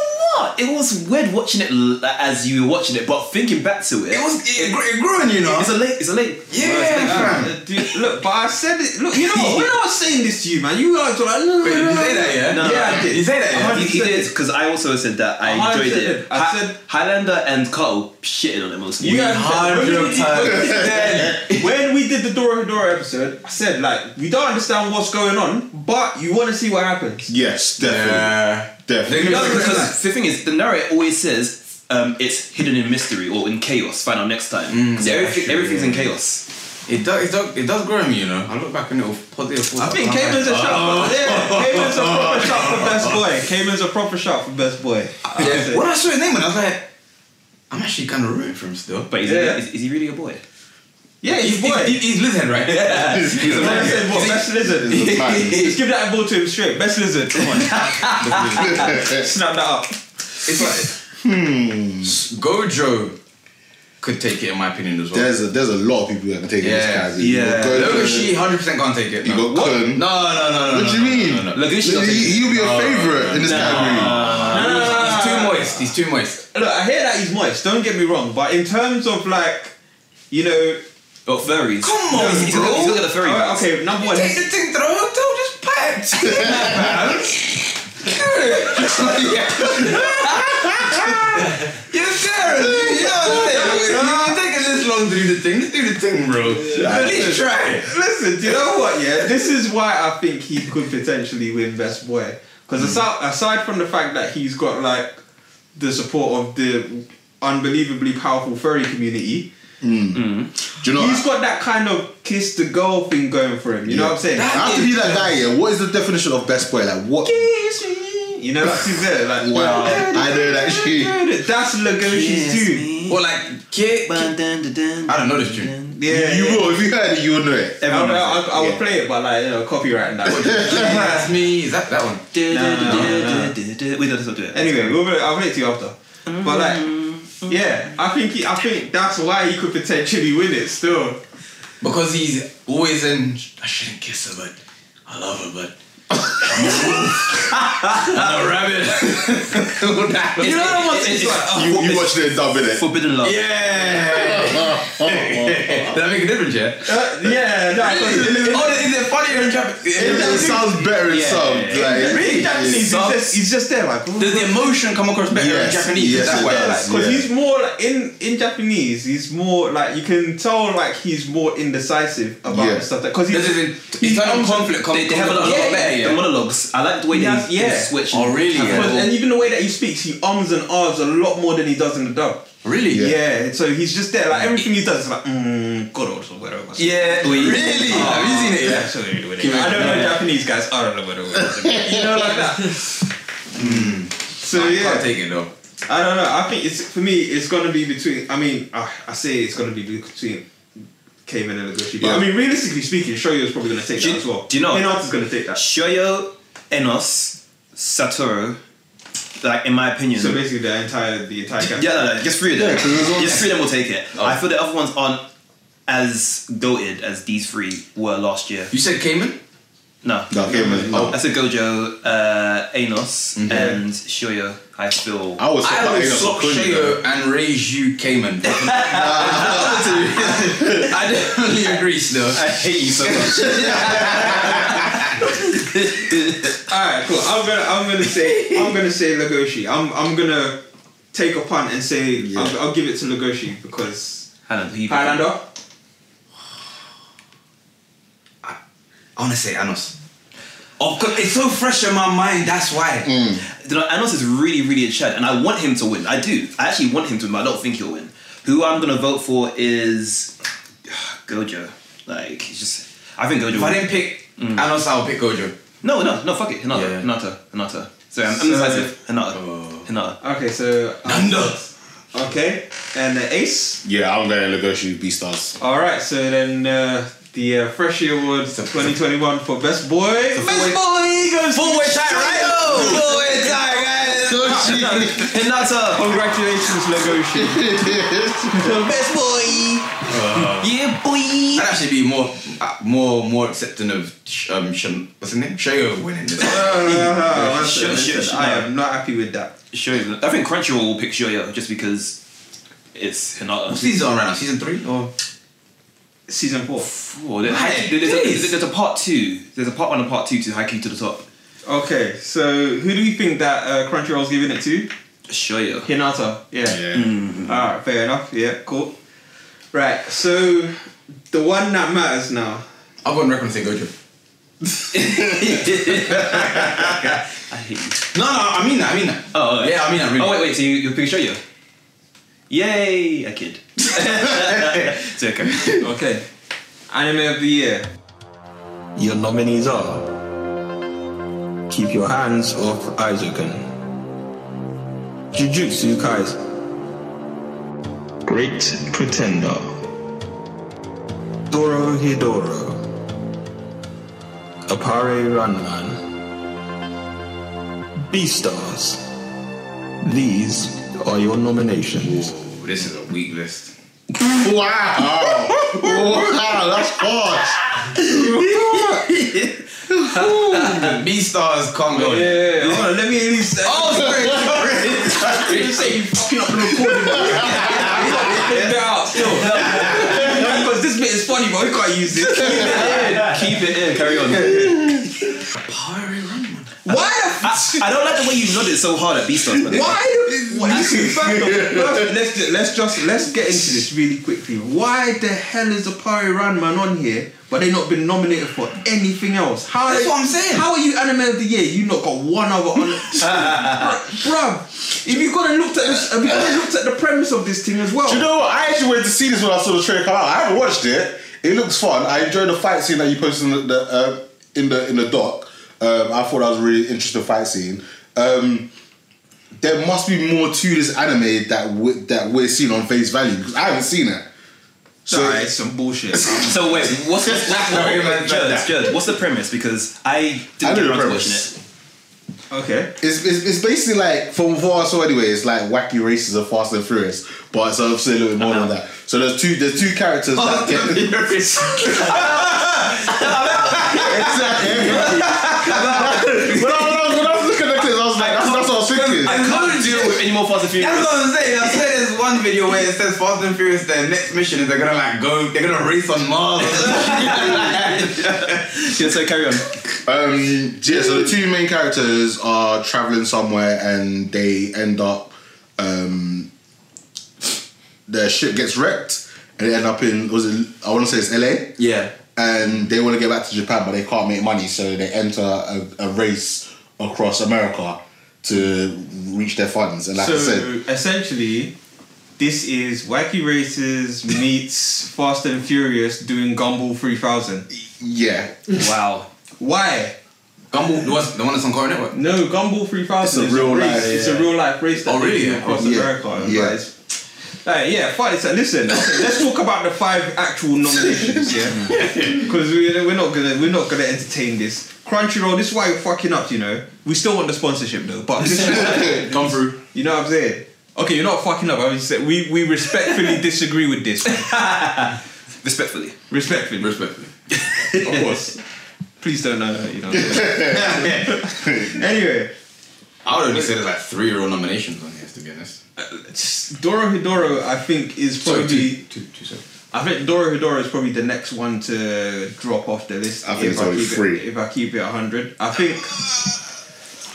Speaker 2: It was weird watching it l- as you were watching it, but thinking back to it,
Speaker 5: It was it, grew- it grew on you, know.
Speaker 2: Oh, it's a late. It's a late.
Speaker 5: yeah, fam.
Speaker 3: Uh, dude, look, but I said it. Look, you know, what? when I was saying this to you, man, you were like, no, no, no,
Speaker 5: Wait, did you
Speaker 3: no,
Speaker 5: say
Speaker 3: no.
Speaker 5: that, yeah?
Speaker 2: No, no,
Speaker 3: yeah,
Speaker 2: no.
Speaker 3: I did.
Speaker 5: You say that, yeah?
Speaker 2: He, he did because I also said that I
Speaker 3: I
Speaker 2: enjoyed
Speaker 3: said
Speaker 2: it.
Speaker 3: it. I
Speaker 2: Hi-
Speaker 3: said-
Speaker 2: Highlander and Cole shitting on it mostly.
Speaker 3: You guys-
Speaker 5: Hundred
Speaker 3: when we-
Speaker 5: times.
Speaker 3: Then, when we did the Dora Hedora episode, I said like we don't understand what's going on, but you want to see what happens.
Speaker 4: Yes, definitely.
Speaker 5: Yeah.
Speaker 4: Definitely.
Speaker 2: No,
Speaker 5: Because
Speaker 2: because the thing is, the narrator always says um, it's hidden in mystery or in chaos. Find out next time. 'Cause
Speaker 5: yeah,
Speaker 2: everything,
Speaker 5: sure,
Speaker 2: everything's
Speaker 5: yeah.
Speaker 2: in chaos.
Speaker 5: it does, it does, it does grow on me, you know. I look back and it'll positive. thoughts.
Speaker 3: I think
Speaker 5: I'm like,
Speaker 3: Cayman's a shot. For, yeah, Cayman's a proper shot for best boy. Cayman's a proper shot for best boy.
Speaker 5: Yeah. When I saw his name, and I was like, I'm actually kind of rooting for him still.
Speaker 2: But is,
Speaker 3: Yeah.
Speaker 2: he, is, is he really a boy?
Speaker 3: Yeah, he's boy.
Speaker 5: He's, he's lizard, right? Yeah.
Speaker 4: He's a
Speaker 3: Like I
Speaker 4: man.
Speaker 3: said, what, best lizard.
Speaker 4: He's a man.
Speaker 3: Just give that ball to him straight. Best lizard. Come on, snap that up.
Speaker 5: It's like Gojo could take it in my opinion as well.
Speaker 4: There's a, there's a lot of people that can take it
Speaker 5: Yeah.
Speaker 4: this guy. You
Speaker 2: Yeah.
Speaker 4: got Gojo,
Speaker 5: Logoshi 100% can't take it.
Speaker 4: You
Speaker 5: no.
Speaker 4: got Kun.
Speaker 5: No, no, no, no.
Speaker 4: What
Speaker 5: no,
Speaker 4: do you
Speaker 5: no,
Speaker 4: mean?
Speaker 5: No, no, no.
Speaker 2: Lagushi
Speaker 4: He,
Speaker 2: not taking-
Speaker 4: he- he'll be a favourite in this category.
Speaker 5: He's too moist. He's too moist.
Speaker 3: Look, I hear that he's moist. Don't get me wrong, but in terms of like, you know,
Speaker 2: But furries.
Speaker 5: Come on,
Speaker 2: He's look- he's look at the furry.
Speaker 3: alright,
Speaker 2: ones.
Speaker 3: okay, number one.
Speaker 5: Take the thing to the hotel, just pipes. You're serious. You know what I'm saying? You've been taking this long to do the thing. Just do the thing, bro. At least try it.
Speaker 3: Listen, do you know what? Yeah, this is why I think he could potentially win best boy. Because
Speaker 4: Hmm.
Speaker 3: aside, aside from the fact that he's got like the support of the unbelievably powerful furry community,
Speaker 4: Do you know?
Speaker 3: he's got that kind of kiss the girl thing going for him. You know what I'm saying?
Speaker 4: After he's that guy, yeah, what is the definition of best boy? Like what?
Speaker 3: Kiss me. You know, that's his there. Like,
Speaker 4: Wow, I know that shit.
Speaker 3: That's Lagoshi's too.
Speaker 5: Or like, kid. I don't know this tune.
Speaker 3: Yeah,
Speaker 4: You
Speaker 3: yeah.
Speaker 4: will if you heard it, you will know it.
Speaker 3: I,
Speaker 2: Everyone
Speaker 3: I,
Speaker 2: knows
Speaker 3: I, would play it, but like you know, copyright and that.
Speaker 5: That's me. Is that that one?
Speaker 2: it.
Speaker 3: no,
Speaker 2: Wait, no, let's not do it.
Speaker 3: anyway, we'll, I'll play it to you after. But like, yeah, I think he, I think that's why he could potentially win it. Still,
Speaker 5: Because he's always in. I shouldn't kiss her, but I love her, but
Speaker 2: No rabbit.
Speaker 5: You know what I'm saying? It's like, oh,
Speaker 4: You, you watched it in dub, innit?
Speaker 2: Forbidden love.
Speaker 5: yeah. Did that make a difference, yeah?
Speaker 3: Uh, yeah, no, I thought-
Speaker 5: Oh, is it funnier in Japanese?
Speaker 4: It, it sounds better in sub. Like,
Speaker 3: Really, Japanese, he's
Speaker 5: Subs.
Speaker 3: just, he's just there, like,
Speaker 5: Does the emotion come across better
Speaker 4: Yes,
Speaker 5: in Japanese?
Speaker 4: yes,
Speaker 5: Is that
Speaker 4: it
Speaker 5: why?
Speaker 4: does.
Speaker 5: Like,
Speaker 3: because
Speaker 4: Yeah.
Speaker 3: he's more like, in in Japanese. He's more like you can tell like he's more indecisive about
Speaker 4: Yeah.
Speaker 3: stuff. Because he's
Speaker 5: this is in, internal conflict. Come,
Speaker 2: They, they have a lot, a lot
Speaker 5: yeah,
Speaker 2: better
Speaker 5: yeah.
Speaker 2: the monologues. I like the way
Speaker 3: Yeah,
Speaker 2: that they,
Speaker 3: yeah.
Speaker 2: they switch.
Speaker 5: Oh, really?
Speaker 2: have a
Speaker 5: Yeah.
Speaker 2: little-
Speaker 3: and even the way that he speaks, he ums and ahs a lot more than he does in the dub.
Speaker 5: Really?
Speaker 3: Yeah. so he's just there. Like everything he does is like, mm, God or whatever.
Speaker 2: Yeah. Wait.
Speaker 5: Really? Have you seen it?
Speaker 3: Yeah, so anyway, I don't know Japanese guys. I don't know whatever. You know, like that.
Speaker 2: Hmm.
Speaker 3: So
Speaker 5: I
Speaker 3: yeah,
Speaker 5: can't take it though.
Speaker 3: I don't know. I think it's for me. It's gonna be between. I mean, uh, I say it's gonna be between Cayman and Legoshi. But
Speaker 4: Yeah.
Speaker 3: I mean, realistically speaking, Shoyo is probably gonna take
Speaker 2: Do you-
Speaker 3: that as well.
Speaker 2: do you know-
Speaker 3: Hinata's gonna take that.
Speaker 2: Shoyo, Enos, Satoru. Like in my opinion.
Speaker 3: So basically, the entire the entire cast.
Speaker 2: yeah, no, no, just three of them.
Speaker 4: 'cause there's only-
Speaker 2: just three of them will take it. I feel the other ones aren't as goated as these three were last year.
Speaker 5: You said Cayman?
Speaker 2: No.
Speaker 4: no, okay, man. Oh, No.
Speaker 2: That's a Gojo, uh, Anos, and Shoyo. I feel.
Speaker 4: I was
Speaker 5: I would
Speaker 4: so
Speaker 5: swap Shayo and raise you Cayman. I definitely agree, still.
Speaker 2: I hate you so much.
Speaker 3: All right, cool. I'm gonna I'm gonna say I'm gonna say Legoshi. I'm I'm gonna take a punt and say I'll, I'll give it to Legoshi because
Speaker 2: Highlander. who you picking?
Speaker 3: Highlander.
Speaker 5: I want to say Anos. Of course, it's so fresh in my mind. That's why.
Speaker 2: You know, Anos is really, really a Chad, and I want him to win. I do. I actually want him to win, but I don't think he'll win. Who I'm gonna vote for is Gojo. Like, he's just. I think Gojo.
Speaker 5: If I
Speaker 2: will-
Speaker 5: didn't pick Anos, I would pick Gojo.
Speaker 2: No, no, no. Fuck it. Hinata.
Speaker 5: Yeah.
Speaker 2: Hinata. Hinata. Sorry, I'm
Speaker 3: So-
Speaker 2: indecisive. Hinata. Hinata.
Speaker 3: Okay, so um, okay, and the Ace.
Speaker 4: Yeah, I'm going Legoshi Beastars.
Speaker 3: All right, so then uh, the uh, Freshie Awards 2021 for Best Boy. Best Boy.
Speaker 5: Four-way tie, right? Four-way tie, guys.
Speaker 2: Hinata.
Speaker 3: Congratulations,
Speaker 2: Oh,
Speaker 3: Legoshi.
Speaker 2: Best boy. yeah, boy.
Speaker 5: I'd actually be more, uh, more, more accepting of sh- um, Shun, what's his name? Shayo winning this.
Speaker 3: Uh,
Speaker 2: Shut-
Speaker 3: listen,
Speaker 2: shut-
Speaker 3: listen, I am not happy with that.
Speaker 2: Shoyo. I think Crunchyroll will pick Shoyo just because it's
Speaker 5: What
Speaker 2: Hinata.
Speaker 5: season are we on right now? Season three or
Speaker 3: Season four.
Speaker 2: Oh, there-
Speaker 5: Right,
Speaker 2: there's, a,
Speaker 5: please.
Speaker 2: there's a part two. There's a part one and part two to Haikyuu to the top.
Speaker 3: Okay, so who do we think that uh, Crunchyroll's giving it to?
Speaker 2: Shoyo.
Speaker 3: Hinata. Yeah. Mm-hmm.
Speaker 4: Yeah.
Speaker 3: All right, fair enough. Yeah, cool. Right, so the one that matters now.
Speaker 5: I've gone record and say Gojo.
Speaker 2: I hate you.
Speaker 5: No, no, I mean that. I mean that.
Speaker 2: Oh, okay.
Speaker 5: yeah, I mean that. Really.
Speaker 2: Oh wait, wait. So you, you pick Shoyo. Yay! I kid. it's okay.
Speaker 3: Okay. Anime of the year.
Speaker 6: Your nominees are Keep Your Hands Off Isoken, Jujutsu Kaisen, Great Pretender, Doro Hidoro, Apare Runman, Beastars. These are your nominations.
Speaker 5: Ooh, this is a weak list.
Speaker 4: Wow! wow, that's harsh.
Speaker 5: B stars can't go. in.
Speaker 3: Yeah, hold on, let me at least. uh,
Speaker 5: Oh, sorry, sorry. you say you fucking up the recording.
Speaker 3: because this bit is funny, but we can't use it.
Speaker 2: Keep it in. Carry on.
Speaker 3: Why the
Speaker 2: I, I don't like the way you nodded so hard at Beastars. man.
Speaker 3: Why? the- Why let's ju- let's just let's get into this really quickly. Why the hell is Apari Ranman on here, but they not been nominated for anything else? How
Speaker 5: That's what I'm saying.
Speaker 3: How are you anime of the year? You not got one other on, bruv. If you gotta look at this, if you gotta look at the premise of this thing as well.
Speaker 4: Do you know what? I actually went to see this when I saw the trailer come out. I haven't watched it. It looks fun. I enjoyed the fight scene that you posted in the, the uh, in the in the doc. Um, I thought that was a really interesting fight scene. Um, there must be more to this anime that we, that we're seeing on face value because I haven't seen it. So
Speaker 3: Nah, it's some bullshit.
Speaker 2: So wait, what's the
Speaker 5: Sorry, man.
Speaker 2: Judd, Judd, what's the premise? Because I didn't
Speaker 4: I
Speaker 2: get
Speaker 4: knew the
Speaker 2: around to watching
Speaker 4: premise.
Speaker 2: it.
Speaker 3: okay.
Speaker 4: It's, it's, it's basically like from what I saw anyway. It's like wacky races of Fast and Furious, but it's obviously a little bit more than that.
Speaker 2: Uh-huh.
Speaker 4: So there's two there's two characters
Speaker 2: Oh,
Speaker 4: that get exactly.
Speaker 2: Fast and Furious.
Speaker 5: That's what I'm saying. I said there's one video where it says Fast and Furious. Their next mission is they're gonna like go. They're gonna race on Mars.
Speaker 2: Yeah, so carry on.
Speaker 4: Um, yeah, so the two main characters are traveling somewhere and they end up. Um, their ship gets wrecked and they end up in was it I want to say it's LA
Speaker 5: yeah.
Speaker 4: and they want to get back to Japan but they can't make money so they enter a, a race across America to reach their funds and like I said
Speaker 3: So essentially, this is Wacky Races meets Fast and Furious doing Gumball 3000.
Speaker 4: yeah
Speaker 2: Wow.
Speaker 3: Why?
Speaker 5: Gumball was the one that's on Cartoon Network.
Speaker 3: No, Gumball 3000
Speaker 4: It's a
Speaker 3: is
Speaker 4: real
Speaker 3: a race.
Speaker 4: life-
Speaker 3: It's a real life race that
Speaker 5: Oh,
Speaker 3: they
Speaker 5: really?
Speaker 3: do across
Speaker 4: Oh, yeah.
Speaker 3: America. and
Speaker 4: Yeah.
Speaker 3: like, it's- like, yeah, fine. So listen, okay, let's talk about the five actual nominations, yeah, because we're, we're not gonna we're not gonna entertain this. Crunchyroll, this is why you're fucking up, you know. We still want the sponsorship though, but this is-
Speaker 5: Come through.
Speaker 3: you know what I'm saying. Okay, you're not fucking up. I was just saying, we we respectfully disagree with this.
Speaker 2: Respectfully.
Speaker 3: Respectfully,
Speaker 5: Respectfully.
Speaker 3: of course. Please don't know. You know. anyway,
Speaker 5: I would only say there's like three real nominations on here, to be honest.
Speaker 3: Uh, Doro Hidoro, I think, is
Speaker 5: Sorry,
Speaker 3: probably.
Speaker 5: two, two, two, sorry.
Speaker 3: I think Dora Hedora is probably the next one to drop off the list.
Speaker 4: I think it's only
Speaker 3: keep
Speaker 4: three.
Speaker 3: It, if I keep it hundred, I think.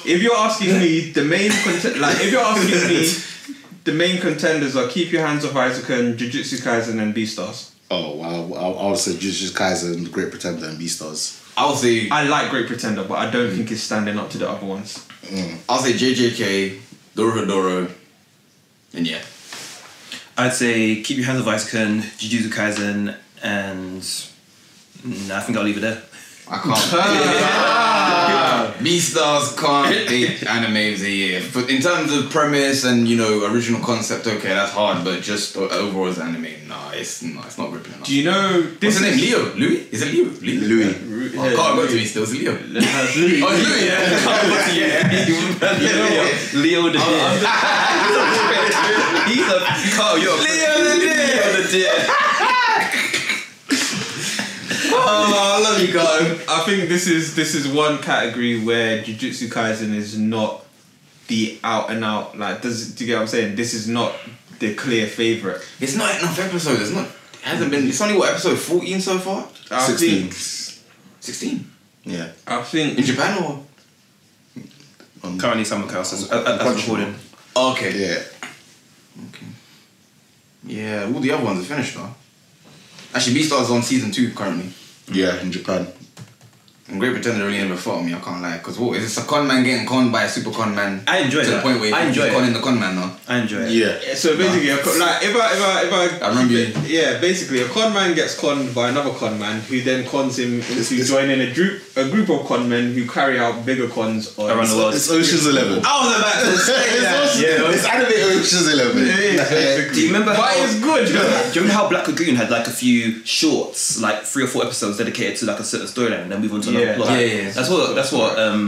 Speaker 3: if you're asking me, the main cont- like if you're asking me, the main contenders are Keep Your Hands Off Isaacan, Jujutsu Kaisen, and Beastars.
Speaker 4: oh wow I, I would say Jujutsu Kaisen The Great Pretender and Beastars
Speaker 5: I'll say
Speaker 3: I like Great Pretender, but I don't think it's standing up to the other ones.
Speaker 5: I'll say JJK, Doro Doro, and yeah.
Speaker 2: I'd say keep your hands off Icecan, Jujutsu Kaisen, and nah, I think I'll leave it there.
Speaker 5: I can't. Beastars can't beat anime of the year. But in terms of premise and you know original concept, okay, that's hard. But just o- overall as anime, nah, it's nah, it's not ripping enough.
Speaker 3: Do you know
Speaker 5: What's
Speaker 3: this
Speaker 5: his name?
Speaker 3: is
Speaker 5: Leo? Louis? Is it Leo? Leo?
Speaker 4: Louis
Speaker 5: Oh, I can't go to me still. It's Leo.
Speaker 3: It has Louis.
Speaker 5: Oh, it's Louis. Yeah. Can't go to you. Leo.
Speaker 2: Leo the Deer. He's a Carl, you're a
Speaker 5: Leo the Deer.
Speaker 2: Leo the Deer.
Speaker 5: Oh, I love you, Carl.
Speaker 3: I think this is this is one category where Jujutsu Kaisen is not the out and out like does do you get what I'm saying? This is not the clear favorite.
Speaker 5: It's not enough episodes. It's not. It hasn't been. It's only what episode fourteen so far.
Speaker 3: I
Speaker 4: 16.
Speaker 3: think
Speaker 5: Sixteen.
Speaker 4: yeah
Speaker 3: I
Speaker 5: In
Speaker 3: think
Speaker 5: Japan or?
Speaker 2: Currently, someone else is uh, uh,
Speaker 4: Crunchyroll.
Speaker 2: recording.
Speaker 5: Oh, Okay.
Speaker 4: yeah
Speaker 5: Okay. Yeah, all the other ones are finished though. Actually, Beastars on season two currently.
Speaker 4: yeah in Japan
Speaker 5: And Great Pretender really never fought me, I can't lie. Because what is this a con man getting conned by a super con man?
Speaker 2: I enjoy
Speaker 5: To the
Speaker 2: that.
Speaker 5: point where
Speaker 2: I
Speaker 5: he's
Speaker 2: enjoy it.
Speaker 5: conning the con man now.
Speaker 2: I enjoy it.
Speaker 4: yeah
Speaker 3: so basically a con- like if I if I if I,
Speaker 5: I remember you.
Speaker 3: yeah, basically a con man gets conned by another con man who then cons him into joining a group a group of con men who carry out bigger cons on
Speaker 2: Around the world.
Speaker 4: it's Ocean's Eleven
Speaker 5: I was about to say
Speaker 4: it's, yeah. it's anime Ocean's Eleven
Speaker 2: Do you remember
Speaker 3: But
Speaker 2: how,
Speaker 3: it's good.
Speaker 2: Do you remember, do you remember how Black Lagoon had like a few shorts, like three or four episodes dedicated to like a certain storyline, and then move on to another
Speaker 3: Yeah.
Speaker 2: plot?
Speaker 5: Yeah, yeah, yeah.
Speaker 2: That's what. That's what. Um,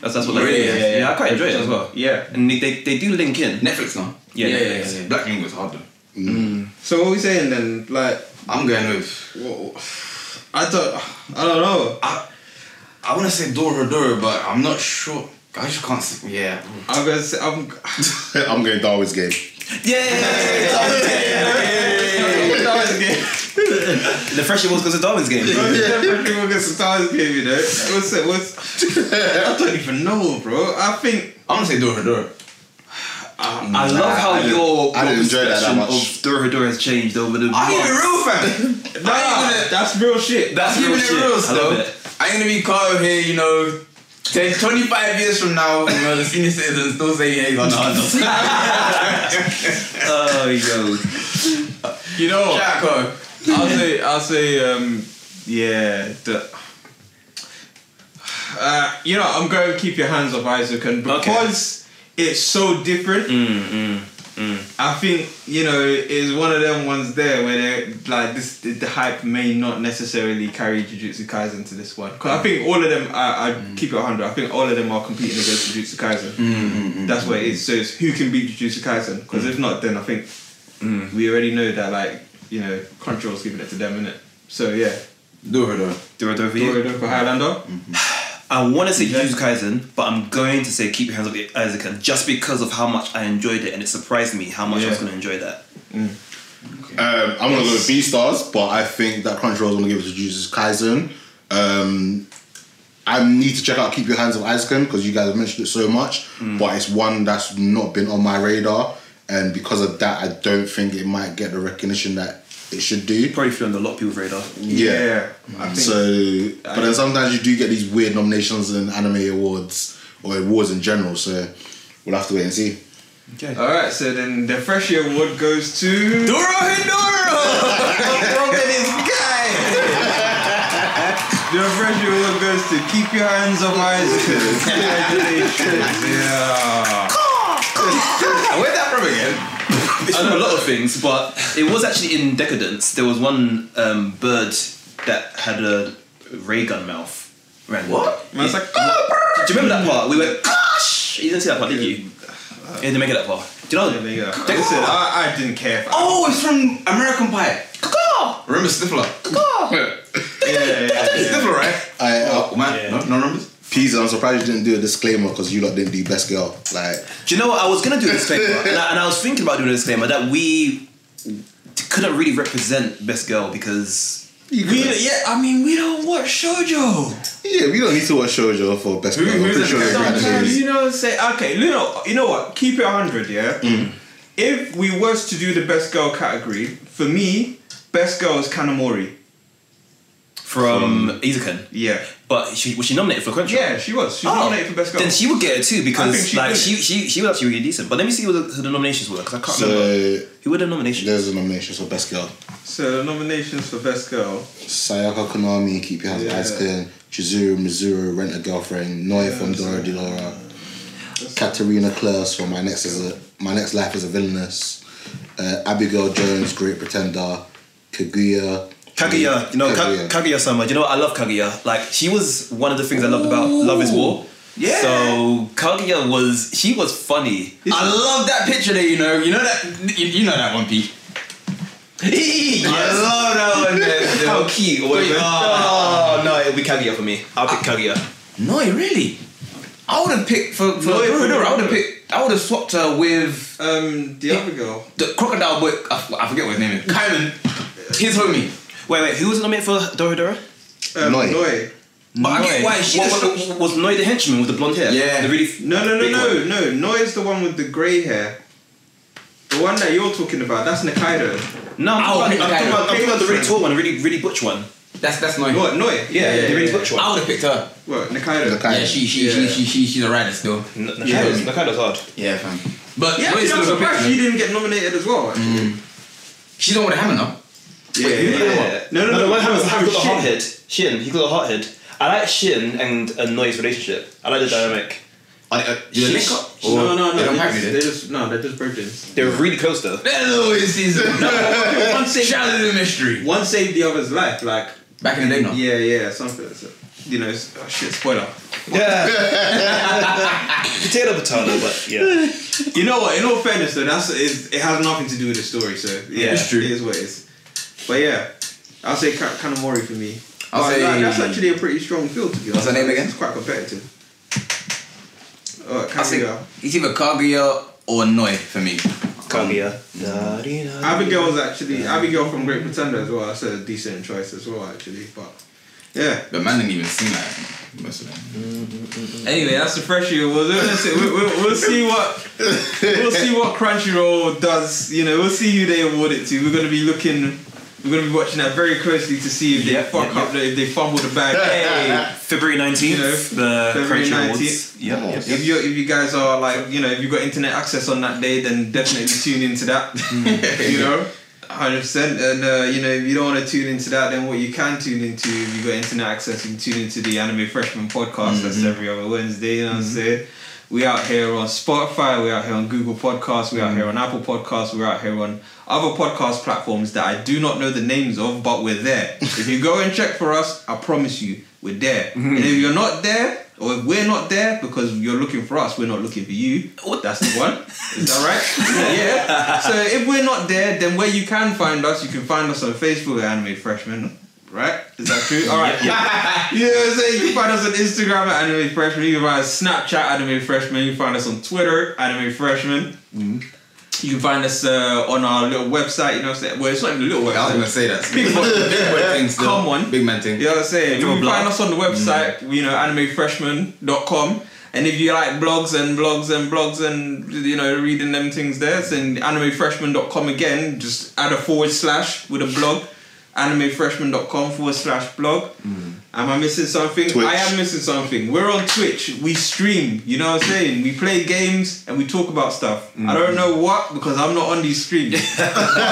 Speaker 2: that's that's what. Like,
Speaker 5: Really? Yeah, yeah,
Speaker 2: I quite enjoy it as well.
Speaker 3: Yeah.
Speaker 2: And they, they, they do link in.
Speaker 5: Netflix now.
Speaker 2: Yeah, Netflix.
Speaker 5: Black Ring was hard though.
Speaker 3: So what we saying then? Like
Speaker 5: I'm going with.
Speaker 3: wha- I don't I don't know.
Speaker 5: I, I want to say Dora Dora, but I'm not sure. I just can't. s- Yeah.
Speaker 3: I'm gonna say I'm
Speaker 4: I'm going Darwin's game
Speaker 2: Yeah.
Speaker 3: that was good.
Speaker 2: the fresh it was because of Darwin's game.
Speaker 3: People get some stars game, you know. What's it? What's? I don't even know, bro. I think
Speaker 5: I'm going to say Dora Dora.
Speaker 2: I love how your,
Speaker 4: I
Speaker 2: your
Speaker 4: didn't enjoy that that
Speaker 2: perception of
Speaker 4: much.
Speaker 2: Dorohedoro has changed over the.
Speaker 5: I ain't
Speaker 2: months.
Speaker 5: even real fam.
Speaker 3: nah, that's real shit.
Speaker 2: That's
Speaker 5: Keeping
Speaker 2: real
Speaker 5: it
Speaker 2: shit.
Speaker 5: real,
Speaker 2: I love
Speaker 5: though.
Speaker 2: it.
Speaker 5: I'm gonna be caught here, you know. 10, 25 years from now, you know, the senior citizens still say, hey, on the huddle.
Speaker 2: Oh, yo.
Speaker 3: you know. what?
Speaker 5: Chaco.
Speaker 3: I'll say. I'll say. Um, yeah. The, uh, you know, I'm going to keep your hands off Isaac, and because it's so different, I think you know it's one of them ones there where they like this. The hype may not necessarily carry Jujutsu Kaisen to this one. 'Cause I think all of them, I, I keep it hundred. I think all of them are competing against Jujutsu Kaisen. That's what it is. So it's who can beat Jujutsu Kaisen. Because if not, then I think we already know that like you know Crunchyroll's giving it to them, innit? So yeah,
Speaker 5: Do it, though.
Speaker 2: Dorohedoro for you.
Speaker 3: Dora Dora for Highlander.
Speaker 2: I want to say Jujutsu Kaisen, but I'm going to say Keep Your Hands Off Isaac just because of how much I enjoyed it and it surprised me how much I was going to enjoy that.
Speaker 4: Um, I'm gonna go with B stars, but I think that Crunchyroll's gonna give it to Jesus Kaisen. Um, I need to check out Keep Your Hands on Icecream because you guys have mentioned it so much,
Speaker 3: Mm.
Speaker 4: but it's one that's not been on my radar, and because of that, I don't think it might get the recognition that it should do.
Speaker 2: Probably flew under a lot of people's radar.
Speaker 4: Yeah. Um,
Speaker 3: I think
Speaker 4: So, but then sometimes you do get these weird nominations in anime awards or awards in general. So we'll have to wait and see.
Speaker 3: All right, so then the fresh year award goes to
Speaker 5: Doro Hidoro! Broken is guy!
Speaker 3: the fresh year award goes to keep your hands off Isaac. Congratulations! Yeah.
Speaker 5: Where's that from again?
Speaker 2: It's done a lot of things, but it was actually in Decadence. There was one um, bird that had a ray gun mouth. Random. What?
Speaker 3: Man's like, "Ah,
Speaker 2: Do you remember that part? We went, gosh! You didn't see that part, did you? You didn't make it that part. Do you know?
Speaker 3: there you go. Listen, I, I didn't care. For
Speaker 5: Oh, it's from American Pie. Remember Stifler?
Speaker 3: yeah, yeah, yeah.
Speaker 5: Stifler, right?
Speaker 4: I, uh,
Speaker 5: Oh, man. No, no remembers?
Speaker 4: Peas, I'm surprised you didn't do a disclaimer because you lot didn't do best girl. Like,
Speaker 2: Do you know what? I was going to do a disclaimer, and, I, and I was thinking about doing a disclaimer that we couldn't really represent Best Girl because.
Speaker 5: We, yeah, I mean, we don't watch Shoujo.
Speaker 4: yeah, we don't need to watch shoujo for best girl. I'm
Speaker 3: Who's
Speaker 4: pretty sure
Speaker 3: it?
Speaker 4: every anime
Speaker 3: Sometimes
Speaker 4: is-
Speaker 3: you know, say okay, you know, you know what? Keep it hundred, yeah. If we was to do the best girl category, for me, best girl is Kanamori.
Speaker 2: From Izakan.
Speaker 3: Yeah,
Speaker 2: But she, was she nominated for Crunchyroll?
Speaker 3: yeah, she was. She was
Speaker 2: Oh,
Speaker 3: nominated for best girl.
Speaker 2: Then she would get it too
Speaker 3: I think
Speaker 2: because
Speaker 3: she
Speaker 2: like
Speaker 3: did.
Speaker 2: she, she she was actually really decent. But let me see what the, who the nominations were because I can't remember
Speaker 4: So
Speaker 2: who were the nominations.
Speaker 4: there's a nomination for best girl.
Speaker 3: so nominations for best girl.
Speaker 4: Sayaka Konami, Keep Your Hands on
Speaker 3: Yeah.
Speaker 4: Ice Cream, Chizuru Mizuru, Rent a Girlfriend, Noi from Dora Delora, Katerina Klaus from My Next is a My Next Life is a Villainess, uh, Abigail Jones, Great Pretender, Kaguya.
Speaker 2: Kaguya, you know Ka- Kaguya Sama. You know I love Kaguya. Like she was one of the things I loved about Love Is War.
Speaker 5: Yeah.
Speaker 2: So Kaguya was she was funny.
Speaker 5: I love that picture there, you know. You know that you, you know that one, P. I love that one there. ah.
Speaker 2: How cute! Or whatever. Oh no, it'll be Kaguya for me. I'll pick Kaguya.
Speaker 5: No, really. I would have picked for, for
Speaker 3: Noi
Speaker 5: Dora
Speaker 3: from
Speaker 5: Dora, I would
Speaker 3: Dora.
Speaker 5: have picked I would have swapped her with
Speaker 3: Um, the other girl.
Speaker 5: the crocodile boy I, f- I forget what his name is. Kaiman. His homie.
Speaker 2: Wait, wait, who was nominated for Dorohedoro?
Speaker 3: Um,
Speaker 4: Noi.
Speaker 3: Noi.
Speaker 5: But I get why she
Speaker 2: What-
Speaker 5: just
Speaker 2: what- was Noi the henchman with the blonde hair?
Speaker 5: Yeah.
Speaker 2: the really
Speaker 3: No, no, no,
Speaker 2: big
Speaker 3: no,
Speaker 2: one.
Speaker 3: no. Noi is the one with the grey hair. The one that you're talking about, that's Nikaido.
Speaker 2: No, I'm
Speaker 5: Oh,
Speaker 2: talking, about, I'm, talking about, I'm talking about the really
Speaker 3: Different.
Speaker 2: tall one, the really really butch one.
Speaker 5: That's that's Noi.
Speaker 3: What, Noi?
Speaker 2: Yeah, the really butch one.
Speaker 5: I would have picked her.
Speaker 3: Well, Nikaido.
Speaker 4: Nikaido.
Speaker 5: Yeah, she she, she
Speaker 3: Yeah.
Speaker 5: she she she's a rider still.
Speaker 2: Nakaido's Nakaido's hard.
Speaker 5: Yeah, fam. But
Speaker 3: Yeah,
Speaker 5: Noi
Speaker 3: actually,
Speaker 5: still
Speaker 3: I'm
Speaker 5: got
Speaker 3: surprised
Speaker 5: picked.
Speaker 3: she didn't get nominated as well. actually.
Speaker 5: She's the one with the hammer now.
Speaker 3: Yeah, yeah.
Speaker 2: No, no, no.
Speaker 3: no,
Speaker 2: What happens?
Speaker 3: no,
Speaker 2: Harry's got a
Speaker 3: Shin.
Speaker 2: hot head. Shin, he got a hot head. I like Shin and a Noi's relationship. I like the dynamic.
Speaker 5: Are they, uh, do they
Speaker 2: She-
Speaker 5: link up? Or
Speaker 3: No, no, no.
Speaker 5: They don't
Speaker 3: They're
Speaker 5: have
Speaker 3: just, they're
Speaker 5: you.
Speaker 3: just no, they're just virgins.
Speaker 2: They're really close though.
Speaker 5: Hello, it's his.
Speaker 3: One saved,
Speaker 5: Shout out to the mystery.
Speaker 3: one saved the other's life. Like,
Speaker 5: Back in the day, no.
Speaker 3: yeah, yeah, something. So, you know, it's, oh shit, spoiler.
Speaker 2: Yeah. Potato potato, but yeah.
Speaker 3: You know what? In all fairness, though, that's it, it has nothing to do with the story. So yeah,
Speaker 2: It's true.
Speaker 3: It is what it is. But yeah, I'll say Ka- Kanamori for me.
Speaker 5: I'll
Speaker 3: But,
Speaker 5: say-
Speaker 3: like, that's actually a pretty strong field to be honest.
Speaker 5: her name again?
Speaker 3: It's quite competitive. Uh,
Speaker 5: I think
Speaker 3: Kaguya.
Speaker 5: it's either Kaguya or Noi for me.
Speaker 2: Kaguya.
Speaker 3: Abigail was actually Abigail from Great Pretender as well. That's a decent choice as well, actually. But yeah.
Speaker 5: But man didn't even seem like most of them.
Speaker 3: Mm. Anyway, that's the fresh year. We'll, we'll, see- we'll, we'll- we'll see what we'll see what Crunchyroll does. You know, we'll see who they award it to. We're gonna be looking. We're gonna be watching that very closely to see if they
Speaker 2: Yeah,
Speaker 3: fuck
Speaker 2: yeah,
Speaker 3: up, if they fumble the bag.
Speaker 2: Hey, February nineteenth,
Speaker 3: You know,
Speaker 2: the
Speaker 3: February
Speaker 2: Crunchy
Speaker 3: 19th.
Speaker 2: Awards. Yeah.
Speaker 4: Oh.
Speaker 3: If you if you guys are like you know if you've got internet access on that day, then definitely tune into that. you know, hundred percent. And uh, you know if you don't want to tune into that, then what you can tune into if you've got internet access, you can tune into the Anime Freshman podcast. That's every other Wednesday. You know what I'm saying. We out here on Spotify. We out here on Google Podcasts. We out here on Apple Podcasts. We're out here on other podcast platforms that I do not know the names of, but we're there. if you go and check for us, I promise you, we're there. And if you're not there, or if we're not there because you're looking for us, we're not looking for you. Oh, That's the one. Is that right? yeah. So if we're not there, then where you can find us, you can find us on Facebook at Anime Freshman. right? Is that true? All right. Yeah. you know what I'm saying? You can find us on Instagram at Anime Freshman. You can find us Snapchat Anime Freshman. You can find us on Twitter Anime Freshman. You can find us uh, on our little website. You know what I'm saying? Well, it's not even a little website.
Speaker 5: I was gonna say that.
Speaker 3: Big boy- big boy thing still. Come on.
Speaker 5: big man thing.
Speaker 3: You know what I'm saying? You
Speaker 2: Throw a
Speaker 3: can
Speaker 2: blog.
Speaker 3: find us on the website, you know, animefreshman.com. And if you like blogs and blogs and blogs and, you know, reading them things there, then animefreshman.com again, just add a forward slash with a blog. Animefreshman.com forward slash blog. Am I missing something?
Speaker 4: Twitch.
Speaker 3: I am missing something. We're on Twitch. We stream. You know what I'm saying? We play games and we talk about stuff. I don't know what because I'm not on these streams.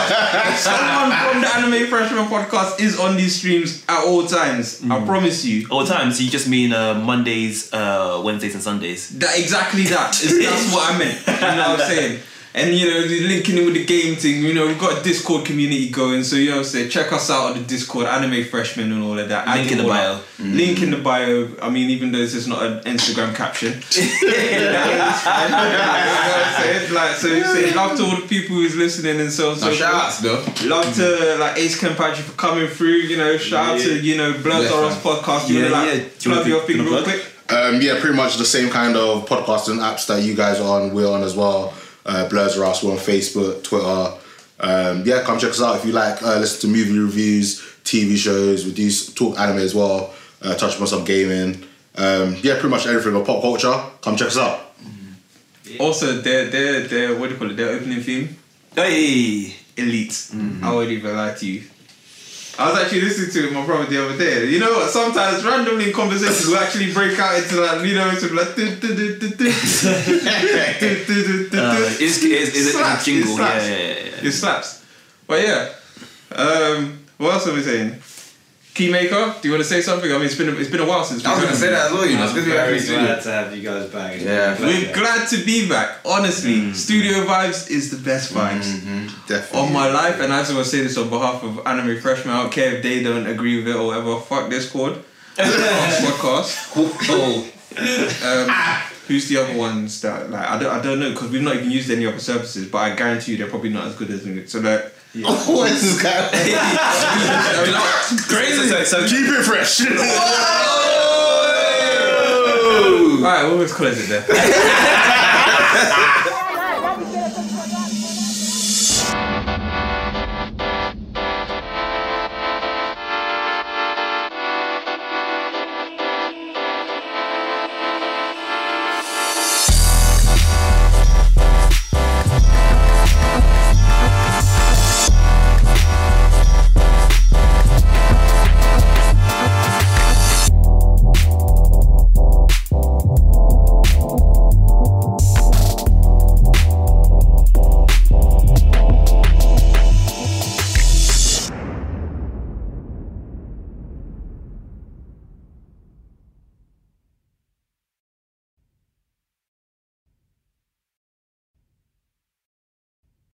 Speaker 3: Someone from the Anime Freshman podcast is on these streams at all times. I promise you.
Speaker 2: All the time, so you just mean uh, Mondays, uh, Wednesdays, and Sundays.
Speaker 3: That exactly that. Is, that's what I meant. You know what I'm saying? And you know, the linking in with the game thing, you know, we've got a Discord community going, so you know what I'm saying, check us out on the Discord, anime freshmen and all of that. I
Speaker 2: Link
Speaker 3: do
Speaker 2: in the
Speaker 3: all
Speaker 2: bio.
Speaker 3: that. Link in the bio. I mean, even though this is not an Instagram caption. That is fine. You know what I'm saying? Like, so you say love to all the people who's listening and so on and so
Speaker 5: Now, shout
Speaker 3: forth.
Speaker 5: outs though.
Speaker 3: Love to
Speaker 2: Mm.
Speaker 3: like Ace Campachi for coming through, you know, shout out to, you know, Blur
Speaker 5: Yeah,
Speaker 3: Doros
Speaker 5: fam.
Speaker 3: podcast, you
Speaker 2: Yeah,
Speaker 3: know, like
Speaker 2: yeah. Do you
Speaker 3: plug
Speaker 2: wanna
Speaker 3: your
Speaker 2: do-
Speaker 3: thing
Speaker 2: do you
Speaker 3: real
Speaker 2: wanna
Speaker 3: quick.
Speaker 4: Um, yeah, pretty much the same kind of podcasts and apps that you guys are on. We're on as well. Uh, Blurs are us. We're on Facebook, Twitter. Um, yeah, come check us out if you like. Uh, listen to movie reviews, TV shows. We do s- talk anime as well. Uh, touch upon some gaming. Um, yeah, pretty much everything of pop culture. Come check us out.
Speaker 3: Also their their their what do you call it, their opening theme?
Speaker 2: Hey,
Speaker 3: Elite.
Speaker 2: Mm-hmm.
Speaker 3: I won't even lie to you. I was actually listening to it with my brother the other day. You know what? Sometimes randomly in conversations we'll actually break out into like you know into like do, do, do, do, do. Do, do, do, do, do.
Speaker 2: uh, is is is it a
Speaker 3: Slaps,
Speaker 2: jingle?
Speaker 3: it
Speaker 2: Yeah,
Speaker 3: slaps.
Speaker 2: yeah, yeah, yeah.
Speaker 3: It slaps. But yeah. Um, what else are we saying? Keymaker, do you want to say something? I mean, it's been a, it's been a while since.
Speaker 5: I was
Speaker 3: we've
Speaker 5: gonna say that as well. You know, it's good to be back in
Speaker 1: very
Speaker 5: the studio.
Speaker 1: glad to have you guys back.
Speaker 5: Yeah,
Speaker 3: We're glad to be back. Honestly,
Speaker 4: Mm-hmm.
Speaker 3: studio vibes is the best vibes
Speaker 4: Definitely.
Speaker 3: on my life, and I just want to say this on behalf of Anime Freshmen. I don't care if they don't agree with it or whatever. Fuck Discord, Fuck podcast.
Speaker 2: Oh,
Speaker 3: Um, who's the other ones that like I don't I don't know because we've not even used any other services, but I guarantee you they're probably not as good as me. So like,
Speaker 4: what is this guy?
Speaker 2: crazy. So, so
Speaker 4: Keep it fresh.
Speaker 3: alright, we'll just call it there.